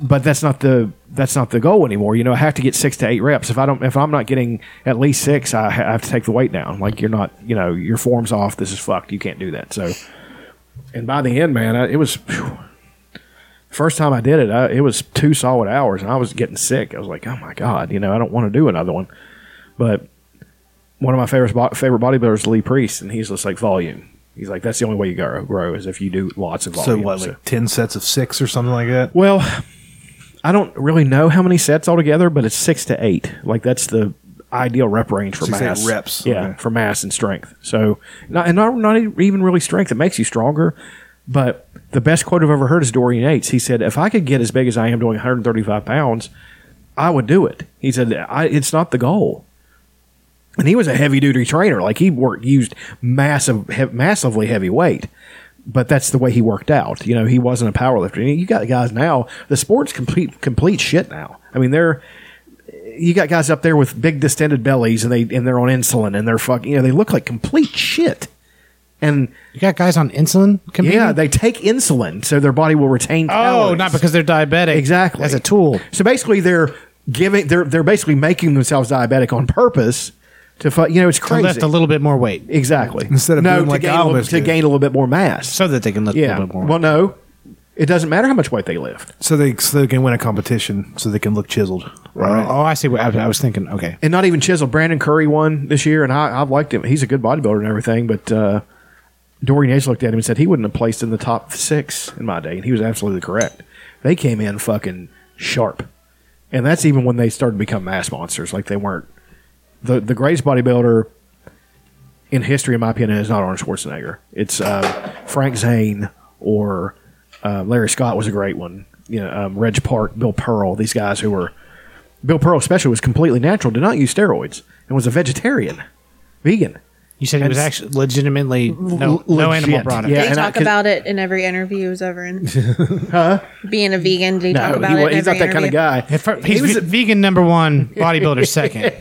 but that's not the that's not the goal anymore. You know, I have to get six to eight reps. If I don't, if I'm not getting at least six, I, ha- I have to take the weight down. Like you're not, you know, your form's off. This is fucked. You can't do that. So, and by the end, man, I, it was phew. first time I did it. I, it was two solid hours, and I was getting sick. I was like, oh my god, you know, I don't want to do another one. But one of my favorite bo- favorite bodybuilders, Lee Priest, and he's just like volume. He's like, that's the only way you grow, grow is if you do lots of
So
volume.
what,
So-
like ten sets of six or something like that?
well, I don't really know how many sets altogether, but it's six to eight. Like that's the ideal rep range for
Six to eight
mass
reps,
Yeah,
okay.
for mass and strength. So, not, and not, not even really strength. It makes you stronger. But the best quote I've ever heard is Dorian Yates. He said, "If I could get as big as I am, doing 135 pounds, I would do it." He said, I, "It's not the goal." And he was a heavy duty trainer. Like he worked used massive, he, massively heavy weight but that's the way he worked out. You know, he wasn't a powerlifter. You- You got guys now. The sport's complete complete shit now. I mean, they're you got guys up there with big distended bellies, and they and they're on insulin, and they're fucking. You know, they look like complete shit. And
you got guys on insulin.
Yeah, they take insulin so their body will retain.
Oh,
calories.
not because they're diabetic.
Exactly. As a tool. So basically they're giving they're they're basically making themselves diabetic on purpose to fu- you know it's crazy.
lift a little bit more weight.
Exactly.
Instead of
no,
doing
to,
like
gain
I
a, little-
always
to
do.
gain a little bit more mass.
So that they can lift
yeah.
a little bit more.
Well no. It doesn't matter how much weight they lift.
So they so they can win a competition, so they can look chiseled. Right.
Oh, I see. What, I, I was thinking. Okay.
And not even Chisel. Brandon Curry won this year and I I've liked him. He's a good bodybuilder and everything, but uh Dorian Yates looked at him and said he wouldn't have placed in the top six in my day, and he was absolutely correct. They came in fucking sharp. and that's even when they started to become mass monsters. Like they weren't the the greatest bodybuilder in history, in my opinion, is not Arnold Schwarzenegger. It's uh, Frank Zane or uh, Larry Scott was a great one. You know, um, Reg Park, Bill Pearl, these guys who were Bill Pearl especially was completely natural, did not use steroids, and was a vegetarian, vegan.
You said he was
And-
actually legitimately no,
L-
no
legit.
animal product.
Yeah,
they
and I-
talk
'cause-
about it in every interview was over in. Being a vegan, they talk about
he,
it.
wa-
in
he's not
every
that kind of
interview.
guy.
If- He's ve- vegan number one, bodybuilder second.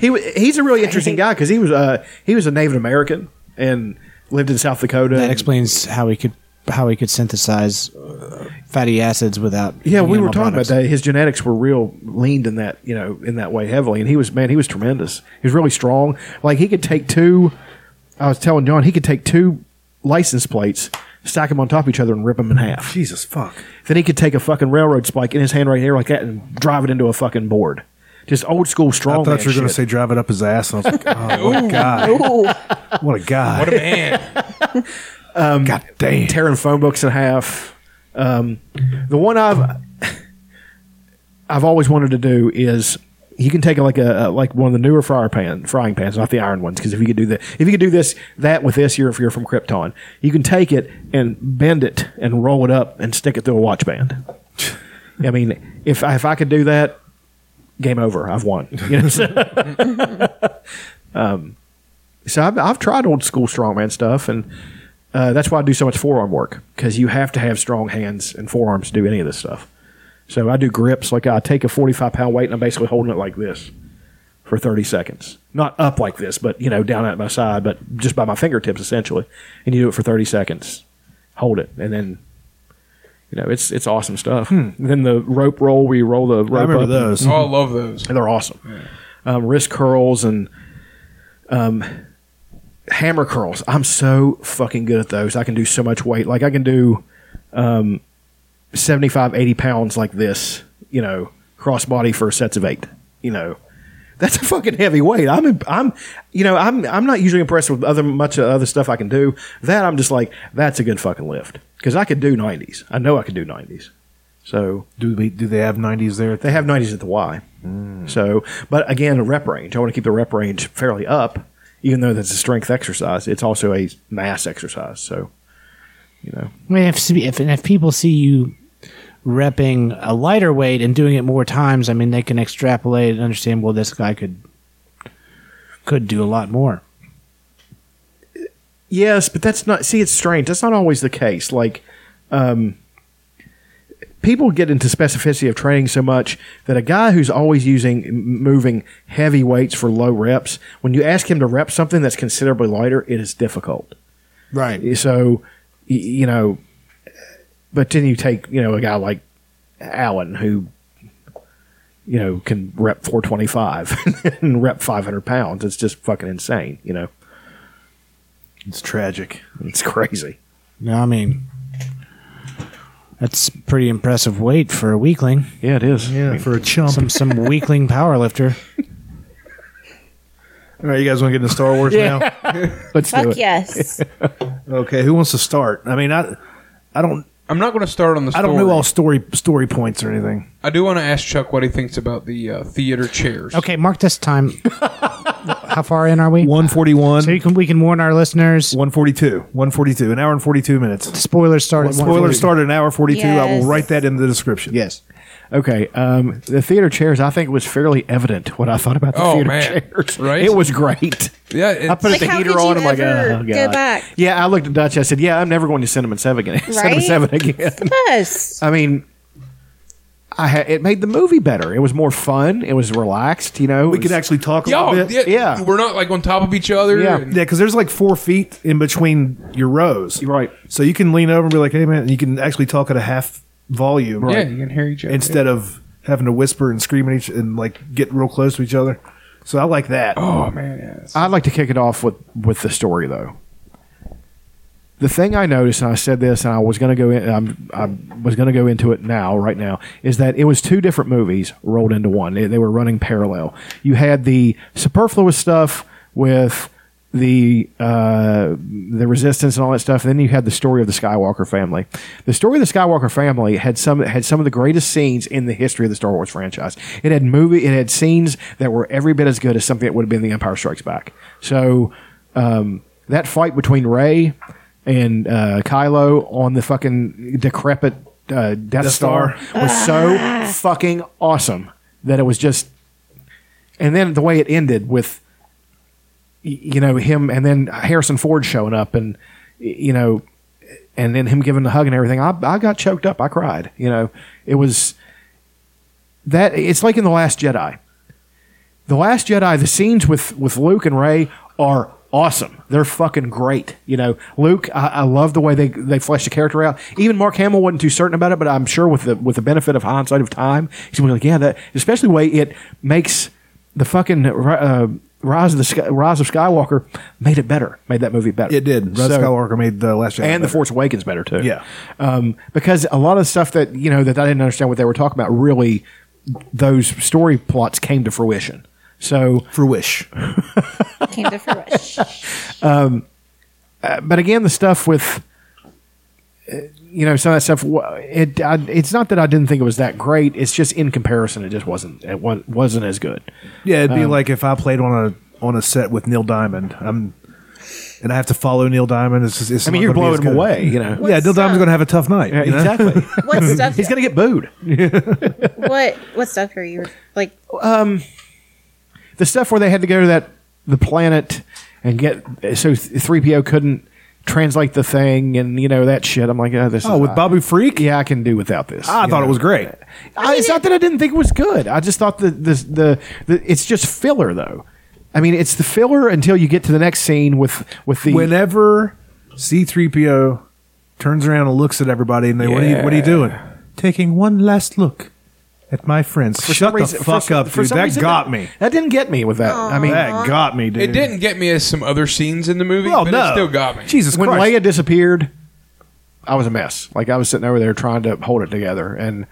he wa- he's a really interesting guy because he was uh, he was a Native American and lived in South Dakota.
That
and-
explains how he could how he could synthesize uh, fatty acids without.
Yeah,
any
we were
animal
talking
products.
about that. His genetics were real leaned in that, you know, in that way heavily. And he was, man, he was tremendous. He was really strong. Like he could take two. I was telling John he could take two license plates, stack them on top of each other, and rip them in half.
Jesus fuck.
Then he could take a fucking railroad spike in his hand right here like that and drive it into a fucking board. just old school strong.
I thought you were going to say drive it up his ass, and I was like, oh my god, what a guy,
What a
man.
um, God damn. Tearing phone books in half. Um, the one I've I've always wanted to do is you can take like a, a like one of the newer fryer pan frying pans, not the iron ones, because if you could do that, if you could do this that with this, you're if you're from Krypton, you can take it and bend it and roll it up and stick it through a watch band. I mean, if I, if I could do that, game over. I've won. You know. so- um, so I've, I've tried old school strongman stuff, and uh, that's why I do so much forearm work because you have to have strong hands and forearms to do any of this stuff. So I do grips like I take a forty-five pound weight and I'm basically holding it like this for thirty seconds, not up like this, but you know down at my side, but just by my fingertips essentially, and you do it for thirty seconds, hold it, and then. You know, it's it's awesome stuff. Hmm. And then the rope roll, we roll the rope.
remember
up.
those.
Oh, I love those.
And they're awesome. Um, wrist curls and um, hammer curls. I'm so fucking good at those. I can do so much weight. Like I can do um, 75, 80 pounds like this, you know, crossbody for sets of eight, you know. That's a fucking heavy weight. I'm, I'm, you know, I'm, I'm not usually impressed with other much of other stuff I can do. That I'm just like, that's a good fucking lift because I could do 90s. I know I could do 90s. So
do we, do they have 90s there?
They have 90s at the Y. So, but again, rep range. I want to keep the rep range fairly up, even though that's a strength exercise. It's also a mass exercise. So, you know,
I mean, if, if and if people see you repping a lighter weight and doing it more times, I mean, they can extrapolate and understand. Well, this guy could could do a lot more.
Yes, but that's not see it's strange. That's not always the case. Like um people get into specificity of training so much that a guy who's always using m- moving heavy weights for low reps, when you ask him to rep something that's considerably lighter, it is difficult. Right. So y- you know but then you take, you know, a guy like Allen who you know, can rep 425 and rep 500 pounds. It's just fucking insane, you know.
It's tragic.
It's crazy.
No, I mean, that's pretty impressive weight for a weakling.
Yeah, it is.
Yeah, for a chump.
Some some weakling powerlifter.
All right, you guys want to get into Star Wars now?
Let's
Fuck yes.
okay, who wants to start? I mean, I, I don't,
I'm not going to start on the.
I
Story.
don't know all story story points or anything.
I do want to ask Chuck what he thinks about the uh, theater chairs.
Okay, mark this time. How far in are we?
141,
So you can we can warn our listeners.
142, 142, an hour and 42 minutes.
Spoilers start at
Spoiler
142.
started an hour 42. I
Yes.
will write that in the description.
Yes.
Okay, um, the theater chairs. I think was fairly evident what I thought about the
Oh,
theater
man.
chairs.
Right?
It was great.
Yeah,
I
it's,
put
Like,
the
how
heater
could
on.
you
I'm like,
ever
oh,
go
God.
back?
Yeah, I looked at Dutch. I said, yeah, I'm never going to Cinnamon Seven again. Cinnamon
Right?
Seven again.
Yes.
I mean, I ha- it made the movie better. It was more fun. It was relaxed. You know,
We could actually talk a
y'all,
little bit.
yeah,
yeah.
we're not like on top of each other.
Yeah.
and-
Yeah, because there's like four feet in between your rows.
right.
So you can lean over and be like, hey, man, and you can actually talk at a half volume.
yeah, you can hear each other
Instead of having to whisper and scream at each and like get real close to each other. So I like that.
Oh man, yes.
I'd like to kick it off with with the story though. The thing I noticed, and I said this, and I was going to go in, I'm, I was going to go into it now, right now, is that it was two different movies rolled into one. They, they were running parallel. You had the superfluous stuff with the uh, the resistance and all that stuff. then you had the story of the Skywalker family. The story of the Skywalker family had some had some of the greatest scenes in the history of the Star Wars franchise. It had movie. It had scenes that were every bit as good as something that would have been The Empire Strikes Back. So um, that fight between Ray and uh, Kylo on the fucking decrepit uh, Death, Star, was so fucking awesome that it was just. And then the way it ended with, y- you know, him and then Harrison Ford showing up and, y- you know, and then him giving the hug and everything. I, I got choked up. I cried. You know, it was that. It's like in The Last Jedi. The Last Jedi, the scenes with with Luke and Ray are awesome. They're fucking great. You know, Luke, I, I love the way they they flesh the character out. Even Mark Hamill wasn't too certain about it, but I'm sure with the with the benefit of hindsight of time, he's gonna be like, yeah, that especially the way it makes the fucking uh, rise of the Sky, rise of Skywalker made it better, made that movie better.
It did. Red
So-
Skywalker made the last Jedi
and the
better.
Force Awakens better too.
Yeah.
um, because a lot of stuff that you know that I didn't understand what they were talking about really those story plots came to fruition. So
fruition.
Came to fruition.
Um, uh, but again, the stuff with uh, you know some of that stuff. wha- It I, it's not that I didn't think it was that great. It's just in comparison, it just wasn't. It wa- wasn't as good.
Yeah, it'd be
Um,
like if I played on a on a set with Neil Diamond. I'm and I have to follow Neil Diamond. It's just, it's
I mean,
not
you're
gonna be as
blowing him
good.
away, you know.
yeah, Neil Diamond's going to have a tough night.
Yeah,
you know?
exactly.
What stuff?
He's gonna get booed.
what what stuff are you like?
um, the stuff where they had to go to that the planet and get so three PO couldn't translate the thing and you know that shit. I'm like, oh, this.
Oh,
is
with Babu Freak. Ah,
Yeah, I can do without this.
I
you
thought it
know.
was great.
I, it's not that I didn't think it was good. I just thought the the, the the it's just filler though. I mean, it's the filler until you get to the next scene with with the
Whenever C3PO turns around and looks at everybody and they, what, are you, what are you doing? Taking one last look at my friends.
for
Shut
some
the
reason- for
fuck
some-
up,
for
dude.
some
That
reason
got
that-
me.
That didn't get me with that. I mean,
that got me, dude.
It didn't get me as some other scenes in the movie,
Well,
but
no.
it still got me.
Jesus
when
Christ.
Leia disappeared, I was a mess. Like I was sitting over there trying to hold it together, and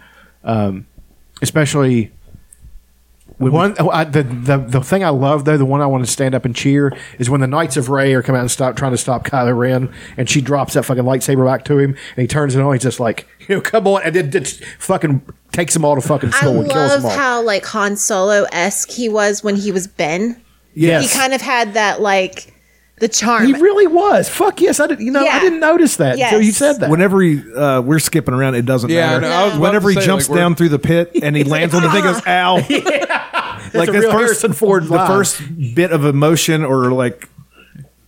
um, especially when one oh, I, the, the the thing I love though, the one I want to stand up and cheer is when the Knights of Ray are coming out and stop trying to stop Kylo Ren, and she drops that fucking lightsaber back to him, and he turns it on. He's just like, you know, come on, and then just fucking takes them all to fucking
I
school and kills
love
them all.
how like Han Solo esque he was when he was Ben.
Yes.
he kind of had that like the charm.
he really was. Fuck yes, I didn't. You know,
Yeah.
I didn't notice that until you
Yes.
said that.
Whenever he, uh, we're skipping around, it doesn't
Yeah, I
matter.
know. I was about
Whenever
to
he
say,
jumps
like,
down
we're-
through the pit and he lands on the thing, goes ow.
That's a real Harrison Ford
the
line.
first bit of emotion or like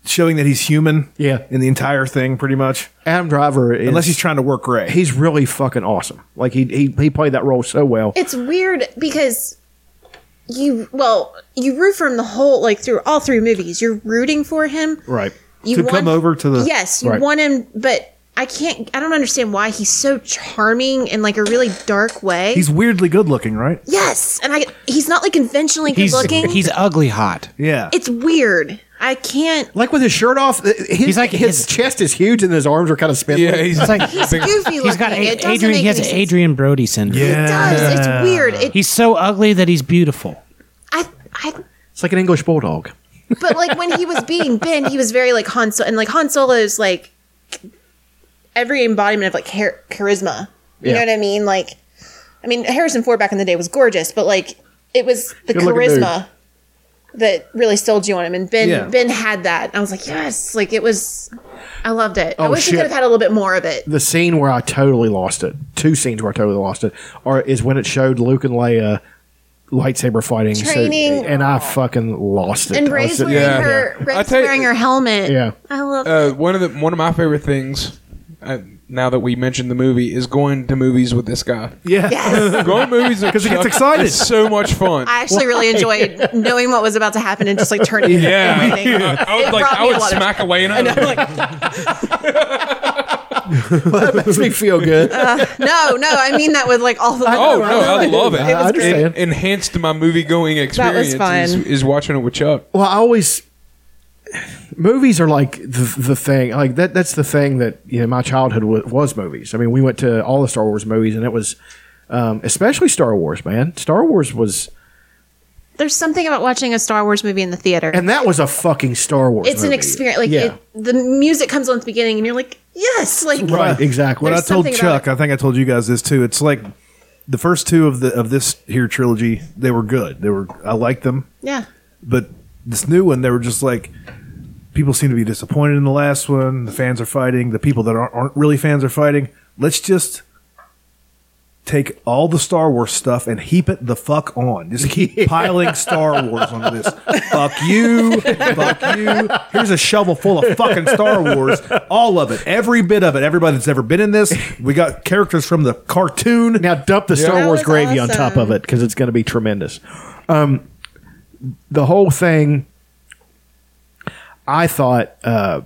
showing that he's human.
Yeah.
in the entire thing, pretty much.
Adam Driver, is,
Unless he's trying to work Ray.
he's really fucking awesome. Like he he, he played that role so well.
it's weird because you well you root for him the whole like through all three movies. You're rooting for him.
Right.
You
To come over to the-
yes, you
Right.
want him, but I can't. I don't understand why he's so charming in like a really dark way.
He's weirdly good looking, right?
yes, and I he's not like conventionally good
He's
looking.
he's ugly hot.
Yeah.
it's weird. I can't.
Like with his shirt off, th- his,
He's like-
his,
his-
chest is huge and his arms are kind of spindly.
Yeah, he's
It's like
He's goofy looking.
he's got a-
it doesn't
Adrian.
Make
He has
any sense.
Adrian Brody syndrome.
It does. It's weird. It,
He's so ugly that he's beautiful.
I, I,
it's like an English bulldog.
but like when he was being Ben, he was very like Han Solo, and like Han Solo's like every embodiment of like char- charisma. You know
Yeah.
what I mean? Like, I mean Harrison Ford back in the day was gorgeous, but like it was the
Good-looking
charisma that really sold you on him, and Ben
Yeah.
Ben had that. I was like, yes, like it was. I loved it. I
Oh,
wish he
shit.
could have had a little bit more of it.
The scene where I totally lost it, two scenes where I totally lost it, are is when it showed Luke and Leia lightsaber fighting, so-
Training.
and I fucking lost it.
And
I was
Ray's
sitting-
wearing
yeah.
her
I
Ray's
tell you-
wearing her helmet.
Yeah.
I love
Uh, one of the one of my favorite things. Uh, now that we mentioned the movie, is going to movies with this guy.
Yeah.
Yes.
Going to movies because
he gets excited.
It's so much fun.
I actually really enjoyed knowing what was about to happen and just like turning it
yeah,
and everything.
I, I
It
would like
brought
I
me a
would
lot of
smack Elena.
that makes me feel good.
No, no, I mean that with like all the.
Oh no, I love it.
I understand.
It enhanced my movie going experience. Is,
fun.
is watching it with Chuck.
well, I always movies are like the, the thing. Like that that's the thing that you know my childhood wa- was movies. I mean, we went to all the Star Wars movies, and it was um, especially Star Wars. Man, Star Wars was,
There's something about watching a Star Wars movie in the theater.
and that was a fucking Star Wars.
it's an
movie.
experience. Like
yeah,
it, the music comes on at the beginning, and you're like, yes, like
right, exactly.
What I
There's
told
something about
Chuck, I think I told you guys this too. It's like the first two of the of this here trilogy, they were good. They were I liked them,
yeah.
but this new one, they were just like people seem to be disappointed in the last one. The fans are fighting. The people that aren't, aren't really fans are fighting. Let's just take all the Star Wars stuff and heap it the fuck on. Just keep piling Star Wars onto this. fuck you. Fuck you. Here's a shovel full of fucking Star Wars. All of it. Every bit of it. Everybody that's ever been in this. We got characters from the cartoon.
Now dump the Star
That
Wars
was
gravy on
awesome.
top of it because it's going to be tremendous. Um, the whole thing, I thought uh,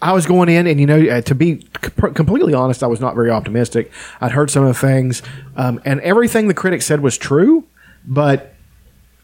I was going in, and you know, uh, to be c- completely honest, I was not very optimistic. I'd heard some of the things, um, and everything the critics said was true, but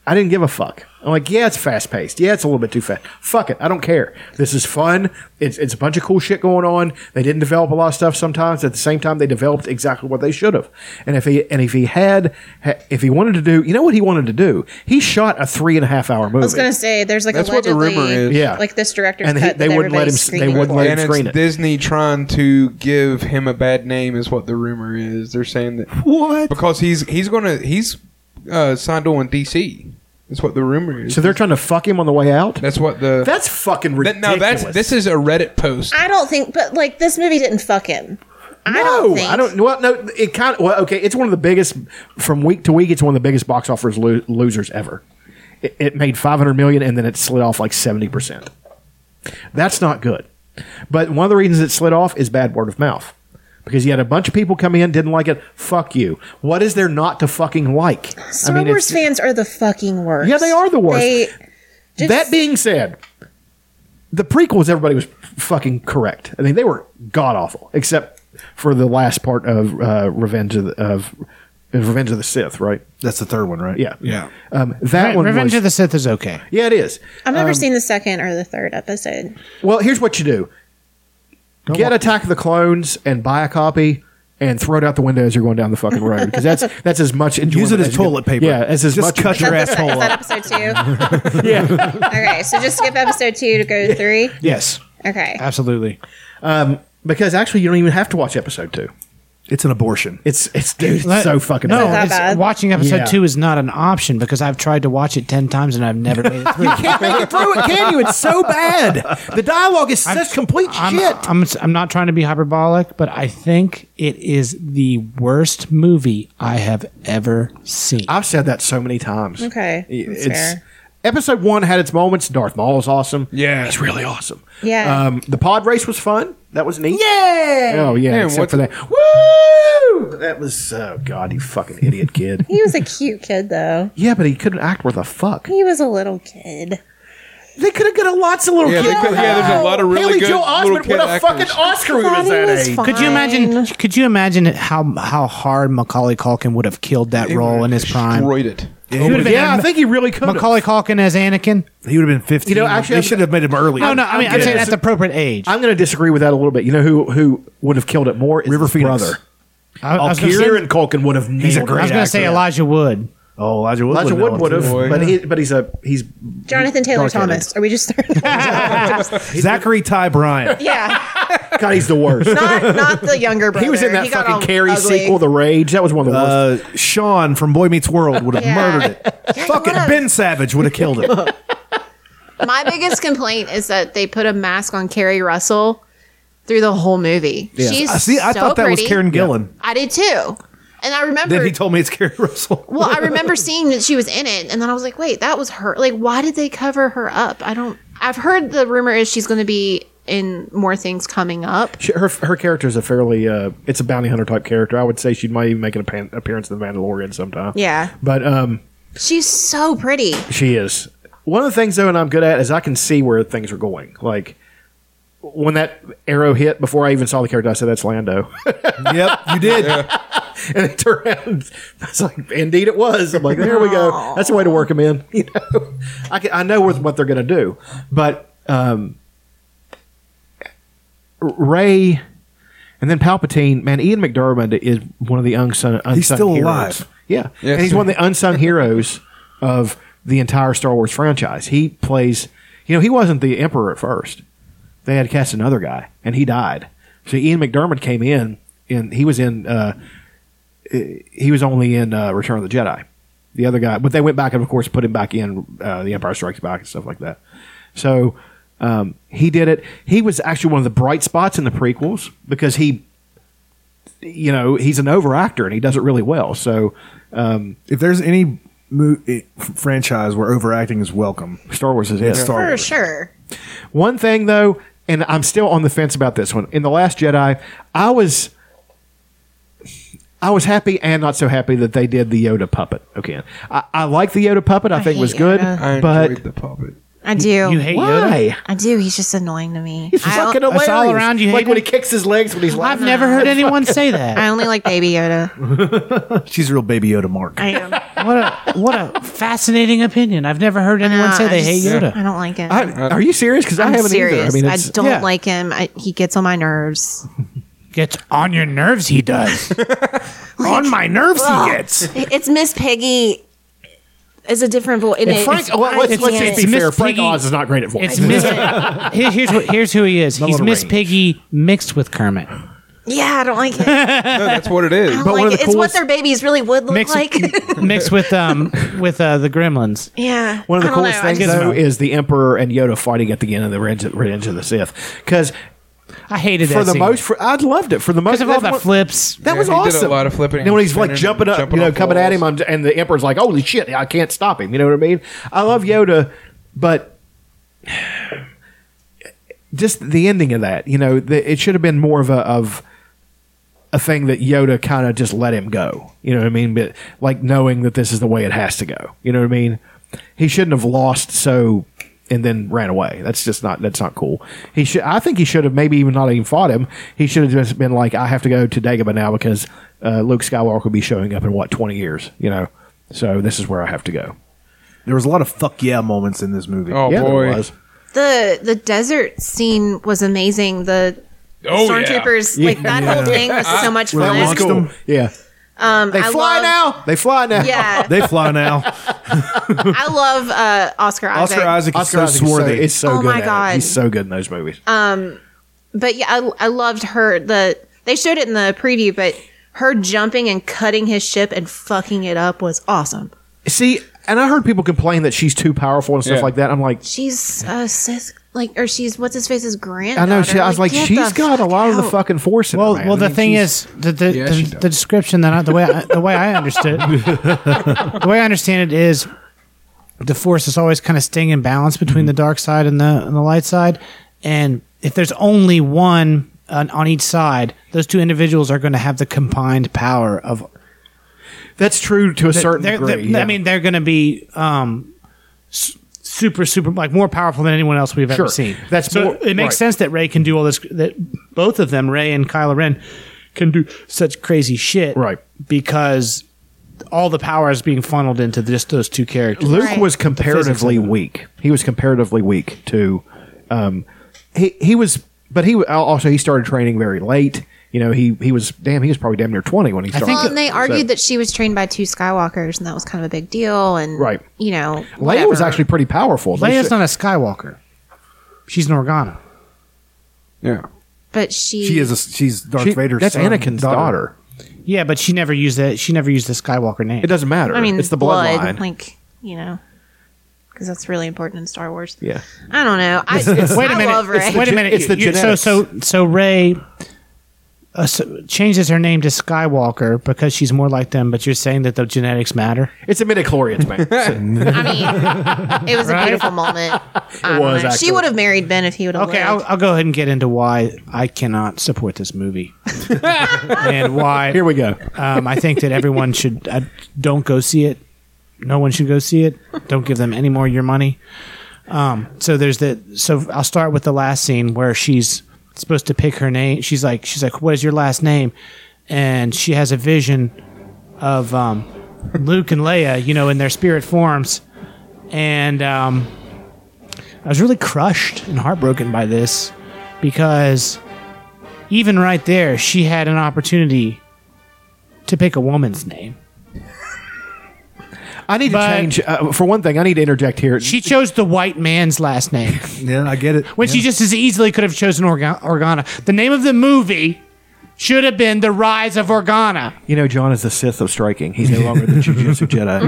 I didn't give a fuck. I'm like, yeah, it's fast paced. Yeah, it's a little bit too fast. Fuck it. I don't care. This is fun. It's, it's a bunch of cool shit going on. They didn't develop a lot of stuff sometimes. At the same time, they developed exactly what they should have. And if he and if he had ha- if he wanted to do, you know what he wanted to do? He shot a three and a half hour movie.
I was gonna say there's like
That's what the
allegedly
rumor is. Yeah.
like this director's
And he-
cut
they
that
wouldn't let
everybody's
him- they
screening
wouldn't let
for.
him
and
screen it.
it's Disney trying to give him a bad name is what the rumor is. They're saying that
what
because he's he's gonna he's uh, signed on with DC. That's what the rumor is.
So they're trying to fuck him on the way out.
That's what the
that's fucking
That-
ridiculous.
no, that's this is a Reddit post.
I don't think, but like this movie didn't fuck him.
no, I don't. Well, no, it kind of. Well, okay, it's one of the biggest from week to week. It's one of the biggest box office lo- losers ever. It, it made five hundred million, and then it slid off like seventy percent. That's not good. But one of the reasons it slid off is bad word of mouth. Because you had a bunch of people coming in, didn't like it. Fuck you. What is there not to fucking like?
Star Wars
it's-
fans are the fucking worst.
Yeah, they are the worst.
They- just-
that being said, the prequels, everybody was fucking correct. I mean, they were god awful, except for the last part of uh, Revenge of, the, of Revenge of the Sith, right?
That's the third one, right?
Yeah,
Yeah.
Um, that
Re-
one,
Revenge
was,
of the Sith is okay.
yeah, it is.
I've never
Um,
seen the second or the third episode.
Well, here's what you do: get
wa-
Attack of the Clones and buy a copy. And throw it out the window as you're going down the fucking road because that's that's as much enjoyment.
it as
you get-
toilet paper.
Yeah, as as
Just
much
cut your
Is that, is that episode two?
yeah.
okay, so just skip episode two to go three.
Yes.
Okay.
Absolutely. Um, because actually, you don't even have to watch episode two. It's an abortion. It's it's dude, it's
Let-
so fucking.
no.
bad.
it's- watching episode
Yeah.
two is not an option because I've tried to watch it ten times and I've never made it through.
You can't make it through it, can you? It's so bad. The dialogue is such complete
I'm,
shit.
I'm, I'm not trying to be hyperbolic, but I think it is the worst movie I have ever seen.
I've said that so many times.
Okay.
It's
That's fair.
episode one had its moments. Darth Maul was awesome. Yeah, he's really awesome.
Yeah.
Um, the pod race was fun. That was neat.
Yay!
Oh yeah.
Man,
except
what's-
for that. Woo! That was oh god, you fucking idiot kid.
He was a cute kid though.
yeah, but he couldn't act worth a fuck.
He was a little kid.
They could have got lots of little
Yeah,
kids.
they could- yeah, there's a lot of really
Haley
good
Joel
little
Osment
kid
won a
actors.
fucking Oscar when he was that age.
Could you imagine? Could you imagine it- how how hard Macaulay Culkin would have killed that role in his prime?
Destroyed it.
He
Yeah,
would have been-
I think he really could.
Macaulay Culkin as Anakin.
He would have been 15.
You know,
they
actually, I'm-
should have made him early.
No, no. I mean, I'm
good.
saying at the appropriate age.
I'm going to disagree with that a little bit. You know who who would have killed it more? Is River his
Phoenix.
brother.
I, I was gonna say-
Oh, Kieran Culkin would have.
He's a
nailed it.
great
I was going to say Elijah Wood.
Oh, Elijah Wood.
Elijah Wood would have,
Boy.
but he, but he's a he's
Jonathan Taylor
Dark-headed.
Thomas. Are we just starting?
Zachary Ty Bryan.
yeah.
God, he's the worst.
Not not the younger brother.
he was in that
got all
fucking Carrie
ugly.
sequel, The Rage. That was one of the worst.
Uh, Sean from Boy Meets World would have
Yeah.
murdered it. Fucking Ben Savage would have killed it.
My biggest complaint is that they put a mask on Carrie Russell through the whole movie.
Yeah.
She's
I see. I
so
thought that
pretty.
was Karen Gillan.
I did too. And I remember
Then he told me it's Carrie Russell.
Well, I remember seeing that she was in it, and then I was like, wait, that was her. Like, why did they cover her up? I don't. I've heard the rumor is she's going to be in more things coming up.
She, her her character is a fairly uh, it's a bounty hunter type character. I would say she might even make an appan- appearance in The Mandalorian sometime.
Yeah.
but um,
She's so pretty.
She is. One of the things though, and I'm good at is I can see where things are going. Like when that arrow hit before I even saw the character, I said that's Lando.
yep, you did.
and it turned around. I was like, indeed it was. I'm like, there we go. That's the way to work them in. You know, I can, I know with what they're gonna do, but um, Ray. And then Palpatine, man, Ian McDermott is one of the unsung, unsung
still
heroes.
alive.
Yeah,
Yes,
and he's
sir.
one of the unsung heroes of the entire Star Wars franchise. He plays, you know, he wasn't the Emperor at first. They had cast another guy, and he died. So Ian McDermott came in, and he was in, uh, he was only in uh, Return of the Jedi. The other guy, but they went back and of course put him back in uh, the Empire Strikes Back and stuff like that. So um, he did it. He was actually one of the bright spots in the prequels because he you know he's an overactor and he does it really well. So um,
If there's any mo- eh, f- franchise where overacting is welcome,
Star Wars is
it's
it.
Star
For
Wars.
sure.
One thing though, and I'm still on the fence about this one. In the Last Jedi, I was I was happy and not so happy that they did the Yoda puppet again. I, I like the Yoda puppet. I, think it was
hate
good,
Yoda.
I
but
enjoyed the puppet.
I do.
You hate Why? Yoda?
I do. He's just annoying to me.
He's
I-
fucking hilarious. like when he kicks his legs when he's laughing.
I've never heard anyone say that.
I only like Baby Yoda.
She's a real baby Yoda mark.
I am.
What a what a fascinating opinion. I've never heard anyone
Nah,
say they
I
hate
just-
Yoda.
I don't like him.
I-
Are you serious? Because I
I'm
haven't either. I
serious. I,
mean, it's,
don't
yeah.
like him. I, he gets on my nerves.
Gets on your nerves. He does. on my nerves.
Ugh.
He gets.
It's Miss Piggy. Is a different voice.
And Frank, oh, let's, let's just be
Miss
fair. Frank
Piggy-
Oz is not great at voice.
It's Miss. Here- here's what, here's who he is. He's
little
Miss
range.
Piggy mixed with Kermit.
yeah, I don't like it. I
No, that's what it is.
don't like it. It's what their babies really would look
Mix-
like.
mixed with um with uh, the Gremlins.
yeah.
One of the
I don't
coolest
know. I
things,
just-
though, is the Emperor and Yoda fighting at the end of the Revenge of, Revenge of the Sith. Because
I hated
for
that
the
scene.
most, for, I loved it. For the most,
because of all
that's
the
what-
flips.
That
Yeah,
was
he did a
awesome.
lot of flipping
And then when he's
and
like
spinning
jumping
and
up,
jumping
you know,
off
coming at him,
walls.
I'm, and the Emperor's like, "Holy shit, I can't stop him." You know what I mean? I love Yoda, but just the ending of that, you know, the, it should have been more of a of a thing that Yoda kind of just let him go. You know what I mean? But like knowing that this is the way it has to go. You know what I mean? He shouldn't have lost so and then ran away. That's just not that's not cool. He should I think he should have maybe even not even fought him. He should have just been like, I have to go to Dagobah now because uh, Luke Skywalker will be showing up in what twenty years. You know, so this is where I have to go.
There was a lot of fuck yeah moments in this movie.
Oh,
there
boy.
was.
the the desert scene was amazing. The
Oh, yeah. Uh,
stormtroopers, like that whole thing was so much
Where they
fun.
launched them?
Yeah,
Um,
they
I
fly
love,
now. They fly now.
Yeah,
They fly now.
I love uh, Oscar Isaac.
Oscar Isaac is
Oscar
so
Isaac is
swarthy.
It's so
Oh
good.
my
at it.
God.
He's so good in those movies.
Um, but yeah, I, I loved her. The they showed it in the preview, but her jumping and cutting his ship and fucking it up was awesome.
See, and I heard people complain that she's too powerful and stuff
Yeah.
like that. I'm like,
She's a Sith, like, or she's what's his face's grand.
I know. She, I was like, she's got a lot of the fucking force in
Well,
her. man.
well,
I
the
mean,
thing
she's-
is, the the,
Yeah, she
the,
does.
the description that I, the way I, the way I understood it, the way I understand it is, the force is always kind of staying in balance between the dark side and the and the light side, and if there's only one on, on each side, those two individuals are going to have the combined power of
that's true to a
they're-
certain
they're-
degree.
they're-
yeah.
I mean, they're going to be um, s- super, super, like more powerful than anyone else we've
Sure.
ever seen.
That's
so.
more-
it
right.
makes sense that Ray can do all this. That both of them, Ray and Kylo Ren, can do such crazy shit,
Right.
Because all the power is being funneled into just those two characters.
Luke
Right.
was
physics of
comparatively
it.
weak. He was comparatively weak to, um, he he was, but he wa- also he started training very late. You know, he he was damn. He was probably damn near twenty when he started.
Well, and they
So-
argued that she was trained by two Skywalkers, and that was kind of a big deal. And
Right.
you know,
Leia was
whatever.
actually pretty powerful. They
Leia's
should-
not a Skywalker; she's an Organa.
Yeah.
but she,
She is. A, she's Darth
she-
Vader's.
That's
son,
Anakin's daughter.
Yeah, but she never used that. She never used the Skywalker name.
It doesn't matter.
I mean,
it's the
blood,
bloodline.
like you know, because that's really important in Star Wars.
yeah.
I don't know. I,
Wait a
I
minute.
love Ray.
Wait a
gen-
minute.
it's the
You- you- so
genetics.
so so Ray uh, so changes her name to Skywalker because she's more like them. But you're saying that the genetics matter.
It's a midichlorians, man.
I mean, it was a beautiful moment. I don't
was,
know.
actually.
She would have married Ben if he would have.
Okay, I'll,
lived.
I'll go ahead and get into why I cannot support this movie and why
Here we go.
um, I think that everyone should uh, don't go see it. No one should go see it. Don't give them any more of your money. Um, so there's the so I'll start with the last scene where she's supposed to pick her name. She's like she's like, "What is your last name?" And she has a vision of um, Luke and Leia, you know, in their spirit forms. And um, I was really crushed and heartbroken by this because even right there, she had an opportunity to pick a woman's name.
I need
But-
to change. Uh, for one thing, I need to interject here.
She chose the white man's last name
Yeah, I get it.
when
yeah.
she just as easily could have chosen Orga- Organa. The name of the movie should have been The Rise of Organa.
you know, John is the Sith of striking. He's no longer the Jujutsu Jedi.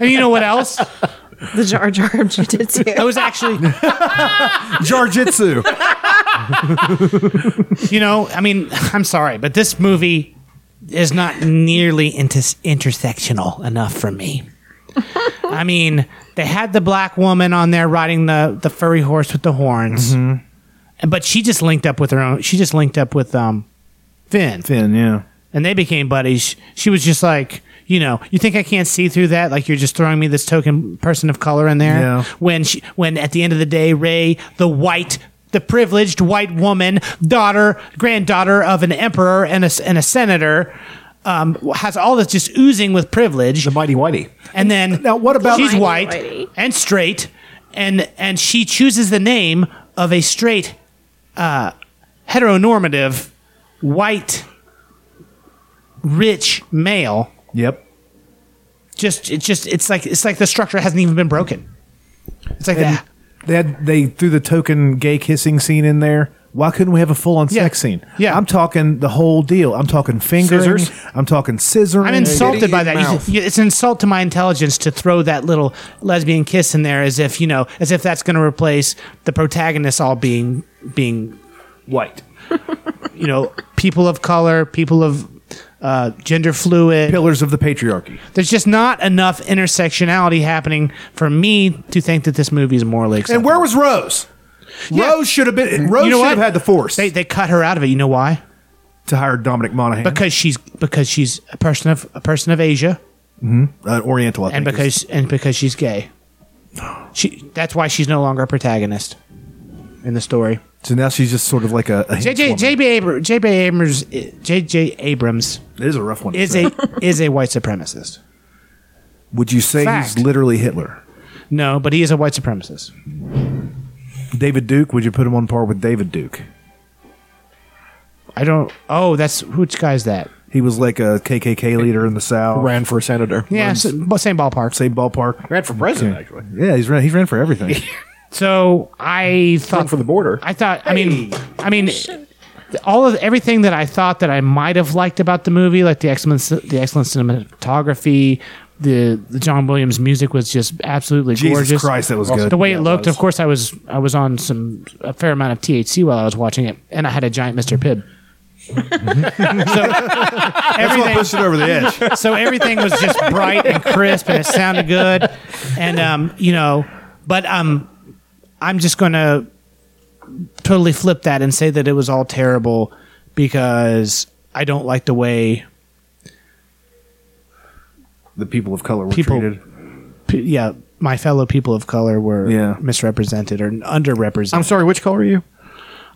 And you know what else?
the Jar Jar of Jiu-Jitsu.
That was actually,
Jar Jitsu.
you know, I mean, I'm sorry, but this movie is not nearly inter- intersectional enough for me. I mean, they had the black woman on there riding the, the furry horse with the horns, but she just linked up with her own. She just linked up with um, Finn.
Finn, yeah.
and they became buddies. She was just like, you know, you think I can't see through that? Like you're just throwing me this token person of color in there.
Yeah.
When she, when at the end of the day, Ray, the white, the privileged white woman, daughter, granddaughter of an emperor and a s- and a senator. Um, has all this just oozing with privilege. The
mighty whitey.
And then now,
what about-
she's
Mighty
white
whitey.
and straight, and and she chooses the name of a straight, uh, heteronormative, white, rich male.
Yep.
Just it's just it's like it's like the structure hasn't even been broken. It's like that.
They had they threw the token gay kissing scene in there. Why couldn't we have a full on sex scene? Yeah, I'm talking the whole deal. I'm talking fingers.
Scissors.
I'm talking scissoring.
I'm insulted by that. You- you- It's an insult to my intelligence to throw that little lesbian kiss in there as if you know, as if that's going to replace the protagonist all being being white. you know, people of color, people of uh, gender fluid,
pillars of the patriarchy.
There's just not enough intersectionality happening for me to think that this movie is morally acceptable.
And where was Rose? Rose should have been. Rose
You know
should
what?
have had the force.
They, they cut her out of it. You know why?
To hire Dominic Monaghan
because she's because she's a person of a person of Asia.
Mhm. Uh, Oriental, I
and
think
because and because she's gay. She that's why she's no longer a protagonist in the story.
So now she's just sort of like a. a henchwoman.
JJ JB Abr- JB Abrams JJ Abrams
It is a rough one. to
is
say.
a is a white supremacist.
Would you say
Fact.
he's literally Hitler?
No, but he is a white supremacist.
David Duke. Would you put him on par with David Duke?
I don't. Oh, that's which guy's that?
He was like a KKK leader in the South.
Ran for senator.
Yeah, s- bu- same ballpark.
Same ballpark.
Ran for president,
Okay.
actually.
Yeah, he's ran. He's ran for everything.
So I thought
for the border.
I thought. I mean, I mean, all of everything that I thought that I might have liked about the movie, like the excellent, the excellent cinematography, the, the John Williams music was just absolutely
Jesus
gorgeous.
Christ, that was good.
The way
Yeah,
it
it
looked.
was.
Of course, I was I was on some a fair amount of THC while I was watching it, and I had a giant Mr. Pibb.
That's what pushed it over the edge.
so everything was just bright and crisp and it sounded good and um you know but um i'm just gonna totally flip that and say that it was all terrible because i don't like the way
The people of color were
People-
treated.
p- yeah my fellow people of color were
Yeah.
misrepresented or underrepresented
I'm sorry, which color are you?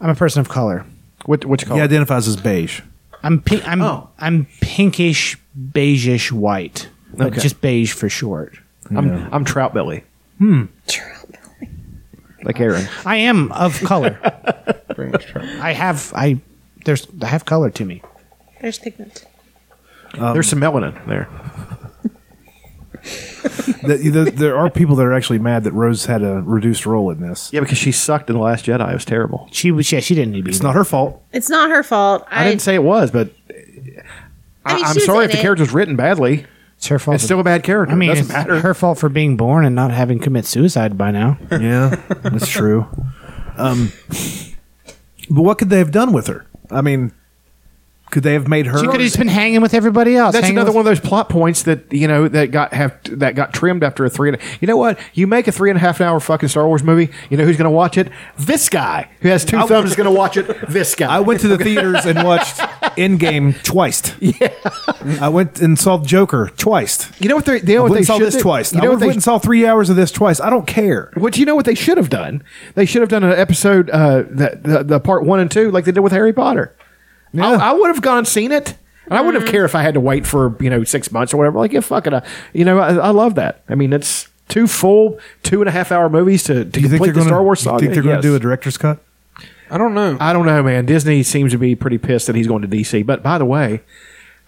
i'm a person of color
What, which color?
He identifies as beige.
i'm pink i'm
Oh.
i'm pinkish beigeish white but
Okay.
just beige for short
I'm, I'm trout belly. Hmm. Trout belly. Like Aaron.
I am of color. I have I there's I have color to me.
There's pigment.
Um,
There's some melanin there.
The, the, there are people that are actually mad that Rose had a reduced role in this.
Yeah, because she sucked in The Last Jedi. It was terrible.
She was yeah, she didn't need to be.
It's not her fault.
It's not her fault.
I, didn't say it was, but I
I mean,
I, am
she was
sorry
in
if the
it.
character's written badly.
It's her fault.
It's still a bad character.
I mean,
it doesn't
it's
matter.
her fault for being born and not having commit suicide by now.
Yeah, that's true. Um, but what could they have done with her? I mean, could they have made her?
She could have just been hanging with everybody else.
That's
hanging
another
with-
one of those plot points that you know that got have that got trimmed after a three. And you know what? You make a three and a half hour fucking Star Wars movie. You know who's going to watch it? This guy who has two thumbs is going to watch it. This guy.
I went to the theaters and watched Endgame twice. Yeah, I went and saw Joker twice.
you know what they? You know
I
what
went
they
and saw
should
this
do?
twice.
You
I
know what
went
they?
and saw three hours of this twice. I don't care.
What you know what they should have done? They should have done an episode uh, that the, the part one and two like they did with Harry Potter. I, I would have gone and seen it, and I wouldn't
Mm-hmm.
have cared if I had to wait for you know six months or whatever. Like yeah, fuck it. I, you know, I, I love that. I mean, it's two full two and a half hour movies to, to
You
complete
think they're
the
going
Star Wars
to?
saga.
Think they're going
Yes.
to do a director's cut?
I don't know.
I don't know, man. Disney seems to be pretty pissed that he's going to DC. But by the way,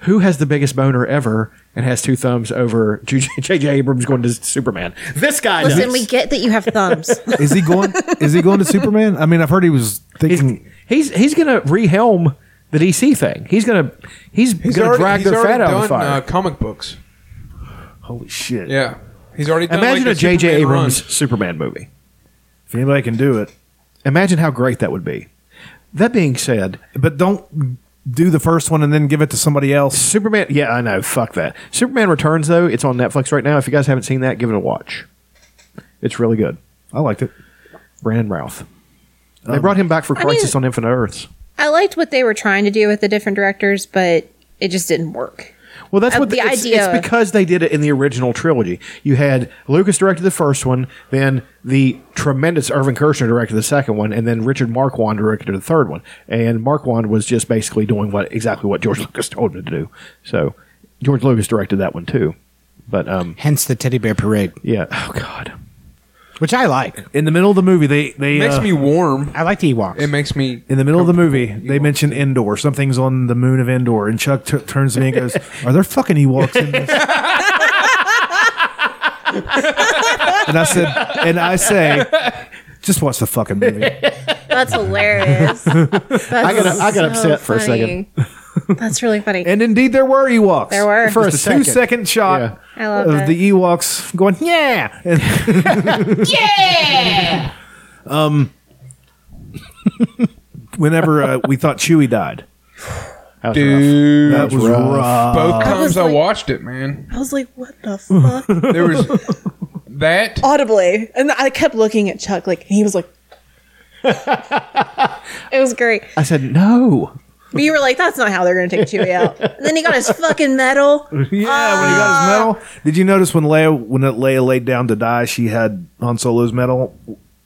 who has the biggest boner ever and has two thumbs over J.J. Abrams going to Superman? This guy.
Listen,
does.
we get that you have thumbs.
Is he going? is he going to Superman? I mean, I've heard he was
Mm.
thinking.
He's he's gonna rehelm the DC thing. He's gonna he's,
He's
gonna
already,
drag
he's
their
already
fat out
done
of the fire.
Uh, comic books.
Holy shit!
Yeah, he's already. Done,
Imagine
like,
a J.J.
Superman run.
Abrams Superman movie.
If anybody can do it,
Imagine how great that would be. That being said,
but don't do the first one and then give it to somebody else.
Superman. Yeah, I know. Fuck that. Superman Returns though. It's on Netflix right now. If you guys haven't seen that, give it a watch. It's really good.
I liked it.
Brandon Routh.
Um,
They brought him back for Crisis on Infinite Earths.
I liked what they were trying to do with the different directors, but it just didn't work.
Well, that's
Uh,
what
the
it's-
idea-
It's because they did it in the original trilogy. You had Lucas directed the first one, then the tremendous Irvin Kershner directed the second one, and then Richard Marquand directed the third one. And Marquand was just basically doing what exactly what George Lucas told him to do. So George Lucas directed that one too. But um,
Hence the teddy bear parade,
yeah, oh god,
which I like.
in the middle of the movie, they they
It makes
uh,
me warm.
I like the Ewoks.
It makes me.
In the middle of the movie, they mention Endor. Something's on the moon of Endor, and Chuck t- turns to me and goes, "Are there fucking Ewoks in this?" and I said, and I say, just watch the fucking movie.
That's hilarious. That's
I got I got
so
upset for a second.
Oh, funny. That's really funny.
And indeed, there were Ewoks.
There were.
for
Just
a,
a
two
second.
second shot
Yeah.
I love
of
that.
the Ewoks going, yeah. And-
yeah.
um, whenever uh, we thought Chewie died,
That was
Dude,
that was rough.
both times
was
I,
like-
watched it, man.
I was like, what the fuck?
There was that.
Audibly. And I kept looking at Chuck, like, and he was like, it was great.
I said no.
But you were like, that's not how they're going to take Chewie out. And then he got his fucking medal.
yeah, when he
Uh,
got his medal. Did you notice when Leia when Leia laid down to die, she had Han Solo's medal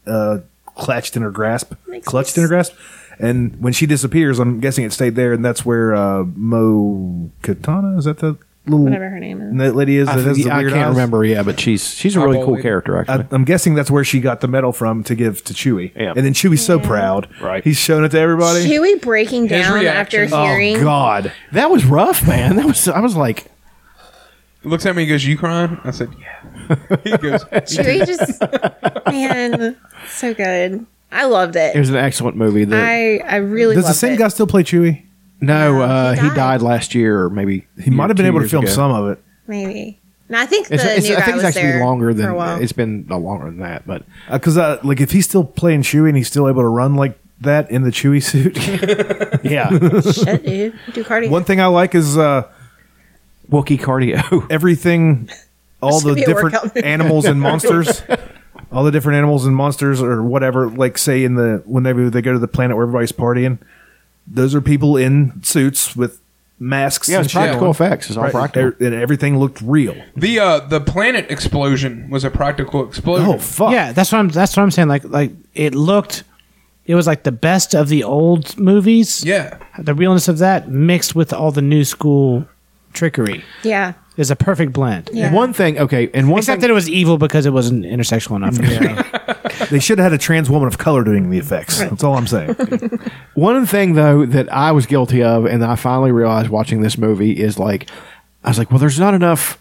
uh, clutched in her grasp,
Makes
clutched
me
in her grasp. And when she disappears, I'm guessing it stayed there, and that's where uh, Mo Katana is that the little
Whatever her name is.
that lady is.
I,
that has the
think- I
weird
can't
eyes?
remember. Yeah, but she's she's a really
Eyeball
cool
lady.
character. Actually,
I, I'm guessing that's where she got the medal from to give to Chewie.
Yeah.
And then Chewie's so proud.
Right.
He's showing it to everybody.
Chewie breaking
His
down after
reaction.
hearing.
oh God.
that was rough, man. That was I was like,
Looks at me and goes, "You crying?" I said, "Yeah." he goes,
Chewie just, man, so good. I loved it.
it was an excellent movie. That
I, I really
Does the
loved
same
it.
guy still play Chewie?
No,
No,
uh,
he
he, died.
died.
last year, or maybe
He might have been
two
able to
years
film
ago.
some of it.
Maybe. And I think the
It's, it's,
new
I
guy
think
was
it's actually
there
longer than
for a while.
it's been no longer than that. But
Because uh, like if he's still playing Chewie and he's still able to run like that in the Chewie suit.
yeah,
Shit, dude. Do cardio.
One thing I like is uh,
Wookie cardio.
everything, all
This
the
could be a
different
workout video.
animals and monsters. All the different animals and monsters, or whatever, like say in the whenever they go to the planet where everybody's partying, those are people in suits with masks.
yeah,
and
it's
shit
practical
on.
effects. It's all
Right.
practical.
And everything looked real.
The uh, the planet explosion was a practical explosion.
Oh fuck!
Yeah, that's what I'm. That's what I'm saying. Like, like it looked. It was like the best of the old movies.
yeah.
the realness of that mixed with all the new school trickery
yeah.
is a perfect blend.
Yeah.
One thing, okay, and one thing,
Except that it was evil because it wasn't intersectional enough.
They should have had a trans woman of color doing the effects. That's all I'm saying.
one thing though that I was guilty of, and I finally realized watching this movie is like, I was like, well, there's not enough.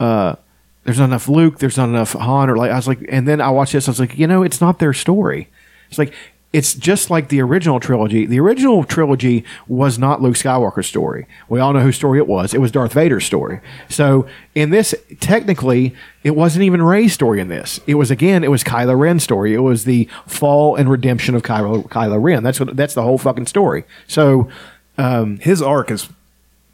uh there's not enough Luke. There's not enough Han. Or like I was like, and then I watched this. I was like, you know, it's not their story. It's like it's just like the original trilogy. The original trilogy was not Luke Skywalker's story. We all know whose story it was. It was Darth Vader's story. So in this, technically, it wasn't even Ray's story. In this, it was again, it was Kylo Ren's story. It was the fall and redemption of Kylo Kylo Ren. That's what that's the whole fucking story. So
His arc is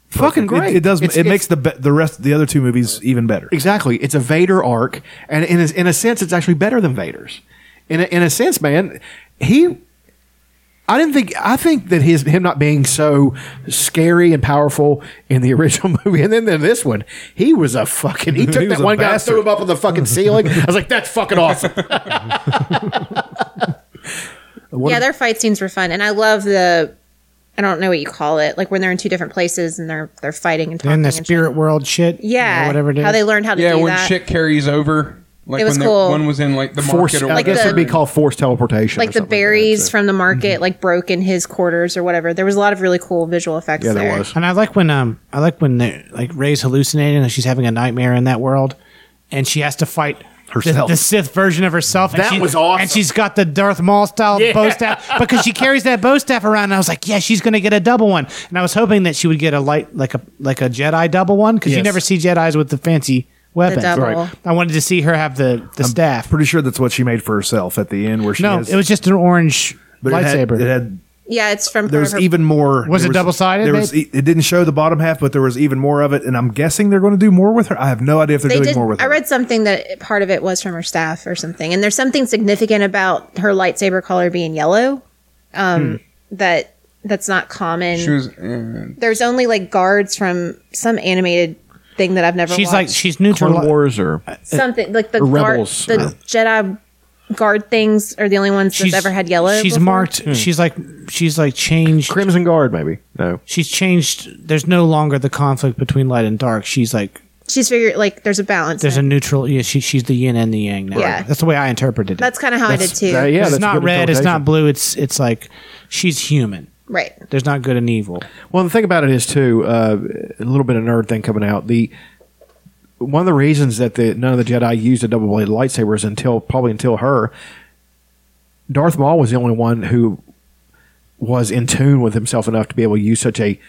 fucking
It,
great.
it does.
It's-
it
it's-
makes the be- the rest the other two movies even better.
Exactly. It's a Vader arc, and in a, in a sense, it's actually better than Vader's. In a, in a sense, man, he. I didn't think. I think that his him not being so scary and powerful in the original movie, and then, then this one, he was a fucking. He took
He was
that
a
one guy, and
bastard.
threw him up on the fucking ceiling. I was like, "That's fucking awesome."
yeah, their fight scenes were fun, and I love the. I don't know what you call it, like when they're in two different places and they're they're fighting and talking.
and the
and shit.
spirit world shit. you know,
yeah,
whatever it is.
How they learned how to
Yeah,
do
when
that,
shit carries over, like
It was
when
cool.
the, one was in like the
Force.
market or
I
Like
guess
the-
it'd be called forced teleportation. or
like the
something that,
berries
so.
from the market, like broke in his quarters or whatever. There was a lot of really cool visual effects.
Yeah,
there,
there was.
And I like when um I like when they like Ray's hallucinating and she's having a nightmare in that world, and she has to fight the-
Herself.
the, Sith version of herself. and
That
she-
was awesome.
And she's got the Darth Maul style bow staff because she carries that bow staff around. And I was like, yeah, she's gonna get a double one. And I was hoping that she would get a light like a like a Jedi double one because you
Yes.
never see Jedi's with the fancy
the
weapons.
double.
Right.
I wanted to see her have the the staff.
Pretty sure that's what she made for herself at the end, where she
no,
has,
it was just an orange
but it had-
lightsaber.
It had,
Yeah, it's from
there
part
was
of her-
even more.
Was
there
it double-sided,
There was
babe?
e- it didn't show the bottom half, but there was even more of it. And I'm guessing they're going to do more with her. I have no idea if they're
They
doing
did.
more with
I
her.
read something that it- part of it was from her staff or something, and there's something significant about her lightsaber color being yellow. Um, That that's not common.
She was in
There's only like guards from some animated thing that I've never.
She's like
watched.
she's neutral.
Clone Wars or
something like the
Or
guard,
Rebels,
the
or-
Jedi guard things are the only ones that's ever had yellow.
She's
before.
marked. She's like she's like changed.
Crimson Guard, maybe. No.
She's changed. There's no longer the conflict between light and dark. She's like
She's figured like there's a balance.
there's a
in it.
neutral. Yeah, she, she's the yin and the yang now.
Yeah.
that's the way I interpreted it.
that's kind of how I did too.
that- yeah,
it's
that's a
not
good
red. It's
interpretation.
not blue. It's it's like she's human.
Right.
There's not good and evil.
Well, the thing about it is too uh, a little bit of nerd thing coming out. The one of the reasons that the none of the Jedi used a double bladed lightsaber is until probably until her. Darth Maul was the only one who was in tune with himself enough to be able to use such a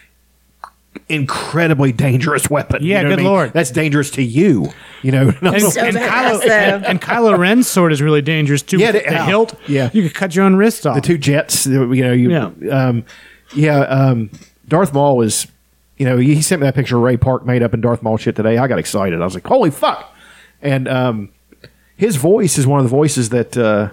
incredibly dangerous weapon.
Yeah,
what
good lord.
that's dangerous to you. You know, not-
And,
so
and
badass,
Kylo, and,
though.
and Kylo Ren's sword is really dangerous too.
Yeah,
the,
the- ow.
hilt.
Yeah.
you could cut your own wrist off.
the two jets. You know, you
Yeah.
yeah, um, yeah um, Darth Maul was. You know, he sent me that picture of Ray Park made up in Darth Maul shit today. I got excited. I was like, "Holy fuck!" And um, his voice is one of the voices that uh,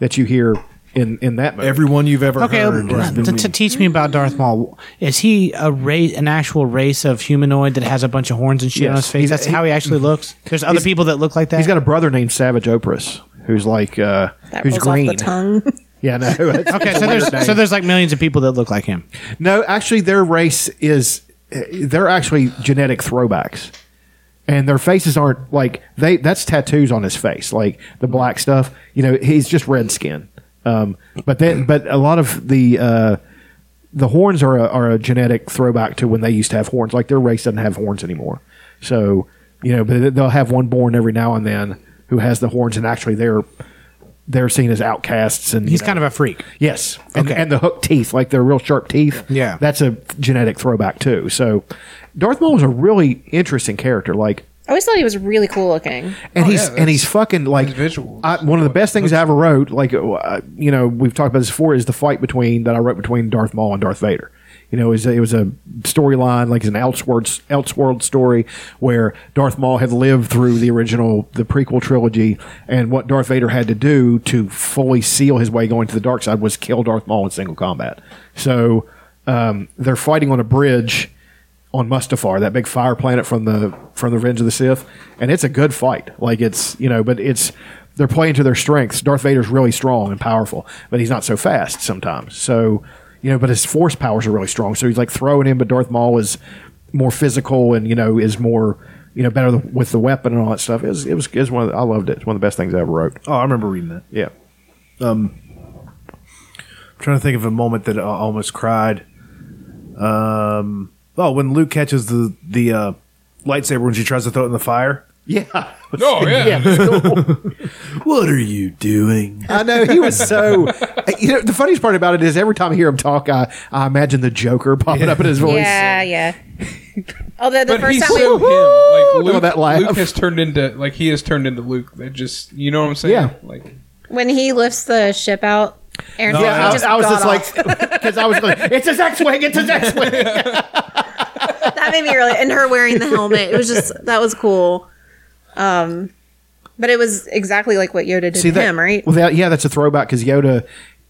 that you hear in in that movie.
Everyone you've ever
Okay, um,
heard. has
to,
been-
to teach me about Darth Maul. Is he a race, an actual race of humanoid that has a bunch of horns and shit on
Yes.
his face?
He's-
That's
he- Mm-hmm.
how he actually looks. There's other people that look like that.
He's got a brother named Savage Opress who's like uh,
That
who's
rolls
green.
off the tongue.
Yeah, no.
okay, so there's so there's like millions of people that look like him.
No, actually, their race is they're actually genetic throwbacks, and their faces aren't like they. That's tattoos on his face, like the black stuff. You know, he's just red skin. Um, but then, but a lot of the uh, the horns are a, are a genetic throwback to when they used to have horns. Like their race doesn't have horns anymore, so you know, but they'll have one born every now and then who has the horns, and actually they're they're seen as outcasts. And you
He's
know.
kind of a freak.
Yes. And,
Okay.
and the hook teeth, like they're real sharp teeth.
Yeah.
That's a genetic throwback too. So Darth Maul is a really interesting character. Like
I always thought he was really cool looking.
and
Oh,
he's
yeah,
and
that's-
he's fucking like
that's visuals.
I, one of the best things I ever wrote, like uh, you know, we've talked about this before, is the fight between that I wrote between Darth Maul and Darth Vader. You know, it was a, it was a storyline like it's an Elseworlds Elseworld story where Darth Maul had lived through the original the prequel trilogy, and what Darth Vader had to do to fully seal his way going to the dark side was kill Darth Maul in single combat. So um, they're fighting on a bridge on Mustafar, that big fire planet from the from the Revenge of the Sith, and it's a good fight. Like it's you know, but it's they're playing to their strengths. Darth Vader's really strong and powerful, but he's not so fast sometimes. So you know, but his force powers are really strong. So he's like throwing him, but Darth Maul is more physical and you know is more you know better with the weapon and all that stuff. It was it was, it was one of the, I loved it. It's one of the best things I ever wrote.
oh, I remember reading that.
Yeah.
trying to think of a moment that I almost cried. Um, oh, when Luke catches the the uh, lightsaber when she tries to throw it in the fire.
Yeah,
Oh yeah.
What are you doing?
I know he was so. You know, the funniest part about it is every time I hear him talk, I, I imagine the Joker popping up in his voice.
Yeah, yeah. Although the
But
first
he's
time
so
we,
him. Like
Look at
Luke,
that laugh.
Luke has turned into like he has turned into Luke. That just you know what I'm saying?
Yeah.
Like
when he lifts the ship out, Aaron
Yeah, I,
just
I was
got
just
off.
like, because I was like, it's his X-wing, it's his X-wing.
that made me really and her wearing the helmet. It was just that was cool. Um but it was exactly like what Yoda did to
that,
him, right?
Well, that, yeah, that's a throwback because Yoda,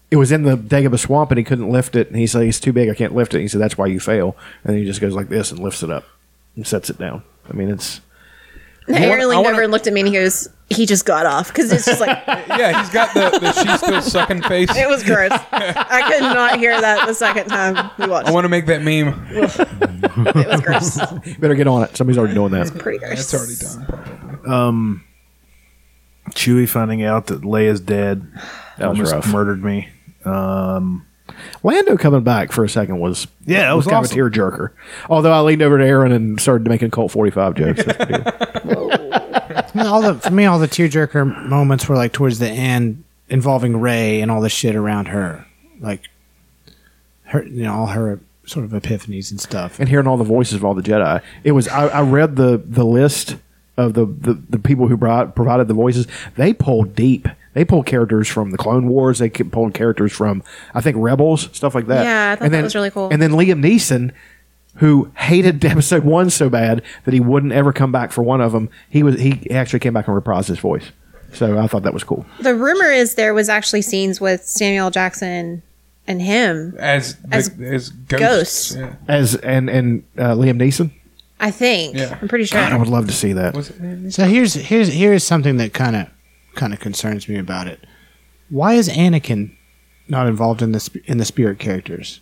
it was in the Dagobah swamp and he couldn't lift it, and he's like, it's too big, I can't lift it. And he said, that's why you fail, and then he just goes like this and lifts it up and sets it down. I mean, it's
wanna-
Aaron leaned
I wanna-
over and looked at me and he goes, He just got off because it's just like
yeah, he's got the, the she's still sucking face.
it was gross. I could not hear that the second time we watched.
I want to make that meme.
it was gross.
you better get on it. Somebody's already doing that.
Pretty gross.
That's already done. Probably.
Chewie finding out that Leia's dead
That was
almost
rough.
murdered me. Um,
Lando coming back for a second was
Yeah, that was
kind
awesome.
of a tearjerker. Although I leaned over to Aaron and started making Colt forty five jokes. That's pretty good.
And all the for me, all the tearjerker moments were like towards the end, involving Ray and all the shit around her, like her, you know, all her sort of epiphanies and stuff.
and hearing all the voices of all the Jedi. It was I, I read the the list of the, the, the people who brought, provided the voices. They pulled deep. They pulled characters from the Clone Wars. They ca- pulled characters from I think Rebels stuff like that.
Yeah, I thought
and
that
then,
was really cool.
And then Liam Neeson. Who hated Episode One so bad that he wouldn't ever come back for one of them? He was he actually came back and reprised his voice, so I thought that was cool.
The rumor is there was actually scenes with Samuel Jackson and him
as
As
the, as ghosts.
ghosts.
Yeah.
as and and uh, Liam Neeson.
I think
Yeah.
I'm pretty sure.
God, I would love to see that.
Was it Liam Neeson?
So here's here's here's something that kind of kind of concerns me about it. Why is Anakin not involved in the sp- in the spirit characters?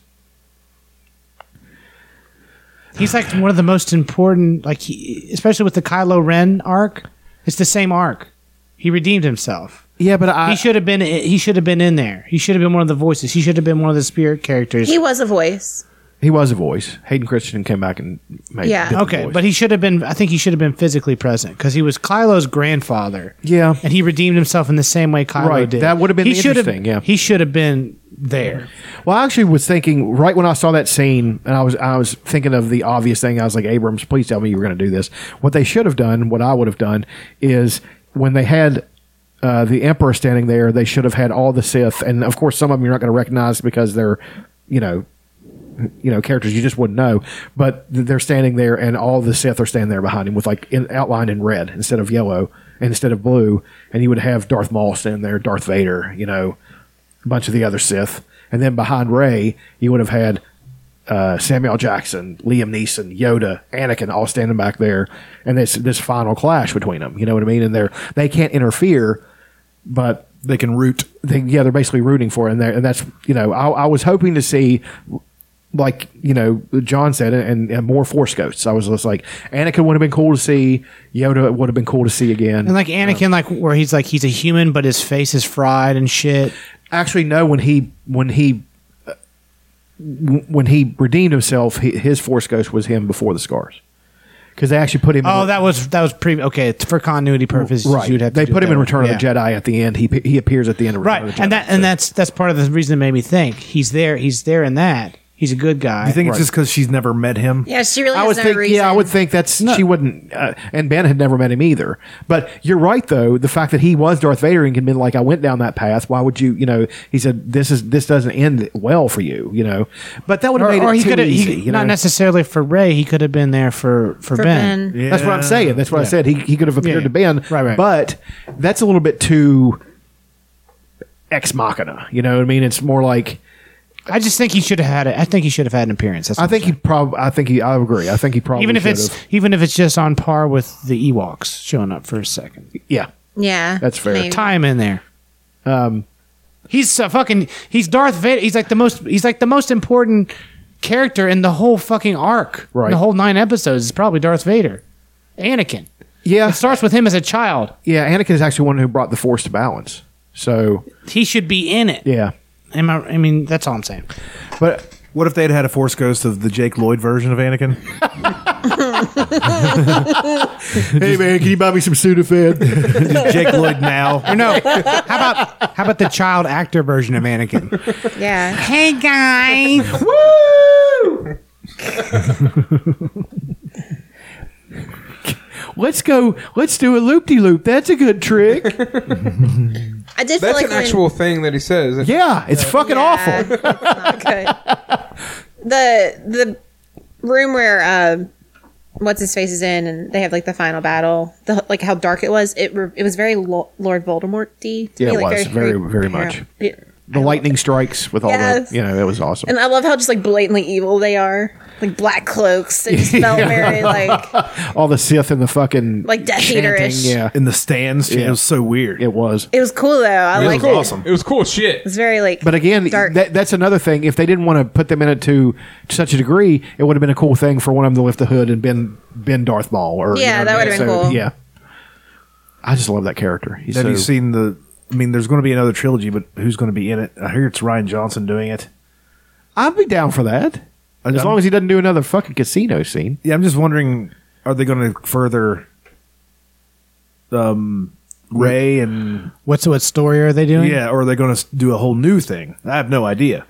He's like one of the most important, like he, especially with the Kylo Ren arc. It's the same arc. He redeemed himself.
Yeah, but I
he should have been. He should have been in there. He should have been one of the voices. He should have been one of the spirit characters.
He was a voice.
he was a voice. Hayden Christensen came back and made
Yeah.
a different
okay,
voice.
but he should have been. I think he should have been physically present because he was Kylo's grandfather.
yeah,
and he redeemed himself in the same way Kylo
Right,
did.
that would have been
he should have-
interesting, yeah.
he should have been there.
Well, I actually was thinking right when I saw that scene, and I was I was thinking of the obvious thing. I was like, Abrams, please tell me you were going to do this. What they should have done, what I would have done, is when they had uh, the Emperor standing there, they should have had all the Sith, and of course, some of them you're not going to recognize because they're, you know, you know, characters you just wouldn't know. But th- they're standing there, and all the Sith are standing there behind him with like in, outlined in red instead of yellow, and instead of blue, and you would have Darth Maul standing there, Darth Vader, you know a bunch of the other Sith, and then behind Ray, you would have had uh, Samuel Jackson, Liam Neeson, Yoda, Anakin, all standing back there, and this this final clash between them. You know what I mean? And they're they can't interfere, but
They can root.
they, yeah, they're basically rooting for, it, and, they're- and that's you know, I, I was hoping to see, like you know, John said, and, and more Force ghosts. I was just like, Anakin would have been cool to see, Yoda would have been cool to see again.
And like Anakin, like where he's like he's a human, but his face is fried and shit.
actually no when he when he uh, w- when he redeemed himself he, his force ghost was him before the scars because they actually put him
Oh,
in,
that was that was pre okay t- for continuity purposes.
right
you'd have to
they
do
put
it
him
that
in
way.
return
Yeah.
of the jedi at the end he pe- he appears at the end of return of
right?
the jedi
And that and that's that's part of the reason that made me think he's there. He's there in that. He's a good guy.
You think it's just because she's never met him?
Yeah, she really
I
has
would
no
think,
reason.
yeah, I would think that's she wouldn't, uh, and Ben had never met him either. But you're right, though, the fact that he was Darth Vader and had been like, I went down that path. Why would you, you know? He said, this is this doesn't end well for you, you know. But that would have
or,
made
or
it
he
too
could have
easy,
he-
you
not
know?
necessarily for Ray. He could have been there for for,
For
ben.
Ben.
That's what I'm saying. That's what I
Yeah.
said. He, he could have appeared to
Yeah.
Ben.
Right, right.
But that's a little bit too ex machina. You know what I mean? It's more like
I just think he should have had. A, I think he should have had an appearance. That's
I
what
think he probably. I think he. I agree. I think he probably
even if
should
it's
have.
even if it's just on par with the Ewoks showing up for a second.
yeah.
Yeah,
That's fair.
maybe.
Time in there.
Um,
He's a fucking. He's Darth Vader. He's like the most. He's like the most important character in the whole fucking arc.
Right.
The whole nine episodes is probably Darth Vader, Anakin.
yeah.
It starts with him as a child.
Yeah. Anakin is actually one who brought the Force to balance. So
He should be in it.
yeah.
Am I, I mean, that's all I'm saying.
But
What if they'd had a Force Ghost of the Jake Lloyd version of Anakin?
hey man, can you buy me some Sudafed?
Jake Lloyd now.
No. how about how about the child actor version of Anakin?
Yeah,
hey guys.
let's go. Let's do a loop de loop. That's a good trick.
I did. feel
That's
like when-
an actual thing that he says.
yeah. It's fucking
Yeah,
awful.
it's not good. the the room where uh, what's his face is in, and they have like the final battle, the like how dark it was. It re- it was very Lo- Lord Voldemort. D.
Yeah, it was. Very- very much. The lightning strikes with all
Yes.
that. You know, that was awesome.
And I love how just like blatantly evil they are, like black cloaks. They just felt very like
all the Sith and the fucking
like Death
chanting,
Eater-ish.
Yeah,
In the stands. It was so weird.
it was.
It was cool though. I
It
like
was
it.
awesome.
It was cool shit.
It's very like.
But again,
dark.
that, that's another thing. If they didn't want to put them in it to, to such a degree, it would have been a cool thing for one of them to lift the hood and been been Darth Maul. Or
Yeah, that
what I
would've
mean?
been cool.
Yeah, I just love that character. He's
Have
so,
you seen the? I mean, there's going to be another trilogy, but who's going to be in it? I hear it's Ryan Johnson doing it.
I'd be down for that as
I'm-
long as he doesn't do another fucking casino scene.
Yeah, I'm just wondering, are they going to further um, Ray and
What's what story are they doing?
yeah, or are they going to do a whole new thing? I have no idea.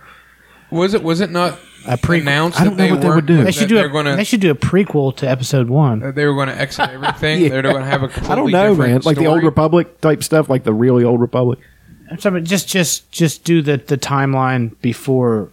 Was it? Was it not
A prequel.
announced?
I don't
that
know what they
were-
would do.
They
that
should do
They're
a,
gonna.
they should do a prequel to episode one.
that they were going to exit everything. They're going to have a completely
I don't know,
different
man. Like the
story.
old Republic type stuff, like the really old Republic.
Somebody- just just just do the, the timeline before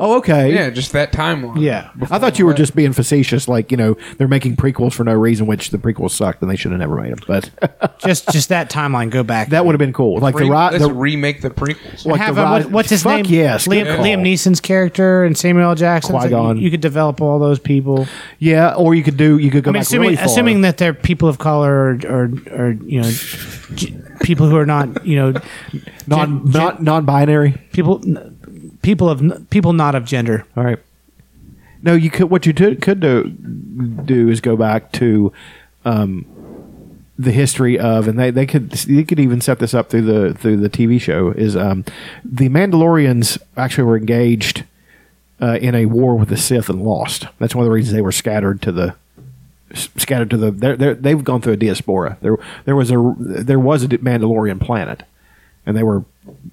Oh, okay.
Yeah, just that timeline.
Yeah.
Before
I thought you were
that.
just being facetious, like, you know, they're making prequels for no reason, which the prequels sucked and they should have never made them. But
just just that timeline. Go back.
that would have been cool. Like,
Re-
the right.
let's
The,
remake the prequels.
like
Have
the
a-
ride-
what- what's his
Fuck
name?
yes, good
Liam,
call.
Liam Neeson's character and Samuel L. Jackson.
Qui-Gon.
You, you could develop all those people.
yeah, or you could do, you could go
I mean,
back
assuming
really far.
assuming that they're people of color or or, or you know g- people who are not you know
non,
gen-
not, non-binary.
people people of people not of gender.
All right. No, you could. What you do, could do, do is go back to um, the history of, and they, they could they could even set this up through the through the TV show. Is um, the Mandalorians actually were engaged uh, in a war with the Sith and lost. That's one of the reasons they were scattered to the s- scattered to the. They're, they're, they've gone through a diaspora. There there was a there was a Mandalorian planet, and they were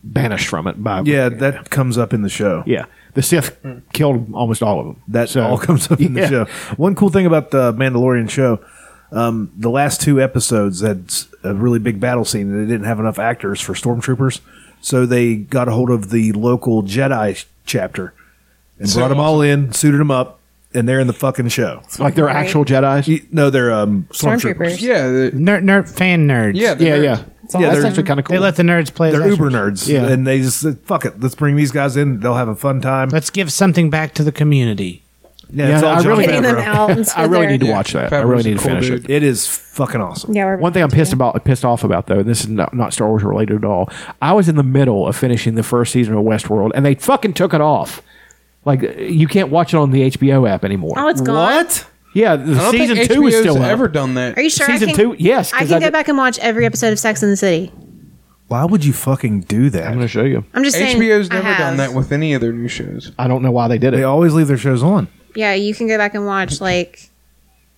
banished from it by
Yeah, that comes up in the show.
yeah, the Sith killed almost all of them.
That
So-
all comes up in the
Yeah.
show. One cool thing about the Mandalorian show, um, the last two episodes had s- a really big battle scene, and they didn't have enough actors for stormtroopers, so they got a hold of the local Jedi sh- chapter and brought them all in, suited them up, and they're in the fucking show.
Like they're actual Jedi's.
You- No, they're um, stormtroopers.
Stormtroopers.
Yeah, the,
Nerd, nerd fan nerds.
yeah, the
yeah,
nerds.
yeah.
Yeah,
that's
they're-
actually kind of cool.
They let the nerds play. as
They're
extras.
uber nerds,
Yeah.
and they just said, "Fuck it, let's bring these guys in. They'll have a fun time."
Let's give something back to the community.
Yeah,
Yeah,
it's all
I
John
really-
Getting them
Favreau.
out. And
I really need to
Yeah,
watch that. I
Favreau's
really
a
need to
cool
finish
dude.
it.
It is fucking awesome.
Yeah, we're
One thing I'm pissed about, pissed off about though, and this is not, not Star Wars related at all. I was in the middle of finishing the first season of Westworld, and they fucking took it off. Like you can't watch it on the HBO app anymore.
Oh, it's gone.
What?
yeah, the
I don't
season
think
two is
HBO's
still up.
ever done that.
Are you sure?
Season
I can,
two? Yes, 'cause
I
I
can go
did-
back and watch every episode of Sex in the City.
Why would you fucking do that?
I'm going to show you.
I'm just saying.
HBO's
I
never
have.
done that with any of their new shows.
I don't know why they did
They
it.
always leave their shows on.
Yeah, you can go back and watch like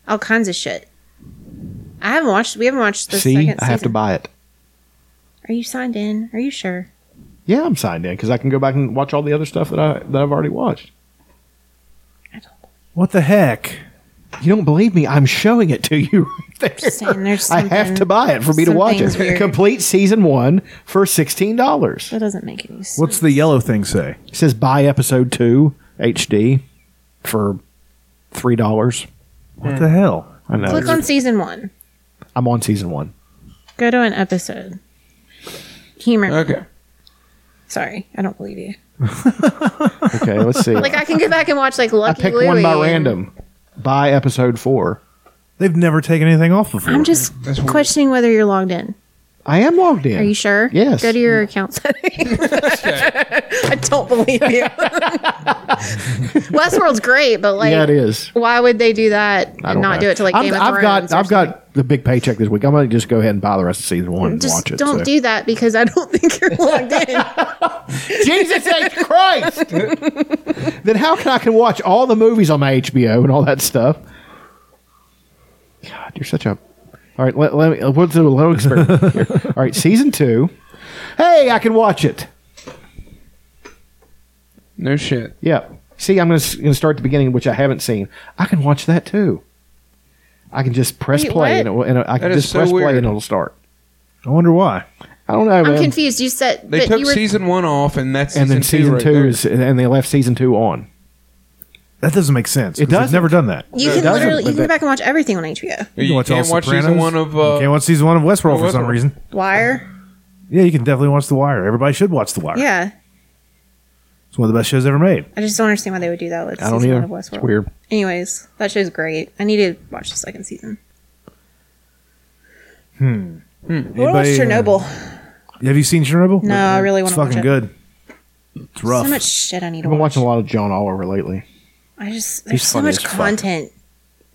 all kinds of shit. I haven't watched. We haven't watched the
See,
second
I have to
season.
buy it.
Are you signed in? Are you sure?
Yeah, I'm signed in because I can go back and watch all the other stuff that I that I've already watched.
What the heck?
You don't believe me? I'm showing it to you right there.
Just saying, there's
I have
something-
to buy it for me to watch it.
something's weird.
Complete season one for sixteen dollars.
That doesn't make any sense.
What's the yellow thing say?
It says buy episode two HD for three dollars.
What
Hmm.
the hell?
I know.
Click on season one.
I'm on season one.
Go to an episode. Humor. me.
Okay.
Sorry, I don't believe you.
Okay, let's see.
Like I can go back and watch like
I
Lucky
picked
Louie.
one by
and-
random. Buy episode four.
They've never taken anything off before.
I'm just
That's weird.
questioning whether you're logged in.
I am logged in.
Are you sure?
Yes.
Go to your account settings. I don't believe you. Westworld's great, but like,
Yeah, it is.
Why would they do that and
I don't
not
know.
do it to like
I'm-
Game of
I've
Thrones?
got
or
I've got the big paycheck this week. I'm going to just go ahead and buy the rest of season one
something?
and
Just
watch it.
don't
so.
do that because I don't think you're logged in.
Jesus H. Christ! then how can I can watch all the movies on my HBO and all that stuff? God, you're such a. All right, let, let me. We'll do a little experiment here. All right, season two. Hey, I can watch it.
No shit.
Yeah. See, I'm going to start at the beginning, which I haven't seen. I can watch that too. I can just press
Wait,
play
what?
and, it will, and I can
That is
just
so
press play
weird.
and it'll start.
I wonder why.
I don't know,
I'm
man.
confused. You said
They
that
took
you were
season one off, and that's
And then season
right
two
there.
is, and they left season two on.
That doesn't make sense.
It
'cause they've
doesn't.
never done that.
you
it
can
doesn't,
literally
but
you can go
that-
back and watch everything on HBO.
You, can't
all
watch season
Sopranos.
one of.
you
Uh,
can't watch season one of Westworld for some
Westworld.
reason.
Wire.
Yeah, you can definitely watch The Wire. Everybody should watch The Wire.
Yeah,
it's one of the best shows ever made.
I just don't understand why they would do that with
I don't
season
either.
one of
It's
Westworld.
weird.
Anyways, that show's great. I need to watch the second season. What about
Anybody, uh,
Chernobyl?
have you seen Chernobyl?
No, I really
It's
wanna watch
fucking
it.
good. It's rough.
So much shit I need to
I've been
watch.
watching a lot of John Oliver lately.
I just there's so
funny
much
as fuck.
content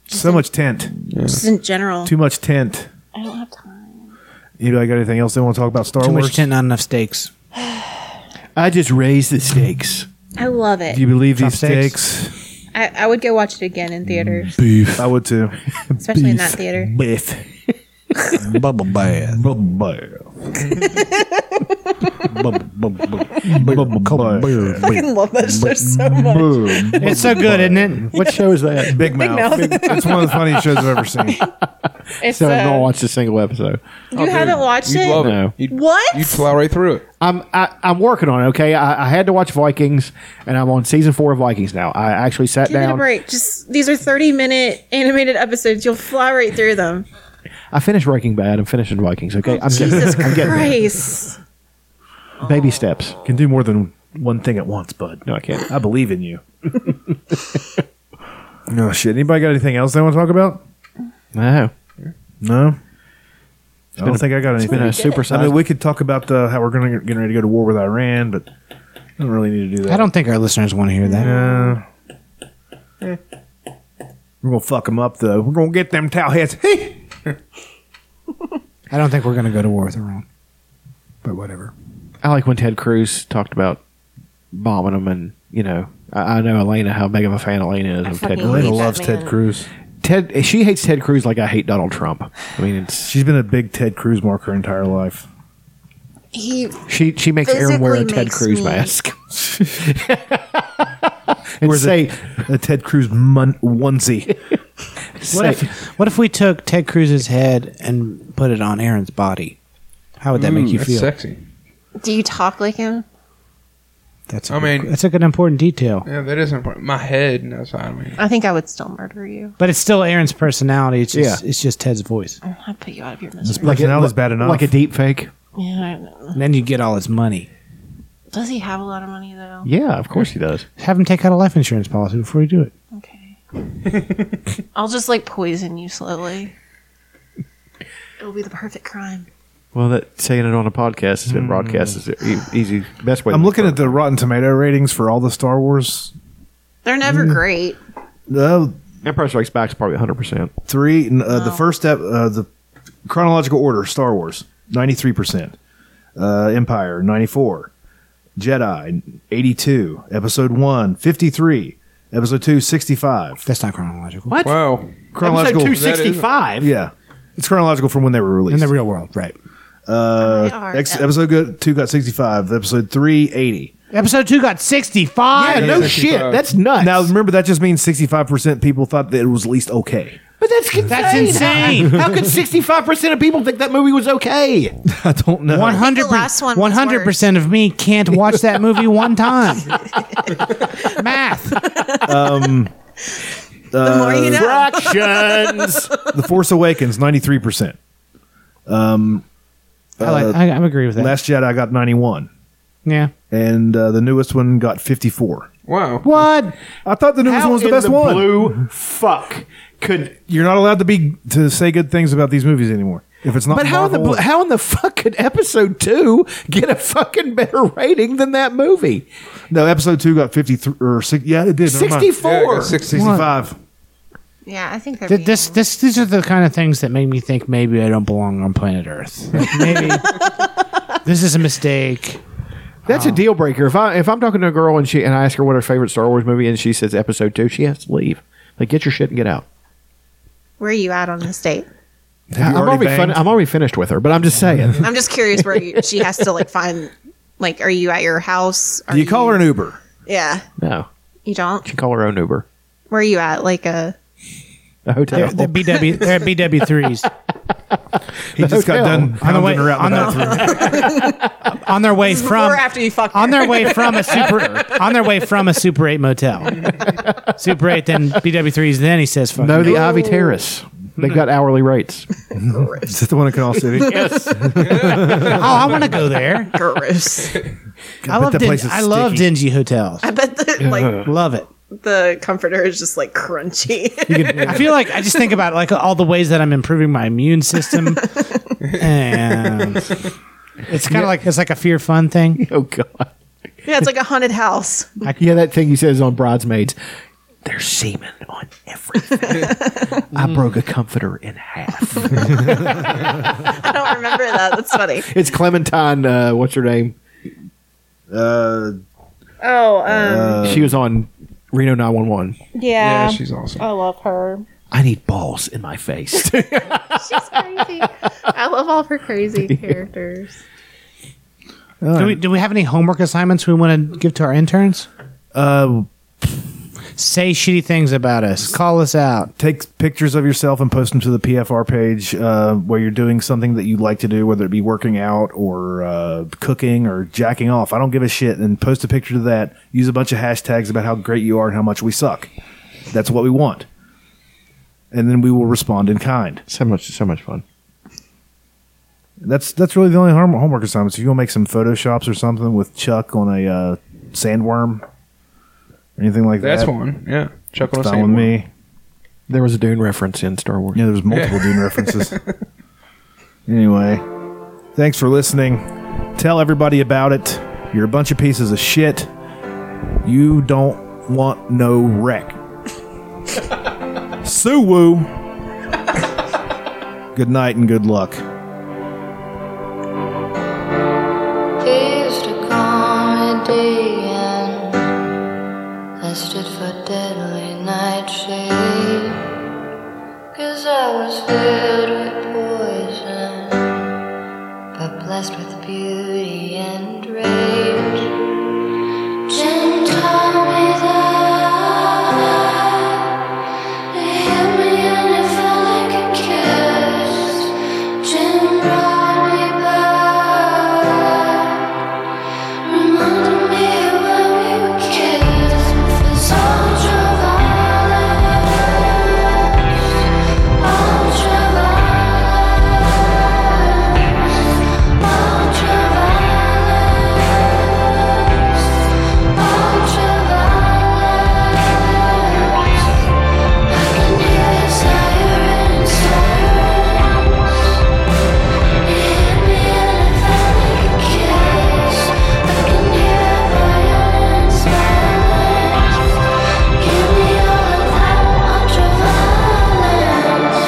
So much tent.
just in general.
Too much tent.
I don't have time.
Anybody got anything else they want to talk about Star
Too
Wars?
much tent, not enough stakes.
I just raised the stakes.
I love it.
Do you believe these
Chopsticks?
stakes?
I, I would go watch it again in
Mm,
theaters,
I would too.
especially in that theater.
Biff. Bubble bath. Bubble bath. Bubble
I fucking love that show so much.
It's so good, isn't it?
What show is that?
Big Mouth.
Mouth.
Big- it's one of the funniest shows I've ever seen.
It's
so I've
uh,
not watched a single episode.
You haven't watched
You'd
it?
love it. No.
You'd- What?
you'd
plow right through it.
I'm I, I'm working on it. Okay, I, I had to watch Vikings, and I'm on season four of Vikings now. I actually sat
Give it a
down.
break. Just these are thirty minute animated episodes. You'll fly right through them.
I finished Breaking Bad. I'm finishing Vikings. Okay, I'm
Jesus
getting, I'm getting there.
Christ.
baby steps.
Can do more than one thing at once, bud.
No, I can't.
I believe in you. oh shit! Anybody got anything else they want to talk about?
No,
no. I
been
don't
a-
think I got
it's
anything.
been a super
I
size-
mean, we could talk about uh, how we're going to getting ready to go to war with Iran, but I don't really need to do that.
I don't think our listeners want to hear that.
No. We're gonna fuck them up though. We're gonna get them towelheads. Hey,
I don't think we're going to go to war with Iran. But whatever.
I like when Ted Cruz talked about bombing them, and you know, I, I know Elena how big of a fan Elena is of
fucking
Ted Cruz.
hate Elena that loves Ted man.
Cruz.
Ted, she hates Ted Cruz like I hate Donald Trump. I mean, it's
She's been a big Ted Cruz mark her entire life.
He
she she makes Aaron wear a
physically
Ted
makes
Cruz
me-
mask. and
Wears
say,
a, a Ted Cruz mun- onesie.
What if, what if we took Ted Cruz's head and put it on Aaron's body? How would that make
Ooh,
you
Hmm, Mm, that's
feel?
Sexy.
Do you talk like him?
That's a
I
good-
mean-
that's like an important detail.
Yeah, that is important. My head knows how I mean.
I think I would still murder you.
But it's still Aaron's personality. It's just it's just Ted's voice.
I'd put you out of your
His
misery.
personality's bad enough.
like a deep fake.
yeah, I don't know.
And then you get all his money.
Does he have a lot of money though?
Yeah, of course he does.
Have him take out a life insurance policy before you do it.
Okay. I'll just like poison you slowly. It'll be the perfect crime.
Well, that saying it on a podcast has been broadcast is e- easy best way.
I'm looking at the Rotten Tomato ratings for all the Star Wars.
They're never
Mm.
great.
The
Empire Strikes Back is probably 100. percent
three, uh, the first step, uh, the chronological order: Star Wars, ninety three percent, Uh, Empire, ninety four, Jedi, eighty two, Episode one, 53, Episode two, 65.
That's not chronological.
What?
Wow.
Chronological,
Episode 265.
yeah, it's chronological from when they were
In
released.
the real world, right.
They
uh,
are.
ex- episode go- two got sixty five. Episode three, eighty.
Episode two got sixty five.
Yeah, no shit. That's nuts.
Now remember, that just means sixty five percent people thought that it was at least okay.
but that's insane.
That's insane.
How could 65 percent of people think that movie was okay?
I don't know.
One hundred
the last one
percent.
was
One hundred percent of me can't watch that movie one time. Math.
The more you know.
Fractions.
Uh, The Force Awakens, ninety three percent.
I, like, I, I agree with that.
Last Jedi got ninety one,
yeah.
and uh, the newest one got fifty four.
Wow.
What?
I thought the newest
How
one was the
in
best one.
Blue fuck could.
You're not allowed to be to say good things about these movies anymore if it's not.
But how in the
Marvel.
bl- how in the fuck could episode two get a fucking better rating than that movie?
no episode two got fifty three or six, yeah it did
Sixty four.
sixty five.
Yeah, I think they're
Th-
being,
This, this, these are the kind of things that make me think maybe I don't belong on planet Earth. Like, maybe this is a mistake.
That's a deal breaker. If I if I'm talking to a girl and she and I ask her what her favorite Star Wars movie is, and she says Episode Two, she has to leave. Like, get your shit and get out.
where are you at on this date?
I'm already, fin- I'm already finished with her, but I'm just saying.
I'm just curious where you, she has to like find like are you at your house? Are
Do you call her an Uber?
Yeah.
no,
You don't?
she can call her own Uber.
Where are you at? Like uh, a
A hotel.
The BW, they're at BW threes
He just got
hotel.
done
On the way-
pounding her out in the
on the-
bathroom.
on their way from
before or after you fuck her.
on their way from a super on their way from a Super Eight motel. Super Eight, then BW threes. Then he says, "Fuck."
No,
you.
the Ivy Terrace. They've got hourly rates.
Is that the one in Canal City?
oh, I want to go there.
gross.
I love,
that
din-
place is
I love
sticky.
dingy hotels.
I bet the like
Love it.
the comforter is just like crunchy.
I feel like I just think about like all the ways that I'm improving my immune system, and it's kind of like it's like a fear fun thing.
Oh God.
yeah, it's like a haunted house.
Yeah, that thing he says on bridesmaids. There's semen on everything. I broke a comforter in half.
I don't remember that. That's funny.
It's Clementine. Uh, what's her name?
Uh,
Oh, um,
she was on Reno 911.
Yeah,
yeah.
she's awesome.
I love her.
I need balls in my face.
She's crazy. I love all of her crazy characters.
Do we do we have any homework assignments we want to give to our interns?
uh,
Say shitty things about us. Call us out.
Take pictures of yourself and post them to the PFR page uh, where you're doing something that you like to do, whether it be working out or uh, cooking or jacking off. I don't give a shit. And post a picture to that. Use a bunch of hashtags about how great you are and how much we suck. That's what we want. And then we will respond in kind.
So much, so much fun.
That's that's really the only home, homework assignments. If you want to make some photoshops or something with Chuck on a uh, sandworm, anything like
That's
that.
one. Yeah. Chuck on a
It's fine with
sandworm.
me.
There was a Dune reference in Star Wars.
Yeah, there's multiple
Yeah.
Dune references. anyway, thanks for listening. Tell everybody about it. You're a bunch of pieces of shit. You don't want no wreck. Suwoo. good night and good luck.
Here's the comedian I stood for deadly nightshade Cause I was filled with poison But blessed with beauty and rage Gentle with love They held me and it felt like a kiss Jim brought me back Reminded me of when we were kids with ultraviolet, ultraviolet, ultraviolet. I can hear the sirens, sirens. It hit me and it felt like a kiss. I can hear violence, violence. Give me all of that ultraviolet.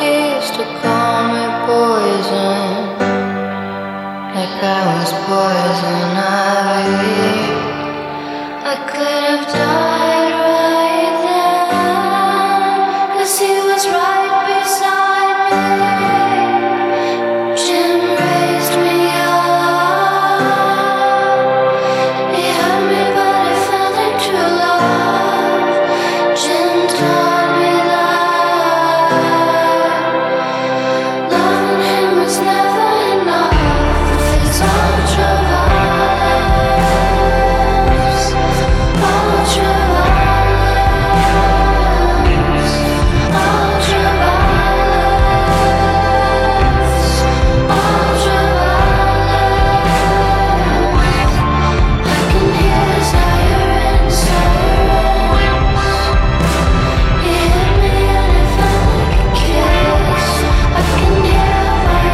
He used to call me poison, like I was poison ivy. I could have died right then, 'cause he was right beside me. Jim raised me up. He hurt me, but it felt like true love. Jim taught me love. Loving him was never enough. It's ultraviolet, ultraviolet, ultraviolet, ultraviolet. I can hear the sirens, sirens. He hit me and it felt like a kiss. I can hear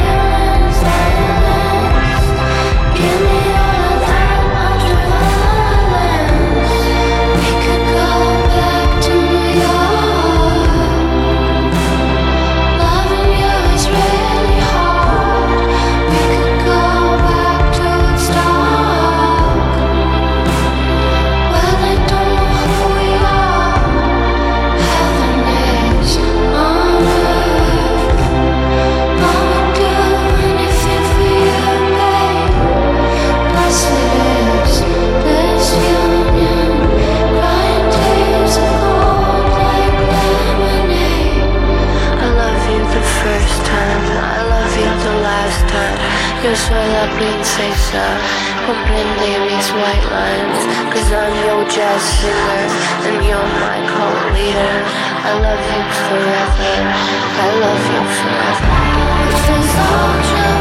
violence, violence. Give me all of that ultraviolet. We could go back to New York. Loving you is really hard. We could go back to Woodstock. Well, I don't know who we are. Heaven is on earth. I would do anything for you, babe. Blessed is this union. Crying tears of gold like lemonade. I love you the first time, I love you the last time. Yo soy la princesa, comprende mis white lines. Cause I'm your jazz singer, and you're my cult leader. I love you forever, I love you forever. It's an ultra